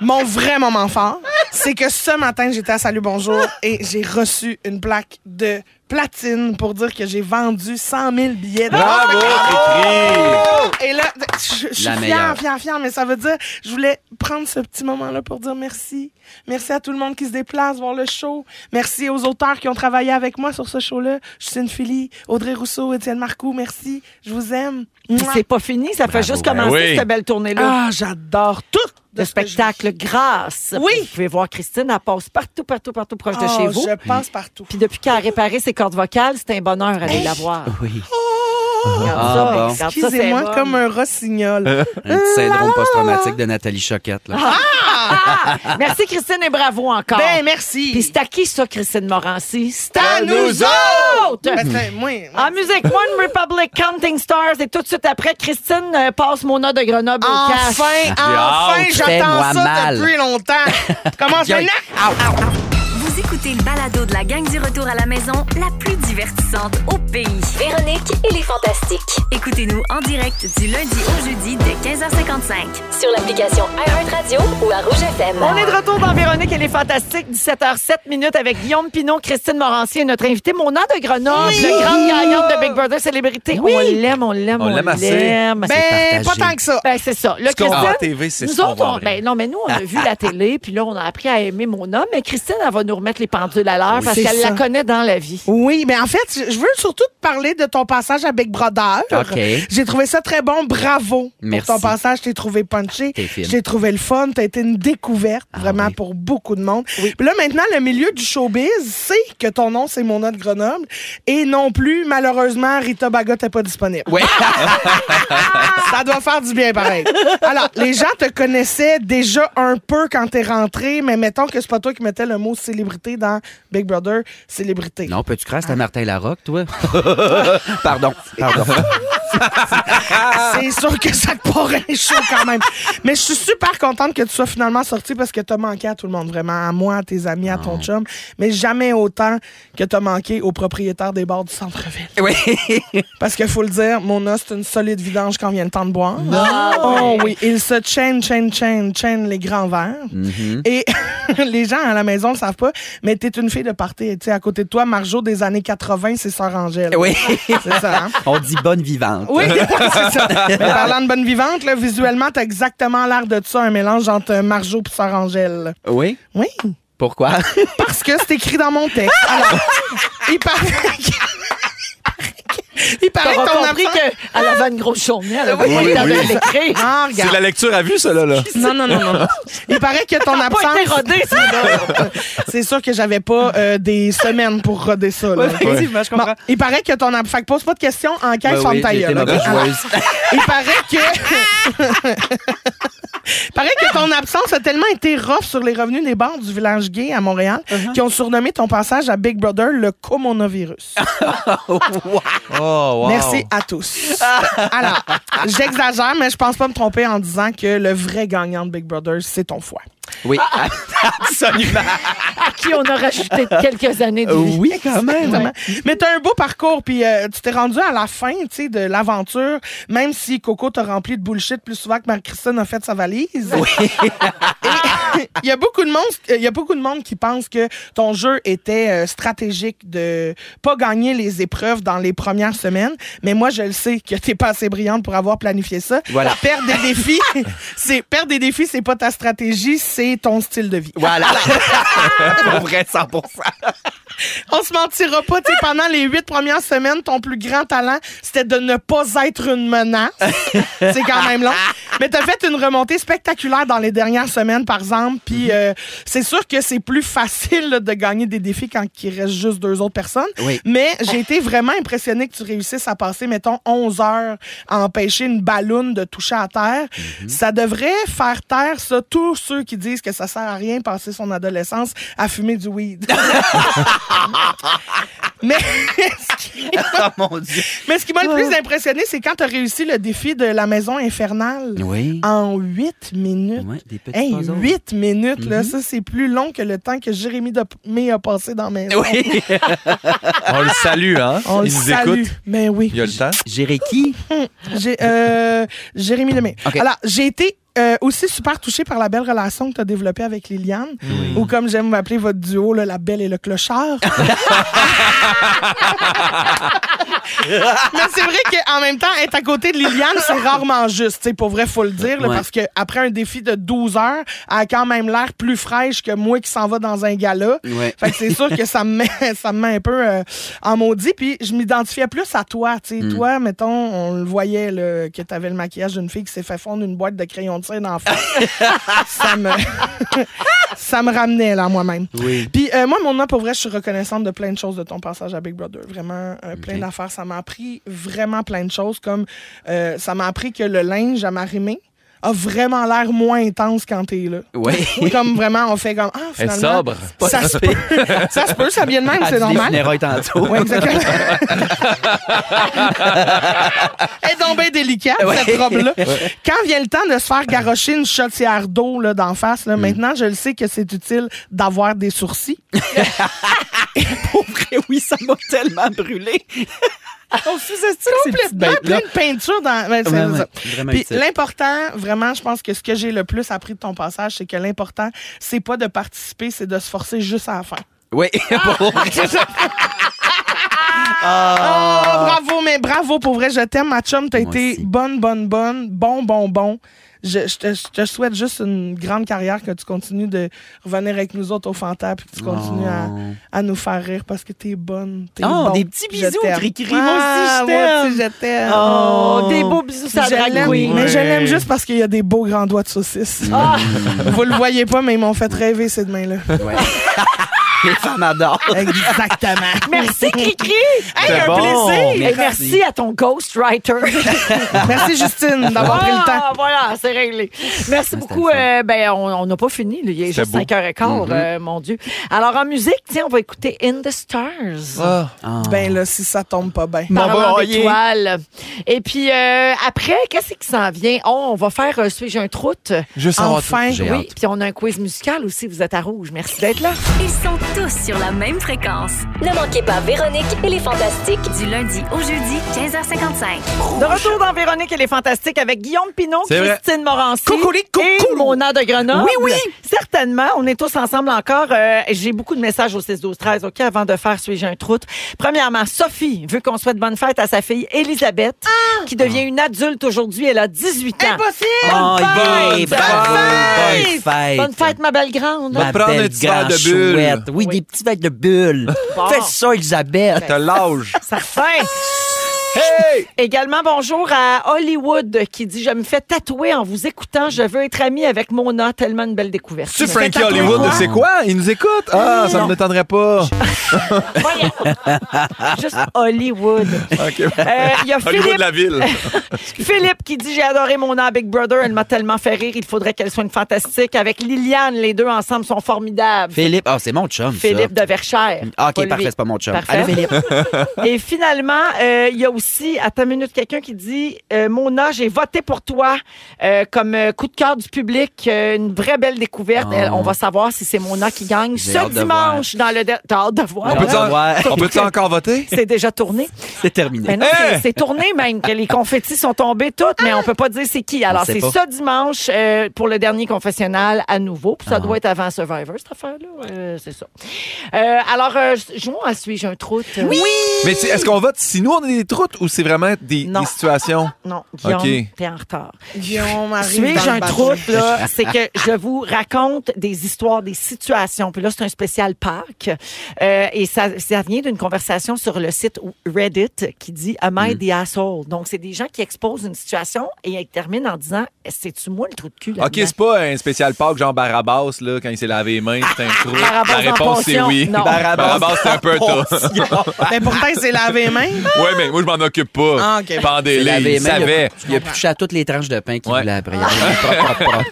Speaker 5: mon vrai moment fort, c'est que ce matin, j'étais à Salut Bonjour et j'ai reçu une plaque de platine pour dire que j'ai vendu 100 000 billets de
Speaker 2: Bravo, Cricri!
Speaker 5: et là, je, je suis
Speaker 4: La
Speaker 5: fière,
Speaker 4: meilleure.
Speaker 5: fière, fière, mais ça veut dire, je voulais prendre ce petit moment-là pour dire merci. Merci à tout le monde qui se déplace voir le show. Merci aux auteurs qui ont travaillé avec moi sur ce show-là. Justine Philly, Audrey Rousseau, Étienne Marcoux, merci. Je vous aime.
Speaker 3: Puis
Speaker 5: Mouah.
Speaker 3: C'est pas fini, ça fait juste
Speaker 2: Ben
Speaker 3: commencer
Speaker 2: oui.
Speaker 3: cette belle tournée-là.
Speaker 5: Ah, j'adore tout
Speaker 3: de
Speaker 5: ce que je vis.
Speaker 3: spectacle grâce.
Speaker 5: Oui.
Speaker 3: Vous pouvez voir Christine, elle passe partout, partout, partout proche de
Speaker 5: Ah,
Speaker 3: chez vous.
Speaker 5: Je passe partout.
Speaker 3: Puis depuis qu'elle a réparé ses cordes vocales, c'est un bonheur aller la voir.
Speaker 4: Oui.
Speaker 3: Regarde ça,
Speaker 4: Ah,
Speaker 3: ben,
Speaker 4: bon.
Speaker 3: regarde ça, c'est
Speaker 5: Oh, Excusez-moi,
Speaker 3: bon. Euh.
Speaker 5: comme un rossignol.
Speaker 4: Un petit syndrome post-traumatique de Nathalie Choquette. Là.
Speaker 3: Ah! Merci Christine et bravo encore.
Speaker 5: ben,
Speaker 3: Ah. Puis
Speaker 5: merci.
Speaker 3: c'est à qui ça, Christine Morancy? C'est à
Speaker 2: À
Speaker 3: nous,
Speaker 2: nous
Speaker 3: autres! Ah,
Speaker 5: Ben, c'est- moi, moi.
Speaker 3: En musique, One Republic, Counting Stars, et tout de suite après, Christine euh, passe Mona de Grenoble au cash.
Speaker 5: Enfin, enfin,
Speaker 4: hâte.
Speaker 5: j'attends
Speaker 4: Fais-moi
Speaker 5: ça
Speaker 4: mal.
Speaker 5: depuis longtemps. Commence maintenant.
Speaker 3: ah,
Speaker 1: Vous écoutez le balado de la gang du retour à la maison, la plus divertissante au pays.
Speaker 6: Véronique et les Fantastiques.
Speaker 1: Écoutez-nous en direct du lundi au jeudi dès 15h55.
Speaker 6: Sur l'application iHeartRadio ou à Rouge FM.
Speaker 3: On est de retour dans Véronique, elle est fantastique. 17h07 minutes avec Guillaume Pinot, Christine Morancier et notre invité, Mona de Grenoble, le grand gagnante de Big Brother Célébrité. On l'aime, on l'aime,
Speaker 2: On
Speaker 3: on
Speaker 2: l'aime assez.
Speaker 3: l'aime.
Speaker 5: Ben, pas
Speaker 4: partagé.
Speaker 5: tant que ça.
Speaker 3: Ben, c'est ça. Là,
Speaker 2: Ce qu'on voit à
Speaker 3: Christine,
Speaker 2: TV, c'est
Speaker 3: nous
Speaker 2: ce qu'on
Speaker 3: autres,
Speaker 2: voit en
Speaker 3: on-
Speaker 2: vrai.
Speaker 3: ben non, mais nous, on a vu la télé, puis là, on a appris à aimer Mona, mais Christine, elle va nous remettre les pendules à l'heure parce
Speaker 5: C'est
Speaker 3: qu'elle la
Speaker 5: ça.
Speaker 3: connaît dans la vie.
Speaker 5: Oui, mais en fait, je- je veux surtout te parler de ton passage à Big Brother.
Speaker 4: OK.
Speaker 5: J'ai trouvé ça très bon. Bravo
Speaker 4: Merci.
Speaker 5: pour ton passage. Je t'ai trouvé punché.
Speaker 4: T'es fine. Ah
Speaker 5: Je t'ai trouvé le fun. T'as été une découverte, vraiment,
Speaker 4: oui.
Speaker 5: pour beaucoup de monde. Puis là, maintenant, le milieu du showbiz sait que ton nom, c'est Mona de Grenoble. Et non plus, malheureusement, Rita Baga t'es pas disponible.
Speaker 4: Ouais.
Speaker 5: ça doit faire du bien, pareil. Alors, les gens te connaissaient déjà un peu quand t'es rentré, mais mettons que c'est pas toi qui mettais le mot célébrité dans Big Brother, célébrité.
Speaker 4: Non, peux-tu crasser ta Martin Larocque, toi? Pardon. Pardon. Ah.
Speaker 5: C'est sûr que ça te paraît chaud quand même. Mais je suis super contente que tu sois finalement sortie parce que t'as manqué à tout le monde, vraiment. À moi, à tes amis, à ton chum. Mais jamais autant que t'as manqué aux propriétaires des bars du centre-ville.
Speaker 4: Oui.
Speaker 5: Parce qu'il faut le dire, Mona, c'est une solide vidange quand vient le temps de boire. Oh oui, il se chaîne, chaîne, chaîne, chaîne les grands verres.
Speaker 4: Mm-hmm.
Speaker 5: Et les gens à la maison le savent pas, mais t'es une fille de party. Tu sais, à côté de toi, Marjo des années 80, c'est Sœur Angèle.
Speaker 4: Oui.
Speaker 5: C'est ça, hein?
Speaker 4: On dit bonne vivante.
Speaker 5: Oui, c'est ça. Mais parlant de bonne vivante, là, visuellement, t'as exactement l'air de ça, un mélange entre Marjo et Sœur Angèle.
Speaker 4: Oui?
Speaker 5: Oui,
Speaker 4: Pourquoi?
Speaker 5: parce que c'est écrit dans mon texte. Alors, il paraît que... Il paraît
Speaker 3: T'auras
Speaker 5: que ton
Speaker 3: compris
Speaker 5: enfant-
Speaker 3: qu'elle avait une grosse journée, elle avait
Speaker 2: Oui,
Speaker 3: pas eu hein, le temps
Speaker 2: oui.
Speaker 3: de l'écrire.
Speaker 5: Ah,
Speaker 2: C'est
Speaker 5: regarde.
Speaker 2: la lecture à vue, ça, là. là.
Speaker 5: Non, non, non, non. non. Il paraît que ton
Speaker 3: Pas été
Speaker 5: absence...
Speaker 3: rodée, ça, là.
Speaker 5: C'est sûr que j'avais pas euh, des semaines pour roder ça. là.
Speaker 4: effectivement, je comprends.
Speaker 5: Bon, il paraît que ton... ab- Fait que pose pas de questions, enquête,
Speaker 4: Ben
Speaker 5: ferme
Speaker 4: oui,
Speaker 5: ta
Speaker 4: j'ai
Speaker 5: gueule,
Speaker 4: été
Speaker 5: ok?
Speaker 4: mauvaise
Speaker 5: Alors,
Speaker 4: joueuse.
Speaker 5: Il paraît que. Il paraît que ton absence a tellement été rough sur les revenus des bars du village gay à Montréal qui ont surnommé ton passage à Big Brother le coronavirus.
Speaker 2: Oh, wow.
Speaker 5: Merci à tous. Alors, j'exagère, mais je pense pas me tromper en disant que le vrai gagnant de Big Brother, c'est ton foie.
Speaker 4: Oui. Absolument.
Speaker 3: à qui on a rajouté quelques années de vie.
Speaker 4: Oui, quand même.
Speaker 5: Exactement. Mais t'as un beau parcours, puis euh, tu t'es rendu à la fin, tu sais, de l'aventure, même si Coco t'a rempli de bullshit plus souvent que Marie-Christine a fait sa valise. Et Il y a beaucoup de monde, il y a beaucoup de monde qui pense que ton jeu était euh, stratégique de pas gagner les épreuves dans les premières semaines, mais moi je le sais que t'es pas assez brillante pour avoir planifié ça.
Speaker 4: Voilà.
Speaker 5: Perdre des défis, c'est perdre des défis, c'est pas ta stratégie, c'est ton style de vie.
Speaker 4: Voilà. Pour vrai, 100
Speaker 5: On se mentira pas, tu sais, pendant les huit premières semaines, ton plus grand talent, c'était de ne pas être une menace. C'est quand même long. Mais t'as fait une remontée spectaculaire dans les dernières semaines, par exemple. Puis euh, c'est sûr que c'est plus facile là, de gagner des défis quand il reste juste deux autres personnes.
Speaker 4: Oui.
Speaker 5: Mais j'ai été vraiment impressionnée que tu réussisses à passer, mettons, 11 heures à empêcher une balloune de toucher à terre. Ça devrait faire taire ça tous ceux qui disent que ça sert à rien passer son adolescence à fumer du weed. Mais
Speaker 4: Ah, mon Dieu.
Speaker 5: mais ce qui m'a le plus impressionné, c'est quand tu as réussi le défi de la maison infernale
Speaker 4: Oui.
Speaker 5: en 8 minutes.
Speaker 4: Ouais, Mm-hmm. des petits
Speaker 5: Hey,
Speaker 4: puzzles.
Speaker 5: 8 minutes, là, ça, c'est plus long que le temps que Jérémy Domé a passé dans la maison.
Speaker 4: Oui.
Speaker 2: On le salue, hein?
Speaker 5: On
Speaker 2: Ils
Speaker 5: le
Speaker 2: nous
Speaker 5: salue.
Speaker 2: écoutent.
Speaker 5: Mais oui.
Speaker 2: Il y a le temps.
Speaker 4: Jérémy.
Speaker 5: J'ai, euh, Jérémy Lemay.
Speaker 4: OK.
Speaker 5: Alors, j'ai été euh, aussi super touchée par la belle relation que tu as développée avec Liliane, ou comme j'aime m'appeler votre duo, là, la belle et le clochard. Mais c'est vrai qu'en même temps, être à côté de Liliane, c'est rarement juste. tu sais, Pour vrai, faut le dire, là,
Speaker 4: Ouais.
Speaker 5: parce qu'après un défi de 12 heures, elle a quand même l'air plus fraîche que moi qui s'en va dans un gala.
Speaker 4: Ouais.
Speaker 5: Fait que c'est sûr que ça me met, ça me met un peu euh, en maudit. Puis je m'identifiais plus à toi. tu sais.
Speaker 4: Mm.
Speaker 5: Toi, mettons, on le voyait là, que tu avais le maquillage d'une fille qui s'est fait fondre une boîte de crayons de cire dans la face. ça me. Ça me ramenait là moi-même.
Speaker 4: Oui.
Speaker 5: Puis euh, moi, mon nom, pour vrai, je suis reconnaissante de plein de choses de ton passage à Big Brother. Vraiment, euh, plein
Speaker 4: Ok.
Speaker 5: d'affaires. Ça m'a appris vraiment plein de choses, comme euh, ça m'a appris que le linge à marimer a vraiment l'air moins intense quand t'es là.
Speaker 4: Oui.
Speaker 5: Comme vraiment, on fait comme ah
Speaker 2: Elle
Speaker 5: finalement.
Speaker 2: est sobre.
Speaker 5: Ça se peut. Ça se peut, ça vient de même, c'est normal.
Speaker 4: funérailles tantôt.
Speaker 5: Oui, exactement. Elle est donc bien délicate, cette robe-là. Quand vient le temps de se faire garrocher une chaudière d'eau là, d'en face, là, maintenant, je le sais que c'est utile d'avoir des sourcils.
Speaker 4: Pour vrai, oui, ça m'a tellement brûlé.
Speaker 3: Ah,
Speaker 4: On sous-estime
Speaker 5: Complètement plein de peinture dans... ben, c'est
Speaker 4: Ouais, ouais,
Speaker 5: ça.
Speaker 4: vraiment
Speaker 5: Puis
Speaker 4: utile.
Speaker 5: l'important, vraiment, je pense que ce que j'ai le plus appris de ton passage, c'est que l'important, c'est pas de participer, c'est de se forcer juste à la fin.
Speaker 4: Oui. Pour-
Speaker 5: Ah, bravo, mais bravo, pour vrai, je t'aime, ma chum. T'as
Speaker 4: Moi
Speaker 5: été
Speaker 4: aussi.
Speaker 5: bonne, bonne, bonne, bon, bon, bon. Je, je te, je te souhaite juste une grande carrière, que tu continues de revenir avec nous autres au Fanta, puis que tu continues
Speaker 4: Oh.
Speaker 5: à, à nous faire rire parce que t'es bonne. T'es
Speaker 4: Oh,
Speaker 5: bon,
Speaker 4: des petits
Speaker 5: puis je
Speaker 4: bisous,
Speaker 5: t'aime.
Speaker 4: cri-cri, moi
Speaker 5: Ah,
Speaker 4: aussi, je
Speaker 5: moi
Speaker 4: t'aime.
Speaker 5: aussi, je t'aime.
Speaker 3: Oh, des beaux bisous, ça
Speaker 5: Je
Speaker 3: drag
Speaker 5: l'aime,
Speaker 3: queen.
Speaker 5: Mais je
Speaker 2: Oui.
Speaker 5: l'aime juste parce qu'il y a des beaux grands doigts de saucisse.
Speaker 4: Mm.
Speaker 3: Ah,
Speaker 5: Vous le voyez pas, mais ils m'ont fait rêver cette main-là.
Speaker 4: Ouais. Les femmes adorent.
Speaker 5: Exactement.
Speaker 3: merci, Cricri.
Speaker 5: Hey, un
Speaker 2: bon.
Speaker 5: plaisir.
Speaker 3: Et merci à ton ghostwriter.
Speaker 5: Merci, Justine, d'avoir pris le temps.
Speaker 3: Ah, voilà, c'est réglé. Merci beaucoup.
Speaker 4: le fun.
Speaker 3: Euh, ben, on on n'a pas fini. là. Il est
Speaker 2: C'était
Speaker 3: juste
Speaker 2: beau.
Speaker 3: 5h15, euh, mon Dieu. Alors, en musique, tiens, on va écouter In the Stars.
Speaker 2: Ah.
Speaker 5: Ben là, si ça tombe pas bien.
Speaker 3: Parlant
Speaker 4: Bon, bon,
Speaker 3: d'étoiles. Et puis, euh, après, qu'est-ce qui s'en vient? Oh, on va faire euh, Suis-je un troute?
Speaker 2: Juste avant
Speaker 5: Enfin,
Speaker 4: J'ai
Speaker 3: Oui,
Speaker 4: hâte.
Speaker 3: puis on a un quiz musical aussi. Vous êtes à rouge. Merci d'être là.
Speaker 1: Ils sont tous sur la même fréquence.
Speaker 6: Ne manquez pas Véronique et les Fantastiques.
Speaker 1: Du lundi au jeudi, 15h55.
Speaker 3: De retour dans Véronique et les Fantastiques avec Guillaume Pinot,
Speaker 2: C'est vrai.
Speaker 3: Christine Morancy
Speaker 5: Coucouli,
Speaker 3: et
Speaker 5: coucou.
Speaker 3: Mona de Grenoble.
Speaker 5: Oui, oui.
Speaker 3: Certainement, on est tous ensemble encore. Euh, J'ai beaucoup de messages au 6 12 13 OK, avant de faire Suis-je un troute. Premièrement, Sophie veut qu'on souhaite bonne fête à sa fille Elisabeth, qui devient une adulte aujourd'hui. Elle a 18 ans.
Speaker 5: Impossible!
Speaker 4: Oh, yeah,
Speaker 3: fête!
Speaker 4: bravo, bonne fête.
Speaker 3: Bonne fête, ma belle grande.
Speaker 4: Ma
Speaker 2: prendre un
Speaker 4: belle
Speaker 2: petit verre
Speaker 4: grande
Speaker 2: de bulle.
Speaker 4: chouette. Oui,
Speaker 3: Oui.
Speaker 4: des petits verres de bulle.
Speaker 3: Bon. Ben,
Speaker 4: Fais ça, Elisabeth.
Speaker 2: T'as l'âge.
Speaker 3: Certain.
Speaker 2: Hey!
Speaker 3: Également, bonjour à Hollywood qui dit Je me fais tatouer en vous écoutant. Je veux être amie avec Mona. Tellement une belle découverte.
Speaker 2: Tu
Speaker 3: Je me fais
Speaker 2: Frankie
Speaker 3: tatouer
Speaker 2: Hollywood,
Speaker 3: quoi?
Speaker 2: c'est quoi? Il nous écoute? Ah, ça me détendrait pas.
Speaker 3: Voyons. Juste Hollywood.
Speaker 2: OK.
Speaker 3: Euh, Il y a
Speaker 2: Hollywood de
Speaker 3: Philippe,
Speaker 2: la ville.
Speaker 3: Philippe qui dit J'ai adoré mon nom à Big Brother. Elle m'a tellement fait rire. Il faudrait qu'elle soit une fantastique. Avec Liliane, les deux ensemble sont formidables.
Speaker 4: Philippe, ah, c'est mon chum, ça.
Speaker 3: Philippe de Verchères.
Speaker 4: Ah,
Speaker 3: Pas
Speaker 4: OK,
Speaker 3: lui.
Speaker 4: parfait, c'est pas mon chum.
Speaker 3: Parfait.
Speaker 4: Allô, Philippe.
Speaker 3: Et finalement, euh, il y a aussi, à ta minute, quelqu'un qui dit euh, Mona, j'ai voté pour toi euh, comme euh, coup de cœur du public. euh, une vraie belle découverte.
Speaker 4: Ah.
Speaker 3: Euh, on va savoir si c'est Mona qui gagne
Speaker 4: J'ai
Speaker 3: ce
Speaker 4: hâte de
Speaker 3: dimanche dans le. der- T'as hâte de voir.
Speaker 2: On
Speaker 4: peut
Speaker 2: peut-tu
Speaker 4: dire-
Speaker 3: hein?
Speaker 4: Ouais.
Speaker 2: en- on peut-tu encore voter?
Speaker 3: C'est déjà tourné.
Speaker 4: C'est terminé.
Speaker 3: Mais non, c'est-
Speaker 2: Hey!
Speaker 3: c'est tourné même, que les confettis sont tombés toutes, mais on peut pas dire c'est qui. Alors,
Speaker 4: On sait
Speaker 3: c'est
Speaker 4: pas.
Speaker 3: ce dimanche euh, pour le dernier confessionnal à nouveau. Puis ça
Speaker 4: Ah.
Speaker 3: doit être avant Survivor, cette affaire-là. Euh, c'est ça. Euh, alors, euh, jouons à Suis-je un troute? Oui!
Speaker 2: Mais c'est- est-ce qu'on vote si nous, on est des trous toutes ou c'est vraiment des,
Speaker 3: Non.
Speaker 2: des situations?
Speaker 3: Non, Guillaume,
Speaker 2: OK.
Speaker 3: t'es en retard.
Speaker 5: Guillaume arrive dans
Speaker 3: Suis-je
Speaker 5: le
Speaker 3: un
Speaker 5: bateau.
Speaker 3: trouble, là? C'est que je vous raconte des histoires, des situations. Puis là, c'est un spécial parc. Euh, et ça, ça vient d'une conversation sur le site Reddit qui dit Am I
Speaker 2: Mm.
Speaker 3: the asshole? Donc, c'est des gens qui exposent une situation et ils terminent en disant C'est-tu moi le trou de cul?
Speaker 2: OK,
Speaker 3: là-dedans?
Speaker 2: c'est pas un spécial parc genre Barabas, là, quand il s'est lavé les mains, c'est un trou.
Speaker 3: Barabas
Speaker 2: La
Speaker 3: en
Speaker 2: réponse, c'est
Speaker 3: pension.
Speaker 2: oui.
Speaker 3: Non.
Speaker 2: Barabas, c'est un peu toi.
Speaker 5: Mais pourtant, il s'est lavé les mains.
Speaker 2: ouais, mais moi, je m'en occupe pas.
Speaker 5: Ah, OK.
Speaker 2: Pendez-les,
Speaker 4: lavé les
Speaker 2: il
Speaker 4: mains,
Speaker 2: savait.
Speaker 4: Il a, il a touché à toutes les tranches de pain qu'il
Speaker 2: Ouais.
Speaker 4: voulait après. Il a dit, Propre, propre, propre.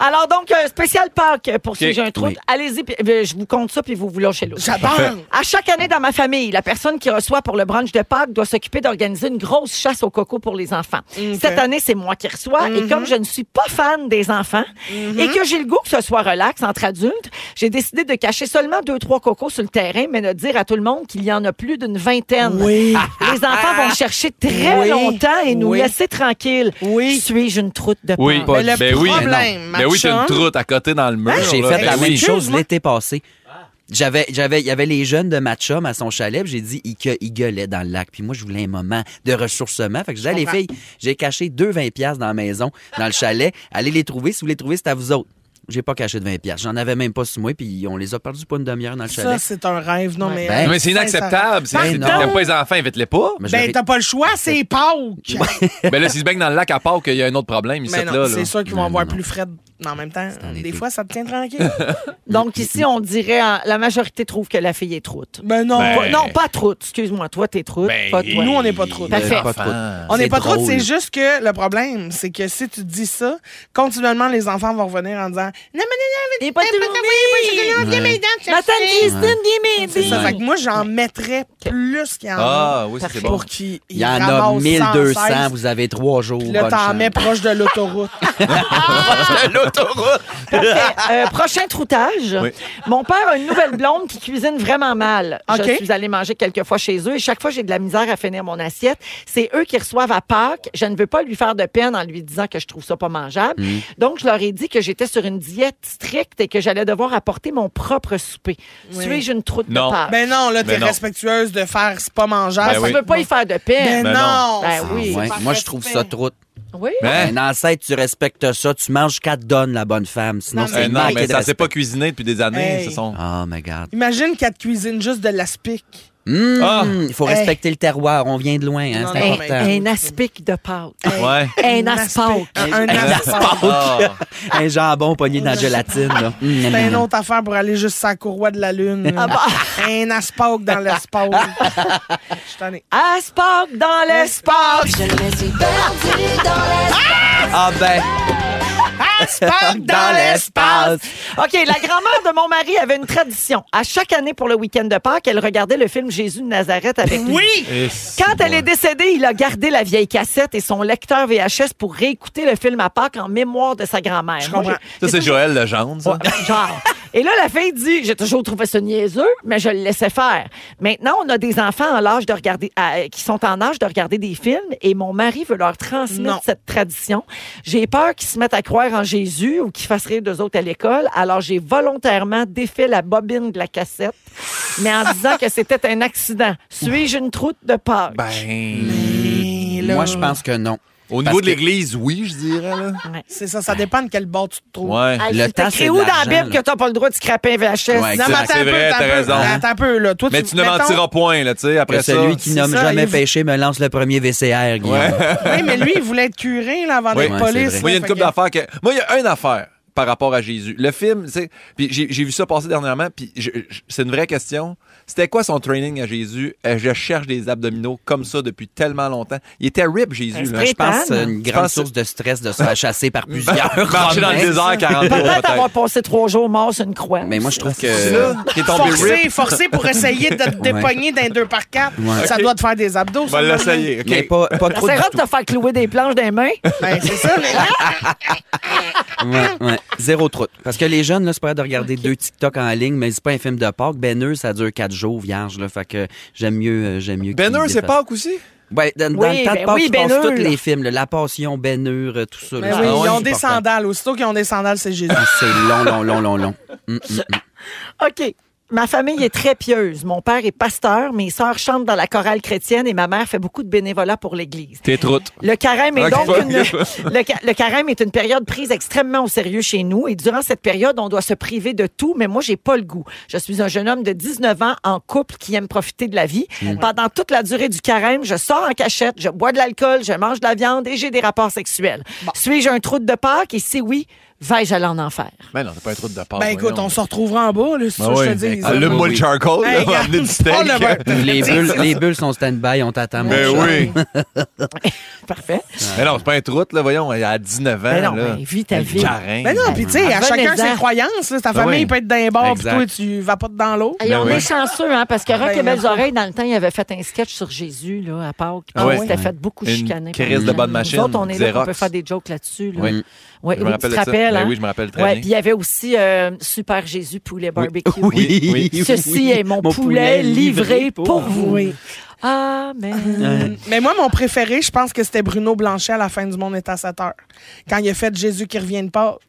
Speaker 3: Alors, donc, euh, spécial Pâques pour si
Speaker 2: OK.
Speaker 3: j'ai un trouble.
Speaker 4: Oui.
Speaker 3: Allez-y, puis, euh, je vous compte ça, puis vous vous lâchez l'autre.
Speaker 5: J'adore.
Speaker 3: À chaque année dans ma famille, la personne qui reçoit pour le brunch de Pâques doit s'occuper d'organiser une grosse chasse au coco pour les enfants. Cette année, c'est moi qui reçois.
Speaker 5: Mhm.
Speaker 3: Et comme je ne suis pas fan des enfants et que j'ai le goût que ce soit relax entre adultes, j'ai décidé de cacher seulement deux, trois cocos sur le terrain, mais de dire à tout le monde qu'il y en a plus d'une vingtaine. Ah,
Speaker 5: Oui.
Speaker 3: Les enfants vont chercher très
Speaker 5: Oui.
Speaker 3: longtemps et nous
Speaker 5: Oui.
Speaker 3: laisser tranquilles.
Speaker 5: Oui.
Speaker 3: Suis-je une troute de
Speaker 2: Oui,
Speaker 3: Pâques?
Speaker 4: Pas
Speaker 5: Mais
Speaker 4: du-
Speaker 5: le
Speaker 2: ben oui,
Speaker 5: problème,
Speaker 2: Ben oui, t'as une
Speaker 5: Marchand,
Speaker 2: troute à côté dans le mur.
Speaker 5: Hein?
Speaker 4: J'ai
Speaker 2: là.
Speaker 4: fait
Speaker 2: Ben
Speaker 4: la
Speaker 2: oui.
Speaker 4: même chose
Speaker 5: Excuse-moi.
Speaker 4: l'été passé. J'avais, j'avais, il y avait les jeunes de ma chum à son chalet, puis j'ai dit, ils, que- ils gueulaient dans le lac. Puis moi, je voulais un moment de ressourcement. Fait que je disais, les filles, j'ai caché deux 20 pièces dans la maison, dans le chalet. Allez les trouver. Si vous les trouvez, c'est à vous autres. J'ai pas caché de 20 pièces. J'en avais même pas sous moi, puis on les a perdus pour une demi-heure dans le
Speaker 5: Ça,
Speaker 4: chalet.
Speaker 5: c'est un rêve, non, mais.
Speaker 4: Ben,
Speaker 2: Mais c'est inacceptable. C'est c'est-
Speaker 4: Pardon?
Speaker 2: T'aimes pas les enfants, invite-les pas.
Speaker 4: Mais je l'aurais-
Speaker 5: Ben, t'as pas le choix, c'est Pâques.
Speaker 2: Ben là, s'ils se baignent dans le lac à part qu'il y a un autre problème, ils
Speaker 5: Mais
Speaker 2: là.
Speaker 5: Ben non,
Speaker 2: là.
Speaker 5: c'est sûr qu'ils vont
Speaker 4: Non,
Speaker 5: avoir
Speaker 4: non,
Speaker 5: plus frais. de- Mais en même temps,
Speaker 4: en
Speaker 5: des
Speaker 4: été.
Speaker 5: fois, ça te tient tranquille.
Speaker 3: Donc ici, on dirait, hein, la majorité trouve que la fille est troute.
Speaker 5: ben non.
Speaker 2: Ben,
Speaker 3: Pas- non, pas troute. Excuse-moi, toi, t'es troute.
Speaker 2: Ben,
Speaker 3: pas toi.
Speaker 5: nous, on n'est pas trop.
Speaker 3: Parfait.
Speaker 4: Pas trop.
Speaker 5: On
Speaker 4: Ben,
Speaker 5: n'est
Speaker 4: C'est
Speaker 5: pas trop,
Speaker 4: drôle.
Speaker 5: c'est juste que le problème, c'est que si tu dis ça, continuellement, les enfants vont revenir en disant Non, mais non, non,
Speaker 3: Il est pas
Speaker 5: non,
Speaker 3: tourné.
Speaker 5: non, viens, mes dents, chercher.
Speaker 3: Nathalie, Christine, Guimé,
Speaker 5: C'est ça,
Speaker 4: Ouais.
Speaker 5: fait que moi, j'en mettrais plus qu'il y en a.
Speaker 2: Ah, oui, c'est bon.
Speaker 5: Pour qu'ils
Speaker 4: Il y en a 1200, vous avez trois jours.
Speaker 5: Puis là,
Speaker 4: bonne
Speaker 5: t'en
Speaker 4: chance.
Speaker 5: mets proche de l'autoroute.
Speaker 2: L'autoroute.
Speaker 3: Parfait. Euh, prochain troutage.
Speaker 2: Oui.
Speaker 3: Mon père a une nouvelle blonde qui cuisine vraiment mal. Je
Speaker 5: OK.
Speaker 3: suis allée manger quelques fois chez eux et chaque fois, j'ai de la misère à finir mon assiette. C'est eux qui reçoivent à Pâques. Je ne veux pas lui faire de peine en lui disant que je trouve ça pas mangeable.
Speaker 2: Mm.
Speaker 3: Donc, je leur ai dit que j'étais sur une diète stricte et que j'allais devoir apporter mon propre souper.
Speaker 5: Oui.
Speaker 3: Suis-je une troute
Speaker 2: Non.
Speaker 3: de Pâques?
Speaker 5: ben non, là, t'es
Speaker 2: Ben non.
Speaker 5: respectueuse de faire c'est pas
Speaker 3: Parce
Speaker 5: mangeable.
Speaker 2: Ben
Speaker 3: qu'on
Speaker 2: oui.
Speaker 3: veut pas y faire de peine.
Speaker 5: Ben,
Speaker 2: Ben
Speaker 5: non.
Speaker 3: Ben
Speaker 4: Ah
Speaker 3: oui.
Speaker 4: ouais.
Speaker 5: c'est
Speaker 4: Moi,
Speaker 5: pas
Speaker 4: je trouve
Speaker 5: fait.
Speaker 4: ça trop.
Speaker 3: Oui.
Speaker 2: Ben,
Speaker 4: Un ancêtre, tu respectes ça, tu manges ce qu'elle te donne, la bonne femme. Sinon,
Speaker 5: Non,
Speaker 4: c'est
Speaker 2: euh, non,
Speaker 4: manquer
Speaker 2: mais
Speaker 4: de
Speaker 2: ça s'est
Speaker 4: respect.
Speaker 2: pas cuisiné depuis des années.
Speaker 5: Hey.
Speaker 2: ce sont-
Speaker 4: Oh my God.
Speaker 5: Imagine qu'elle te cuisine juste de l'aspic.
Speaker 4: Mmh,
Speaker 2: Ah.
Speaker 4: Il faut respecter le terroir, on vient de loin, hein,
Speaker 5: Non,
Speaker 2: Ben
Speaker 4: c'est
Speaker 5: non,
Speaker 4: important.
Speaker 5: mais-
Speaker 3: Un aspic de Pâques.
Speaker 2: Ouais.
Speaker 3: Un aspauque.
Speaker 5: Un, un aspic.
Speaker 2: Ah.
Speaker 4: Un jambon pogné dans la gélatine. Là. Mmh,
Speaker 5: C'est
Speaker 4: mmh,
Speaker 5: une
Speaker 4: mmh.
Speaker 5: autre affaire pour aller juste sur la courroie de la lune.
Speaker 3: Ah bah.
Speaker 5: Un aspauk dans l'espace. Je t'en ai.
Speaker 3: Aspauque dans l'espace.
Speaker 6: Je me suis perdue dans
Speaker 4: Ah ben,
Speaker 5: Aspauk
Speaker 4: dans l'espace.
Speaker 3: OK, la grand-mère de mon mari avait une tradition. À chaque année pour le week-end de Pâques, elle regardait le film Jésus de Nazareth avec lui.
Speaker 5: Oui!
Speaker 2: Et-
Speaker 3: Quand elle est décédée, il a gardé la vieille cassette et son lecteur VHS pour réécouter le film à Pâques en mémoire de sa grand-mère.
Speaker 5: Je comprends.
Speaker 3: Moi, j'ai-
Speaker 2: Ça, c'est Joël Legendre, ça.
Speaker 3: Ouais, genre. Et là, la fille dit, j'ai toujours trouvé ça niaiseux, mais je le laissais faire. Maintenant, on a des enfants en l'âge de regarder, à- qui sont en âge de regarder des films et mon mari veut leur transmettre
Speaker 5: Non.
Speaker 3: cette tradition. J'ai peur qu'ils se mettent à croire en Jésus ou qu'ils fassent rire d'eux autres à l'école. Alors, j'ai volontairement défait la bobine de la cassette, mais en disant que c'était un accident. Suis-je une troute de Pâques?
Speaker 2: Ben,
Speaker 4: moi, je pense que non.
Speaker 2: au
Speaker 4: Parce
Speaker 2: niveau de
Speaker 4: que-
Speaker 2: l'Église, oui, je dirais, là.
Speaker 5: C'est ça, ça dépend de quel bord tu te trouves.
Speaker 2: Ouais.
Speaker 4: Le
Speaker 3: C'est
Speaker 4: temps,
Speaker 3: écrit
Speaker 4: c'est de
Speaker 3: où dans la
Speaker 4: l'argent,
Speaker 3: Bible
Speaker 4: là.
Speaker 3: que t'as pas le droit de scraper un VHS?
Speaker 4: Ouais,
Speaker 5: Non, mais attends
Speaker 2: C'est
Speaker 5: un peu,
Speaker 2: vrai,
Speaker 5: attends un
Speaker 2: t'as
Speaker 5: peu.
Speaker 2: raison.
Speaker 5: Attends un peu, là. Toi,
Speaker 2: Mais tu ne
Speaker 5: mettons-
Speaker 2: mentiras point, là, tu sais, après
Speaker 4: Que
Speaker 2: ça.
Speaker 4: celui qui
Speaker 5: c'est
Speaker 4: nomme
Speaker 5: ça, et
Speaker 4: jamais
Speaker 5: vous-
Speaker 4: péché me lance le premier VCR, Guillaume.
Speaker 5: Oui, mais lui, il voulait être curé, là, avant
Speaker 2: Oui.
Speaker 5: d'être
Speaker 4: Ouais, c'est
Speaker 5: police.
Speaker 4: vrai.
Speaker 5: là,
Speaker 2: Moi, il y a une
Speaker 5: fait
Speaker 2: couple
Speaker 5: que-
Speaker 2: d'affaires que. Moi, il y a une affaire par rapport à Jésus. Le film, tu sais, puis j'ai j'ai vu ça passer dernièrement, puis je- je- c'est une vraie question. C'était quoi son training à Jésus? Euh, Je cherche des abdominaux comme ça depuis tellement longtemps. Il était rip, Jésus.
Speaker 3: Un
Speaker 2: là.
Speaker 4: Je pense que c'est une
Speaker 2: Je
Speaker 4: grande
Speaker 2: pense-
Speaker 4: source de stress de se faire chasser par plusieurs.
Speaker 2: Marcher dans le
Speaker 4: Romains.
Speaker 2: désert 40 jours,
Speaker 3: Peut-être avoir
Speaker 2: peut-être.
Speaker 3: passé trois jours morts sur une croix.
Speaker 4: Mais moi, je trouve
Speaker 2: C'est
Speaker 4: que.
Speaker 2: là qui est tombé rip.
Speaker 5: Forcé, forcé pour essayer de te dépogner d'un 2 par 4
Speaker 4: Ouais.
Speaker 5: Ça
Speaker 2: Ok.
Speaker 5: doit te faire des abdos.
Speaker 2: On va
Speaker 5: ça,
Speaker 2: l'essayer.
Speaker 4: Mais
Speaker 2: OK.
Speaker 4: pas, pas trop.
Speaker 3: Ben, C'est
Speaker 4: du
Speaker 3: rare
Speaker 4: tout.
Speaker 3: de te faire clouer des planches des mains.
Speaker 5: Ben, c'est ça, mais
Speaker 2: Ah,
Speaker 4: Ouais, Ah, ouais. Zéro troute. Parce que les jeunes, là, c'est pas de regarder deux TikTok en ligne, mais c'est pas un film de Pâques. Ben eux, ça dure quatre jours, vierge, là. Fait que j'aime mieux, euh, j'aime mieux.
Speaker 2: Ben
Speaker 4: qu'ils
Speaker 2: Hur, c'est
Speaker 4: défassent.
Speaker 2: Pâques aussi?
Speaker 4: Ouais, dans, dans
Speaker 3: Oui,
Speaker 4: le temps
Speaker 3: ben
Speaker 4: de Pâques,
Speaker 3: oui,
Speaker 4: tu passes
Speaker 3: Ben Hur,
Speaker 4: tous
Speaker 3: là.
Speaker 4: les films, là, La Passion, Ben Hur, euh, tout ça.
Speaker 5: Mais
Speaker 4: là.
Speaker 5: oui,
Speaker 4: Ah ouais,
Speaker 5: ils ont
Speaker 4: c'est Ah,
Speaker 5: des
Speaker 4: important.
Speaker 5: sandales. Aussitôt qu'ils ont des sandales, c'est Jésus.
Speaker 4: Ah, C'est long, long, long, long, long. Mm, mm, mm.
Speaker 3: OK. ma famille est très pieuse. Mon père est pasteur, mes sœurs chantent dans la chorale chrétienne et ma mère fait beaucoup de bénévolat pour l'Église.
Speaker 2: T'es troute.
Speaker 3: Le carême est
Speaker 2: Ok.
Speaker 3: donc une, le, ca- le carême est une période prise extrêmement au sérieux chez nous et durant cette période, on doit se priver de tout, mais moi j'ai pas le goût. Je suis un jeune homme de 19 ans en couple qui aime profiter de la vie. Pendant toute la durée du carême, je sors en cachette, je bois de l'alcool, je mange de la viande et j'ai des rapports sexuels. Suis-je un trou de Pâques et si oui, vais-je aller en enfer
Speaker 2: Mais non, t'as pas un trou de part.
Speaker 5: Ben écoute, on se retrouvera en bas, là, si tu veux que je te dis.
Speaker 2: Ah, le moule
Speaker 4: Oui.
Speaker 2: charcoal, là,
Speaker 5: Hey,
Speaker 2: on va amener du steak.
Speaker 5: on le voit.
Speaker 4: Les bulles, les bulles sont stand-by, on t'attend. mon
Speaker 2: Mais
Speaker 4: chat.
Speaker 2: Ben oui.
Speaker 3: Parfait.
Speaker 2: Mais non, c'est pas un troute, là, voyons, elle a 19 ans.
Speaker 3: Mais non,
Speaker 2: là.
Speaker 3: mais vis ta
Speaker 2: Le
Speaker 3: vie.
Speaker 2: Carême.
Speaker 5: Ben non, puis tu sais, à
Speaker 3: Revenez-en.
Speaker 5: chacun ses croyances. là. Ta
Speaker 2: Ben
Speaker 5: famille
Speaker 2: oui.
Speaker 5: peut être d'un bord, puis
Speaker 4: Exact.
Speaker 5: toi, tu vas pas dans l'autre.
Speaker 3: Et on
Speaker 2: oui.
Speaker 3: est chanceux, hein, parce que Rock
Speaker 5: Ben,
Speaker 3: et Belles
Speaker 5: ça.
Speaker 3: Oreilles, dans le temps, il avait fait un sketch sur Jésus, là, à Pâques.
Speaker 2: Ah
Speaker 3: Puis
Speaker 2: oui.
Speaker 3: on s'était
Speaker 2: Ouais.
Speaker 3: fait beaucoup
Speaker 2: Une
Speaker 3: chicaner.
Speaker 2: crise de
Speaker 3: Nous
Speaker 2: bonne machine,
Speaker 3: autres, on est là, on peut
Speaker 2: Xerox.
Speaker 3: faire des jokes là-dessus. Là.
Speaker 2: Oui.
Speaker 3: Ouais,
Speaker 2: Je me
Speaker 3: oui,
Speaker 2: rappelle
Speaker 3: tu
Speaker 2: de
Speaker 3: te
Speaker 2: ça.
Speaker 3: rappelles,
Speaker 2: Ben
Speaker 3: hein?
Speaker 2: oui, je me rappelle très
Speaker 3: Ouais,
Speaker 2: bien.
Speaker 3: Puis il y avait aussi euh, Super Jésus Poulet Barbecue.
Speaker 4: Oui. oui.
Speaker 3: Ceci
Speaker 4: oui.
Speaker 3: est mon, poulet, livré pour vous.
Speaker 2: Ah.
Speaker 3: Amen.
Speaker 5: Mm. Mais moi, mon préféré, je pense que c'était Bruno Blanchet à la fin du Monde est à 7 heures. Quand il a fait Jésus qui revient de Pâques.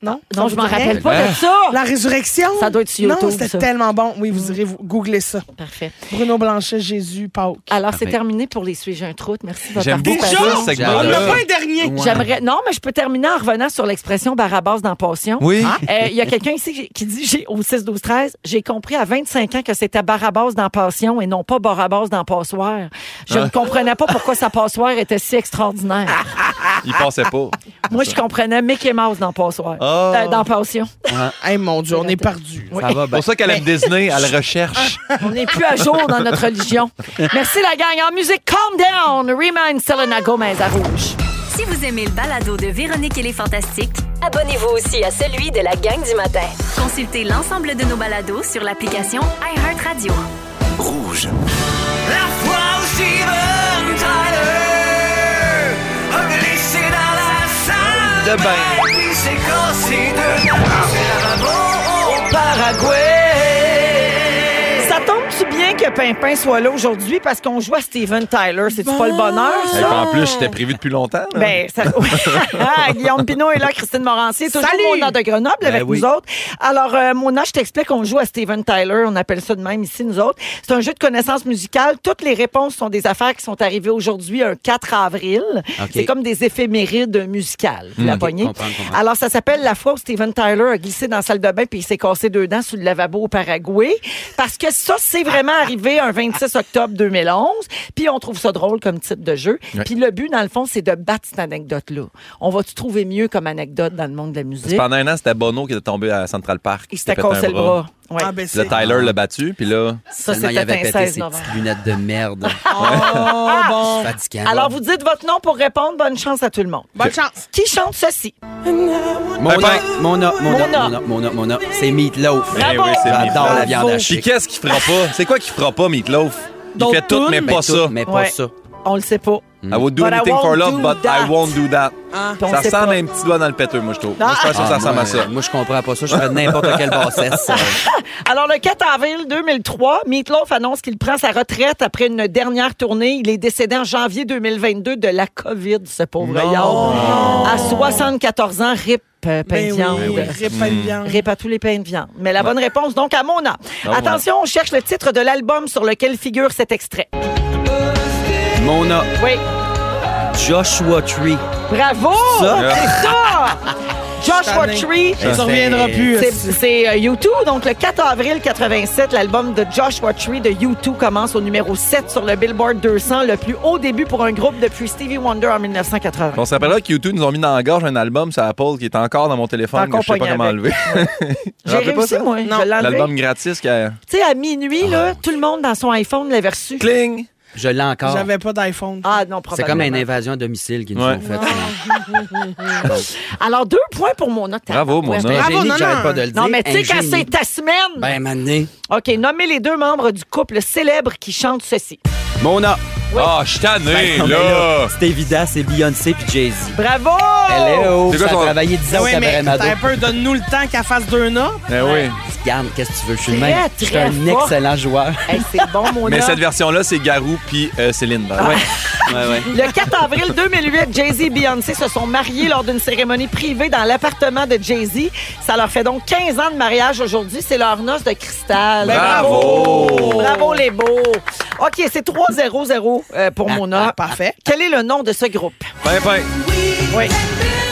Speaker 5: Non? Ça
Speaker 3: Ah, Non,
Speaker 5: vous
Speaker 3: je m'en
Speaker 5: dit rien?
Speaker 3: rappelle
Speaker 2: Ah.
Speaker 3: pas de ça.
Speaker 5: La résurrection.
Speaker 3: Ça doit être sur
Speaker 5: Non,
Speaker 3: YouTube,
Speaker 5: c'était
Speaker 3: ça.
Speaker 5: tellement bon. Oui, vous irez vous- googler ça.
Speaker 3: Parfait.
Speaker 5: Bruno Blanchet, Jésus, Pâques.
Speaker 3: Alors, c'est
Speaker 4: Parfait.
Speaker 3: terminé pour les Suis-je un troute. Merci de votre
Speaker 2: Ah, ben. J'aime beaucoup
Speaker 3: participation.
Speaker 2: ça, ce
Speaker 5: On n'a
Speaker 4: Voilà.
Speaker 2: segment-là.
Speaker 5: pas un dernier.
Speaker 4: Ouais.
Speaker 3: J'aimerais. Non, mais je peux terminer en revenant sur l'expression Barabbas dans Passion.
Speaker 2: Oui.
Speaker 3: Euh, Il y a quelqu'un ici qui- qui dit j'ai- au 6 12 13 j'ai compris à 25 ans que c'était Barabbas dans Passion et non pas Barabbas dans Passoire. Je
Speaker 2: Ah.
Speaker 3: ne comprenais pas pourquoi sa passoire était si extraordinaire.
Speaker 2: Il passait pas.
Speaker 3: Moi, je comprenais Mickey Mouse dans Passoire.
Speaker 2: Ah.
Speaker 3: Euh, dans Passion.
Speaker 5: Hey, mon Dieu, on est perdu.
Speaker 4: Ça va ben,
Speaker 2: C'est
Speaker 4: bien.
Speaker 2: pour ça qu'elle aime Disney, elle recherche.
Speaker 3: On n'est plus à jour dans notre religion. Merci la gang. En musique, calm down. Remind Selena Gomez à rouge.
Speaker 1: Si vous aimez le balado de Véronique et les Fantastiques, abonnez-vous aussi à celui de la gang du matin. Consultez l'ensemble de nos balados sur l'application iHeartRadio.
Speaker 9: Rouge. La fois où Steven Tyler a glissé dans la salle
Speaker 2: De bain.
Speaker 9: Puis s'est cassé deux dents. C'est là-bas au Paraguay.
Speaker 3: Ça tombe-tu bien que Pimpin soit là aujourd'hui parce qu'on joue à Steven Tyler? C'est-tu pas le bonheur,
Speaker 2: Et
Speaker 3: ça?
Speaker 2: en plus, j'étais prévu depuis longtemps. là.
Speaker 3: Ben, ça... Ah, Guillaume Pinot est là, Christine Morancier, toujours
Speaker 5: Salut!
Speaker 3: Mona de Grenoble avec
Speaker 4: Ben oui.
Speaker 3: nous autres. Alors, euh, Mona, je t'explique, on joue à Steven Tyler, on appelle ça de même ici, nous autres. C'est un jeu de connaissances musicales. Toutes les réponses sont des affaires qui sont arrivées aujourd'hui, un 4 avril.
Speaker 4: OK. Hmm.
Speaker 3: C'est comme des éphémérides musicales. Vous la
Speaker 4: OK,
Speaker 3: pognez?
Speaker 4: comprendre, comprendre.
Speaker 3: Alors, ça s'appelle La fois où Steven Tyler a glissé dans la salle de bain puis il s'est cassé deux dents sur le lavabo au Paraguay. Parce que ça, c'est vraiment arrivé un 26 octobre 2011. Puis on trouve ça drôle comme type de jeu. Puis le but, dans le fond, c'est de battre cette anecdote-là. On va-tu trouver mieux comme anecdote dans le monde de la musique?
Speaker 2: Pendant un an, c'était Bono qui était tombé à Central Park.
Speaker 3: Il
Speaker 2: s'était
Speaker 3: s'était
Speaker 2: pété un
Speaker 3: cassé le bras. Ouais.
Speaker 5: Ah, ben,
Speaker 2: Le
Speaker 5: c'est-
Speaker 2: Tyler l'a battu, puis là,
Speaker 3: ça,
Speaker 4: Seulement, il
Speaker 3: c'était
Speaker 4: avait
Speaker 3: un
Speaker 4: pété
Speaker 3: 16
Speaker 4: ses
Speaker 3: novembre.
Speaker 4: petites lunettes de merde.
Speaker 5: Oh, bon.
Speaker 4: Fatigant.
Speaker 3: Alors, vous dites votre nom pour répondre. Bonne chance à tout le monde.
Speaker 5: Bonne chance.
Speaker 3: Qui chante ceci?
Speaker 4: Mona,
Speaker 2: Ben,
Speaker 4: Mona, Mona,
Speaker 3: Mona.
Speaker 4: Mona, Mona, Mona. C'est Meatloaf.
Speaker 2: Ben oui, c'est
Speaker 4: J'adore
Speaker 2: Meatloaf.
Speaker 4: la viande
Speaker 2: Puis
Speaker 4: hachée.
Speaker 2: qu'est-ce qu'il fera pas? C'est quoi qu'il fera pas, Meatloaf? Il
Speaker 3: D'autres
Speaker 2: fait tout,
Speaker 3: tunes,
Speaker 2: mais
Speaker 4: Mais
Speaker 2: pas
Speaker 4: Ben, tout,
Speaker 2: ça.
Speaker 4: Mais pas
Speaker 3: Ouais.
Speaker 4: ça.
Speaker 3: On le sait pas.
Speaker 2: I would do
Speaker 3: But I
Speaker 2: anything for
Speaker 3: won't
Speaker 2: love,
Speaker 3: do
Speaker 2: but
Speaker 3: that. Ah.
Speaker 2: I won't do that.
Speaker 3: Puis on
Speaker 2: Ça
Speaker 3: sait pas.
Speaker 2: ressemble à un petit doigt dans le péteux, moi, je trouve. Moi, je pense que ça
Speaker 4: Ah,
Speaker 2: ressemble
Speaker 4: moi,
Speaker 2: à ça.
Speaker 4: Moi, je comprends pas ça. Je ferais n'importe quelle bassesse.
Speaker 3: Alors, le 4 avril 2003, Meatloaf annonce qu'il prend sa retraite après une dernière tournée. Il est décédé en janvier 2022 de la COVID, ce pauvre yard. À 74 ans, rip, euh, pain
Speaker 5: Ben
Speaker 3: de
Speaker 5: oui,
Speaker 3: viande.
Speaker 5: rip à une viande.
Speaker 3: Rip à tous les pains de viande. Mais la bonne réponse, donc, à Mona.
Speaker 2: Ah ouais.
Speaker 3: Attention, on cherche le titre de l'album sur lequel figure cet extrait.
Speaker 4: Mona,
Speaker 3: Oui.
Speaker 4: Joshua Tree.
Speaker 3: Bravo!
Speaker 4: Ça?
Speaker 3: C'est ça! Joshua
Speaker 5: Tanné.
Speaker 3: Tree.
Speaker 5: Tu reviendras plus.
Speaker 3: C'est- C'est euh, U2. Donc, le 4 avril 87, l'album de Joshua Tree de U2 commence au numéro 7 sur le Billboard 200, le plus haut début pour un groupe depuis Stevie Wonder en 1980.
Speaker 2: On se rappellera que YouTube nous ont mis dans la gorge un album sur Apple qui est encore dans mon
Speaker 3: T'as
Speaker 2: téléphone que
Speaker 3: encore
Speaker 2: je sais pas
Speaker 3: pogné
Speaker 2: comment
Speaker 3: avec.
Speaker 2: enlever.
Speaker 3: J'ai
Speaker 2: rappelez pas
Speaker 3: réussi,
Speaker 2: ça?
Speaker 3: moi.
Speaker 5: Non.
Speaker 3: Je l'ai enlevé.
Speaker 2: L'album Ah. gratis qui a...
Speaker 3: Tu sais, à minuit, là, tout le monde dans son iPhone l'avait reçu.
Speaker 2: Cling!
Speaker 4: Je l'ai encore.
Speaker 5: J'avais pas d'iPhone.
Speaker 3: Ah non,
Speaker 4: C'est
Speaker 3: probablement.
Speaker 4: comme une invasion à domicile qu'ils nous
Speaker 2: Ouais.
Speaker 4: ont faite.
Speaker 3: Alors, deux points pour mon note.
Speaker 2: Bravo, mon
Speaker 4: J'étais
Speaker 2: homme.
Speaker 5: Bravo,
Speaker 4: gêné
Speaker 5: non,
Speaker 4: que Ben, j'arrête
Speaker 5: non.
Speaker 4: pas de le dire.
Speaker 3: Non, mais tu sais, quand
Speaker 4: Ingénie.
Speaker 3: c'est ta semaine...
Speaker 4: Ben, mané.
Speaker 3: OK, nommez les deux membres du couple célèbre qui chantent ceci.
Speaker 4: Mona.
Speaker 2: Ah, je suis tanné,
Speaker 4: Ben, non, mais
Speaker 2: là!
Speaker 4: C'est évident, c'est Beyoncé puis Jay-Z.
Speaker 3: Bravo!
Speaker 4: Hello!
Speaker 2: C'est quoi
Speaker 4: oh, Ça a
Speaker 2: ton-
Speaker 4: travaillé 10 ans au
Speaker 5: Ben oui, mais
Speaker 4: cabaret Mado.
Speaker 5: t'as un peu, donne-nous le temps qu'elle fasse deux notes.
Speaker 2: Eh oui.
Speaker 4: Regarde, qu'est-ce que tu veux? Je suis le
Speaker 3: Très,
Speaker 4: même. Je suis
Speaker 3: très
Speaker 4: un
Speaker 3: fort.
Speaker 4: excellent joueur.
Speaker 3: Hey, c'est bon, mon
Speaker 2: Mais
Speaker 3: homme.
Speaker 2: cette version-là, c'est Garou puis euh, Céline. Ouais.
Speaker 4: Ouais, ouais.
Speaker 3: Le 4 avril 2008, Jay-Z et Beyoncé se sont mariés lors d'une cérémonie privée dans l'appartement de Jay-Z. Ça leur fait donc 15 ans de mariage aujourd'hui. C'est leur noce de
Speaker 4: Ben,
Speaker 3: cristal.
Speaker 2: Bravo!
Speaker 3: Bravo les beaux! OK, c'est 3-0-0 euh, pour Mona.
Speaker 5: Parfait.
Speaker 3: Quel est le nom de ce groupe?
Speaker 2: Ben, ben.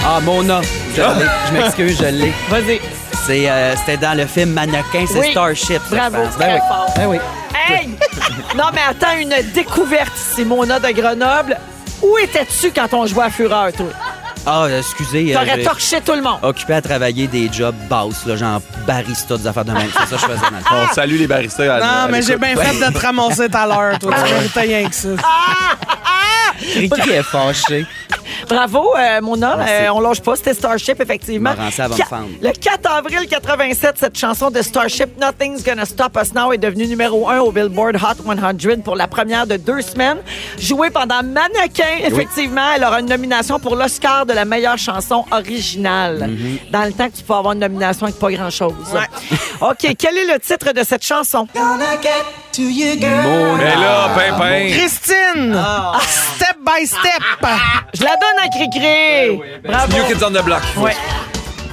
Speaker 4: Ah, Mona. Je l'ai. Je m'excuse, je l'ai. Vas-y. C'est, euh, c'était dans le film Mannequin, c'est
Speaker 3: Oui.
Speaker 4: Starship. je
Speaker 3: Bravo,
Speaker 4: pense.
Speaker 3: très
Speaker 4: Ben oui.
Speaker 3: fort.
Speaker 4: Ben oui.
Speaker 3: Hey! non, mais attends, une découverte, Simona de Grenoble. Où étais-tu quand on jouait à Fureur, toi?
Speaker 4: Ah, excusez. euh,
Speaker 3: T'aurais
Speaker 4: j'ai-
Speaker 3: torché tout le monde.
Speaker 4: occupé à travailler des jobs basses, là, genre barista, des affaires de même. C'est ça que je faisais dans le fond.
Speaker 2: On salue les baristas. à- à
Speaker 4: Ah,
Speaker 5: Non, mais j'ai
Speaker 2: l'écoute.
Speaker 5: bien
Speaker 4: Ouais.
Speaker 5: fait de te ramasser tout à l'heure, toi. Tu méritais rien que ça.
Speaker 4: Ricky est fâché.
Speaker 3: Bravo, euh, Mona.
Speaker 4: Merci.
Speaker 3: Euh, on longe pas, c'était Starship, effectivement.
Speaker 4: Je me rends ça avant de fendre.
Speaker 3: Le 4 avril 87, cette chanson de Starship, Nothing's Gonna Stop Us Now, est devenue numéro 1 au Billboard Hot 100 pour la première de deux semaines. Jouée pendant Mannequin, effectivement, elle aura une nomination pour l'Oscar de la meilleure chanson originale.
Speaker 4: Mm-hmm.
Speaker 3: Dans le temps que tu peux avoir une nomination avec pas grand-chose. OK, quel est le titre de cette chanson?
Speaker 4: Mona.
Speaker 2: Mais Ben là, Pimpin.
Speaker 5: Christine!
Speaker 4: Ah.
Speaker 5: Step by step!
Speaker 3: Je la donne à Cricri.
Speaker 4: Ben
Speaker 3: Bravo.
Speaker 2: New Kids on the Block.
Speaker 3: Ouais.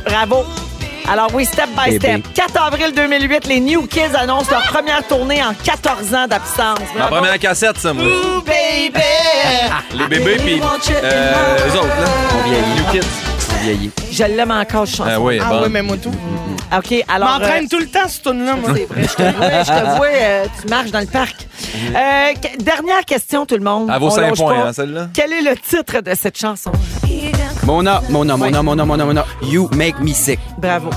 Speaker 3: Bravo. Alors oui, step
Speaker 2: Eh
Speaker 3: by
Speaker 4: Bébé.
Speaker 3: step. 4 avril 2008, les New Kids annoncent leur première tournée en 14 ans d'absence.
Speaker 2: Ma
Speaker 3: Bravo.
Speaker 2: première cassette, ça, moi. Les bébés, puis euh, eux autres, là. On vieillit. New Kids.
Speaker 4: On vieillit.
Speaker 3: Je l'aime encore, cette chanson.
Speaker 2: Ah oui,
Speaker 5: Ah
Speaker 2: bon.
Speaker 5: oui, mais moi tout.
Speaker 3: OK,
Speaker 5: Je
Speaker 3: alors...
Speaker 5: m'entraîne
Speaker 3: euh,
Speaker 5: tout le temps, ce tune-là, moi.
Speaker 3: c'est vrai, je te vois, je te vois, euh, tu marches dans le parc. Euh, que- dernière question, tout le monde.
Speaker 2: Mm. Elle vaut
Speaker 3: On
Speaker 2: 5
Speaker 3: longe
Speaker 2: points,
Speaker 3: pas.
Speaker 2: hein, celle-là.
Speaker 3: Quel est le titre de cette chanson?
Speaker 4: Mona, Mona, Mona, Mona, Mona, Mona. You make me sick.
Speaker 3: Bravo.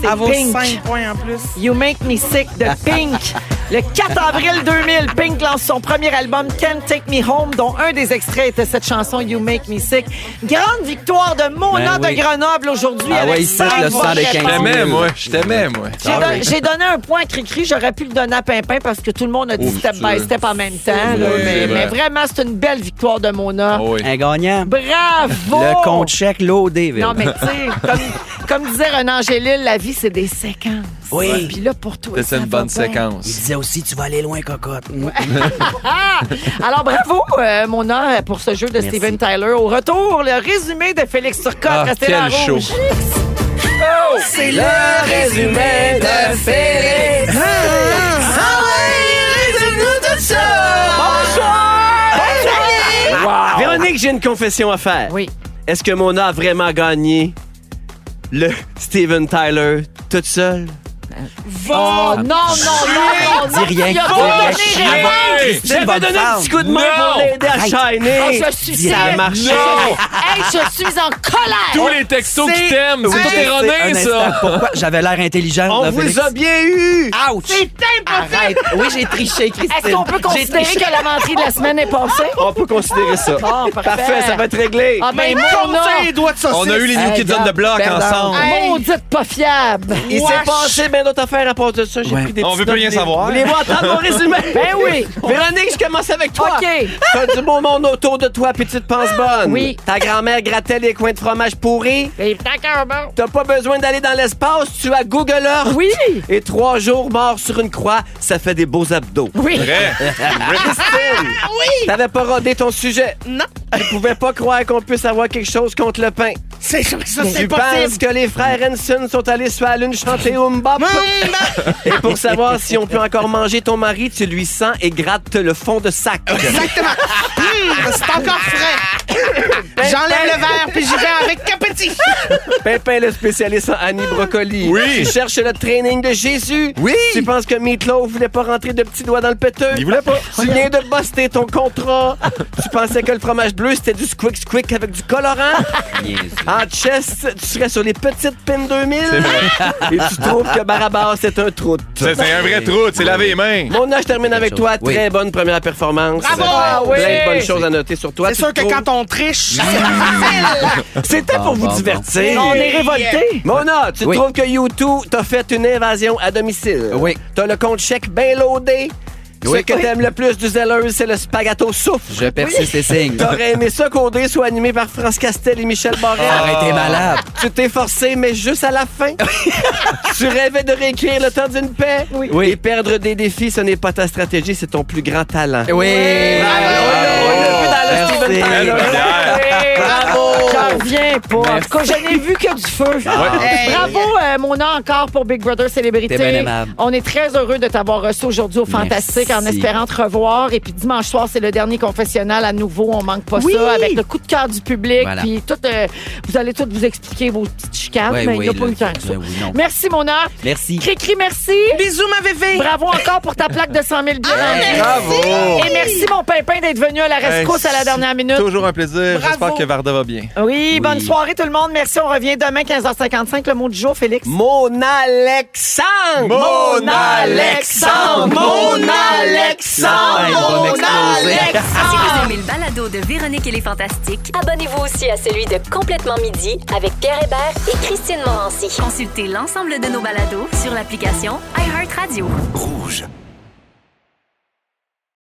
Speaker 3: C'est
Speaker 5: Elle vaut
Speaker 3: Pink.
Speaker 5: 5 points en plus.
Speaker 3: You Make Me Sick de Pink. Le 4 avril 2000, Pink lance son premier album Can't Take Me Home, dont un des extraits était cette chanson You Make Me Sick. Grande victoire de Mona
Speaker 4: Ben oui.
Speaker 3: de Grenoble aujourd'hui.
Speaker 4: Ah
Speaker 3: avec
Speaker 4: ouais, ici,
Speaker 3: cinq
Speaker 4: le
Speaker 3: bonnes
Speaker 4: 115
Speaker 2: Je
Speaker 3: réponses.
Speaker 2: t'aimais, moi. Je t'aimais, moi.
Speaker 3: J'ai don- J'ai donné un point à Cricri, j'aurais pu le donner à Pimpin parce que tout le monde a dit
Speaker 2: Ouf,
Speaker 3: step
Speaker 2: tu
Speaker 3: by
Speaker 2: veux.
Speaker 3: step en même temps. là.
Speaker 2: Oui,
Speaker 3: mais,
Speaker 2: c'est vrai.
Speaker 3: mais vraiment, c'est une belle victoire de Mona.
Speaker 2: Ah oui.
Speaker 4: Un gagnant.
Speaker 3: Bravo!
Speaker 4: Le compte chèque loadé, Ville.
Speaker 3: Non, mais tu sais, comme, comme disait Renan Gélil, la vie, c'est des séquences.
Speaker 4: Oui.
Speaker 3: Puis là, pour toi,
Speaker 2: C'était
Speaker 3: ça
Speaker 2: une
Speaker 3: va
Speaker 2: bonne
Speaker 3: bien.
Speaker 4: Il
Speaker 2: séquence.
Speaker 4: disait aussi, tu vas aller loin, cocotte.
Speaker 3: Ah! Alors, bravo, euh, Mona, pour ce jeu de
Speaker 4: Merci.
Speaker 3: Steven Tyler. Au retour, le résumé de Félix Turcotte.
Speaker 2: Ah,
Speaker 3: Restez
Speaker 2: quel
Speaker 3: là, en
Speaker 2: show.
Speaker 3: rouge. Oh,
Speaker 2: C'est le résumé de Félix.
Speaker 9: Véronique, j'ai une confession à faire.
Speaker 3: Oui.
Speaker 9: Est-ce que Mona a vraiment gagné le Steven Tyler toute seule?
Speaker 3: Oh, non, non, non, non, non.
Speaker 4: Dis rien,
Speaker 3: Il a
Speaker 4: dis
Speaker 3: pas
Speaker 4: rien.
Speaker 3: donné
Speaker 4: Chien.
Speaker 3: raison.
Speaker 9: J'avais
Speaker 4: bonne
Speaker 9: donné un
Speaker 4: femme.
Speaker 9: petit coup de main pour l'aider à shiner.
Speaker 3: Ah, je suis
Speaker 9: ça a
Speaker 3: sérieuse.
Speaker 9: marché.
Speaker 3: Hey, je suis en colère.
Speaker 2: Tous les textos qui t'aiment. C'est tout
Speaker 4: C'est un
Speaker 2: erroné,
Speaker 4: instant.
Speaker 2: ça.
Speaker 4: Pourquoi j'avais l'air intelligente,
Speaker 9: On
Speaker 4: là,
Speaker 9: vous
Speaker 4: Félix?
Speaker 9: a bien eu.
Speaker 4: Ouch!
Speaker 3: Arrête.
Speaker 4: Oui, j'ai triché,
Speaker 3: Est-ce
Speaker 4: Christine.
Speaker 3: qu'on peut considérer que la menterie de la semaine est passée?
Speaker 9: On peut considérer ça.
Speaker 3: Bon, parfait.
Speaker 9: Parfait, ça va être réglé.
Speaker 3: Ah, ben, Mona.
Speaker 5: les doigts de saucisse.
Speaker 2: On a eu les New Kids on the Block ensemble.
Speaker 5: Hey.
Speaker 3: Maudite pas fiable.
Speaker 9: Il s'est passé bien d'autres affaires à part de ça. J'ai
Speaker 4: Ouais.
Speaker 9: pris des
Speaker 2: Ah, On
Speaker 9: petits
Speaker 2: veut plus
Speaker 9: notes.
Speaker 2: rien savoir.
Speaker 9: Vous voulez voir entendre mon résumé?
Speaker 3: Ben oui.
Speaker 9: Véronique, je commence avec toi.
Speaker 3: OK. Ah,
Speaker 9: T'as du beau monde autour de toi, puis tu te penses bonne.
Speaker 3: Oui.
Speaker 9: Ta grand-mère grattait les coins de fromage pourris.
Speaker 3: Ben, d'accord, bon.
Speaker 9: T'as pas besoin d'aller dans l'espace, tu as Google Earth.
Speaker 3: Oui.
Speaker 9: Et trois jours morts sur une croix, ça fait des beaux abdos.
Speaker 3: Oui.
Speaker 2: Vrai.
Speaker 9: Christine, t'avais pas rodé ton sujet. Non. Tu pouvais pas croire qu'on puisse avoir quelque chose contre le pain.
Speaker 5: C'est ça,
Speaker 9: Tu
Speaker 5: c'est
Speaker 9: penses
Speaker 5: possible.
Speaker 9: que les frères Henson sont allés sur la lune chanter Umbop? Et pour savoir si on peut encore manger ton mari, tu lui sens et grattes le fond de sac.
Speaker 5: Exactement. Hum, c'est encore frais.
Speaker 9: Ben,
Speaker 5: J'enlève le verre puis j'y vais avec Capetit.
Speaker 9: Pimpin, le spécialiste en Annie Brocoli.
Speaker 2: Oui.
Speaker 9: Tu cherches le training de Jésus.
Speaker 2: Oui.
Speaker 9: Tu penses que Meatloaf voulait pas rentrer de petits doigts dans le péteux.
Speaker 2: Il voulait pas.
Speaker 9: Tu viens de buster ton contrat. tu pensais que le fromage bleu, c'était du squick squick avec du colorant. En chest, tu serais sur les petites pins 2000. Et tu trouves que Barabas, c'est un trou. de tout.
Speaker 2: C'est c'est un vrai trou. C'est laver les mains.
Speaker 9: Mon âge termine avec
Speaker 4: chose.
Speaker 9: toi.
Speaker 4: Oui.
Speaker 9: Très bonne première performance.
Speaker 5: Bravo!
Speaker 9: Plein
Speaker 5: Oui.
Speaker 9: de bonnes choses à noter sur toi.
Speaker 5: C'est
Speaker 9: Tu
Speaker 5: sûr que
Speaker 9: trouves-
Speaker 5: quand on triche, c'est facile.
Speaker 9: C'était
Speaker 4: Bon,
Speaker 9: pour vous
Speaker 4: bon, bon.
Speaker 9: divertir.
Speaker 3: On est révoltés.
Speaker 9: Mona, tu
Speaker 4: Oui.
Speaker 9: trouves que U2 t'a fait une invasion à domicile.
Speaker 4: Oui.
Speaker 9: T'as le compte chèque bien loadé.
Speaker 4: Oui.
Speaker 9: Ce que t'aimes le plus du Zelleuse, c'est le spaghetto souffle.
Speaker 4: Je persiste et signe.
Speaker 9: T'aurais aimé ça qu'Audrey soit animé par France Castel et Michel Barret.
Speaker 4: Arrêtez malade.
Speaker 9: Tu t'es forcé, mais juste à la fin. tu rêvais de réécrire le temps d'une paix.
Speaker 4: Oui.
Speaker 9: Et perdre des défis, ce n'est pas ta stratégie, c'est ton plus grand talent.
Speaker 4: Oui. Ah,
Speaker 9: Bravo, Lola. là,
Speaker 4: Merci.
Speaker 9: Steven Tyler.
Speaker 2: Belle manière.
Speaker 9: Bravo!
Speaker 3: J'en reviens pas. En tout cas, je n'ai vu que du feu.
Speaker 10: Hey.
Speaker 3: Bravo, euh, Mona, encore pour Big Brother Célébrité.
Speaker 4: T'es bien aimable.
Speaker 3: On est très heureux de t'avoir reçu aujourd'hui au Fantastique en
Speaker 4: Merci.
Speaker 3: espérant te revoir. Et puis dimanche soir, c'est le dernier confessionnal à nouveau. On manque pas
Speaker 11: Oui.
Speaker 3: ça avec le coup de cœur du public.
Speaker 4: Voilà.
Speaker 3: Puis tout, euh, vous allez tous vous expliquer vos petites chicanes,
Speaker 4: Ouais,
Speaker 3: mais
Speaker 4: oui,
Speaker 3: il n'y a pas
Speaker 4: là,
Speaker 3: eu le temps que ça.
Speaker 4: ben oui, non.
Speaker 3: Merci, Mona.
Speaker 4: Merci.
Speaker 3: Cri-cri, merci.
Speaker 10: Bisous, ma Ah, bébé!
Speaker 3: Bravo encore pour ta plaque de 100 000
Speaker 2: Bravo!
Speaker 3: Et merci, mon pimpin, d'être venu à la rescousse à la dernière minute.
Speaker 2: Toujours un plaisir. J'espère que Varda va bien.
Speaker 3: Oui, bonne soirée tout le monde. Merci, on revient demain 15h55. Le mot du jour, Félix.
Speaker 9: Mon Alexandre!
Speaker 2: Mon
Speaker 9: Alexandre! Mon Alexandre!
Speaker 4: Ben, il va m'exploser.
Speaker 1: Si vous aimez le balado de Véronique et les Fantastiques, abonnez-vous aussi à celui de Complètement Midi avec Pierre Hébert et Christine Morancy. Consultez l'ensemble de nos balados sur l'application iHeartRadio.
Speaker 12: Rouge.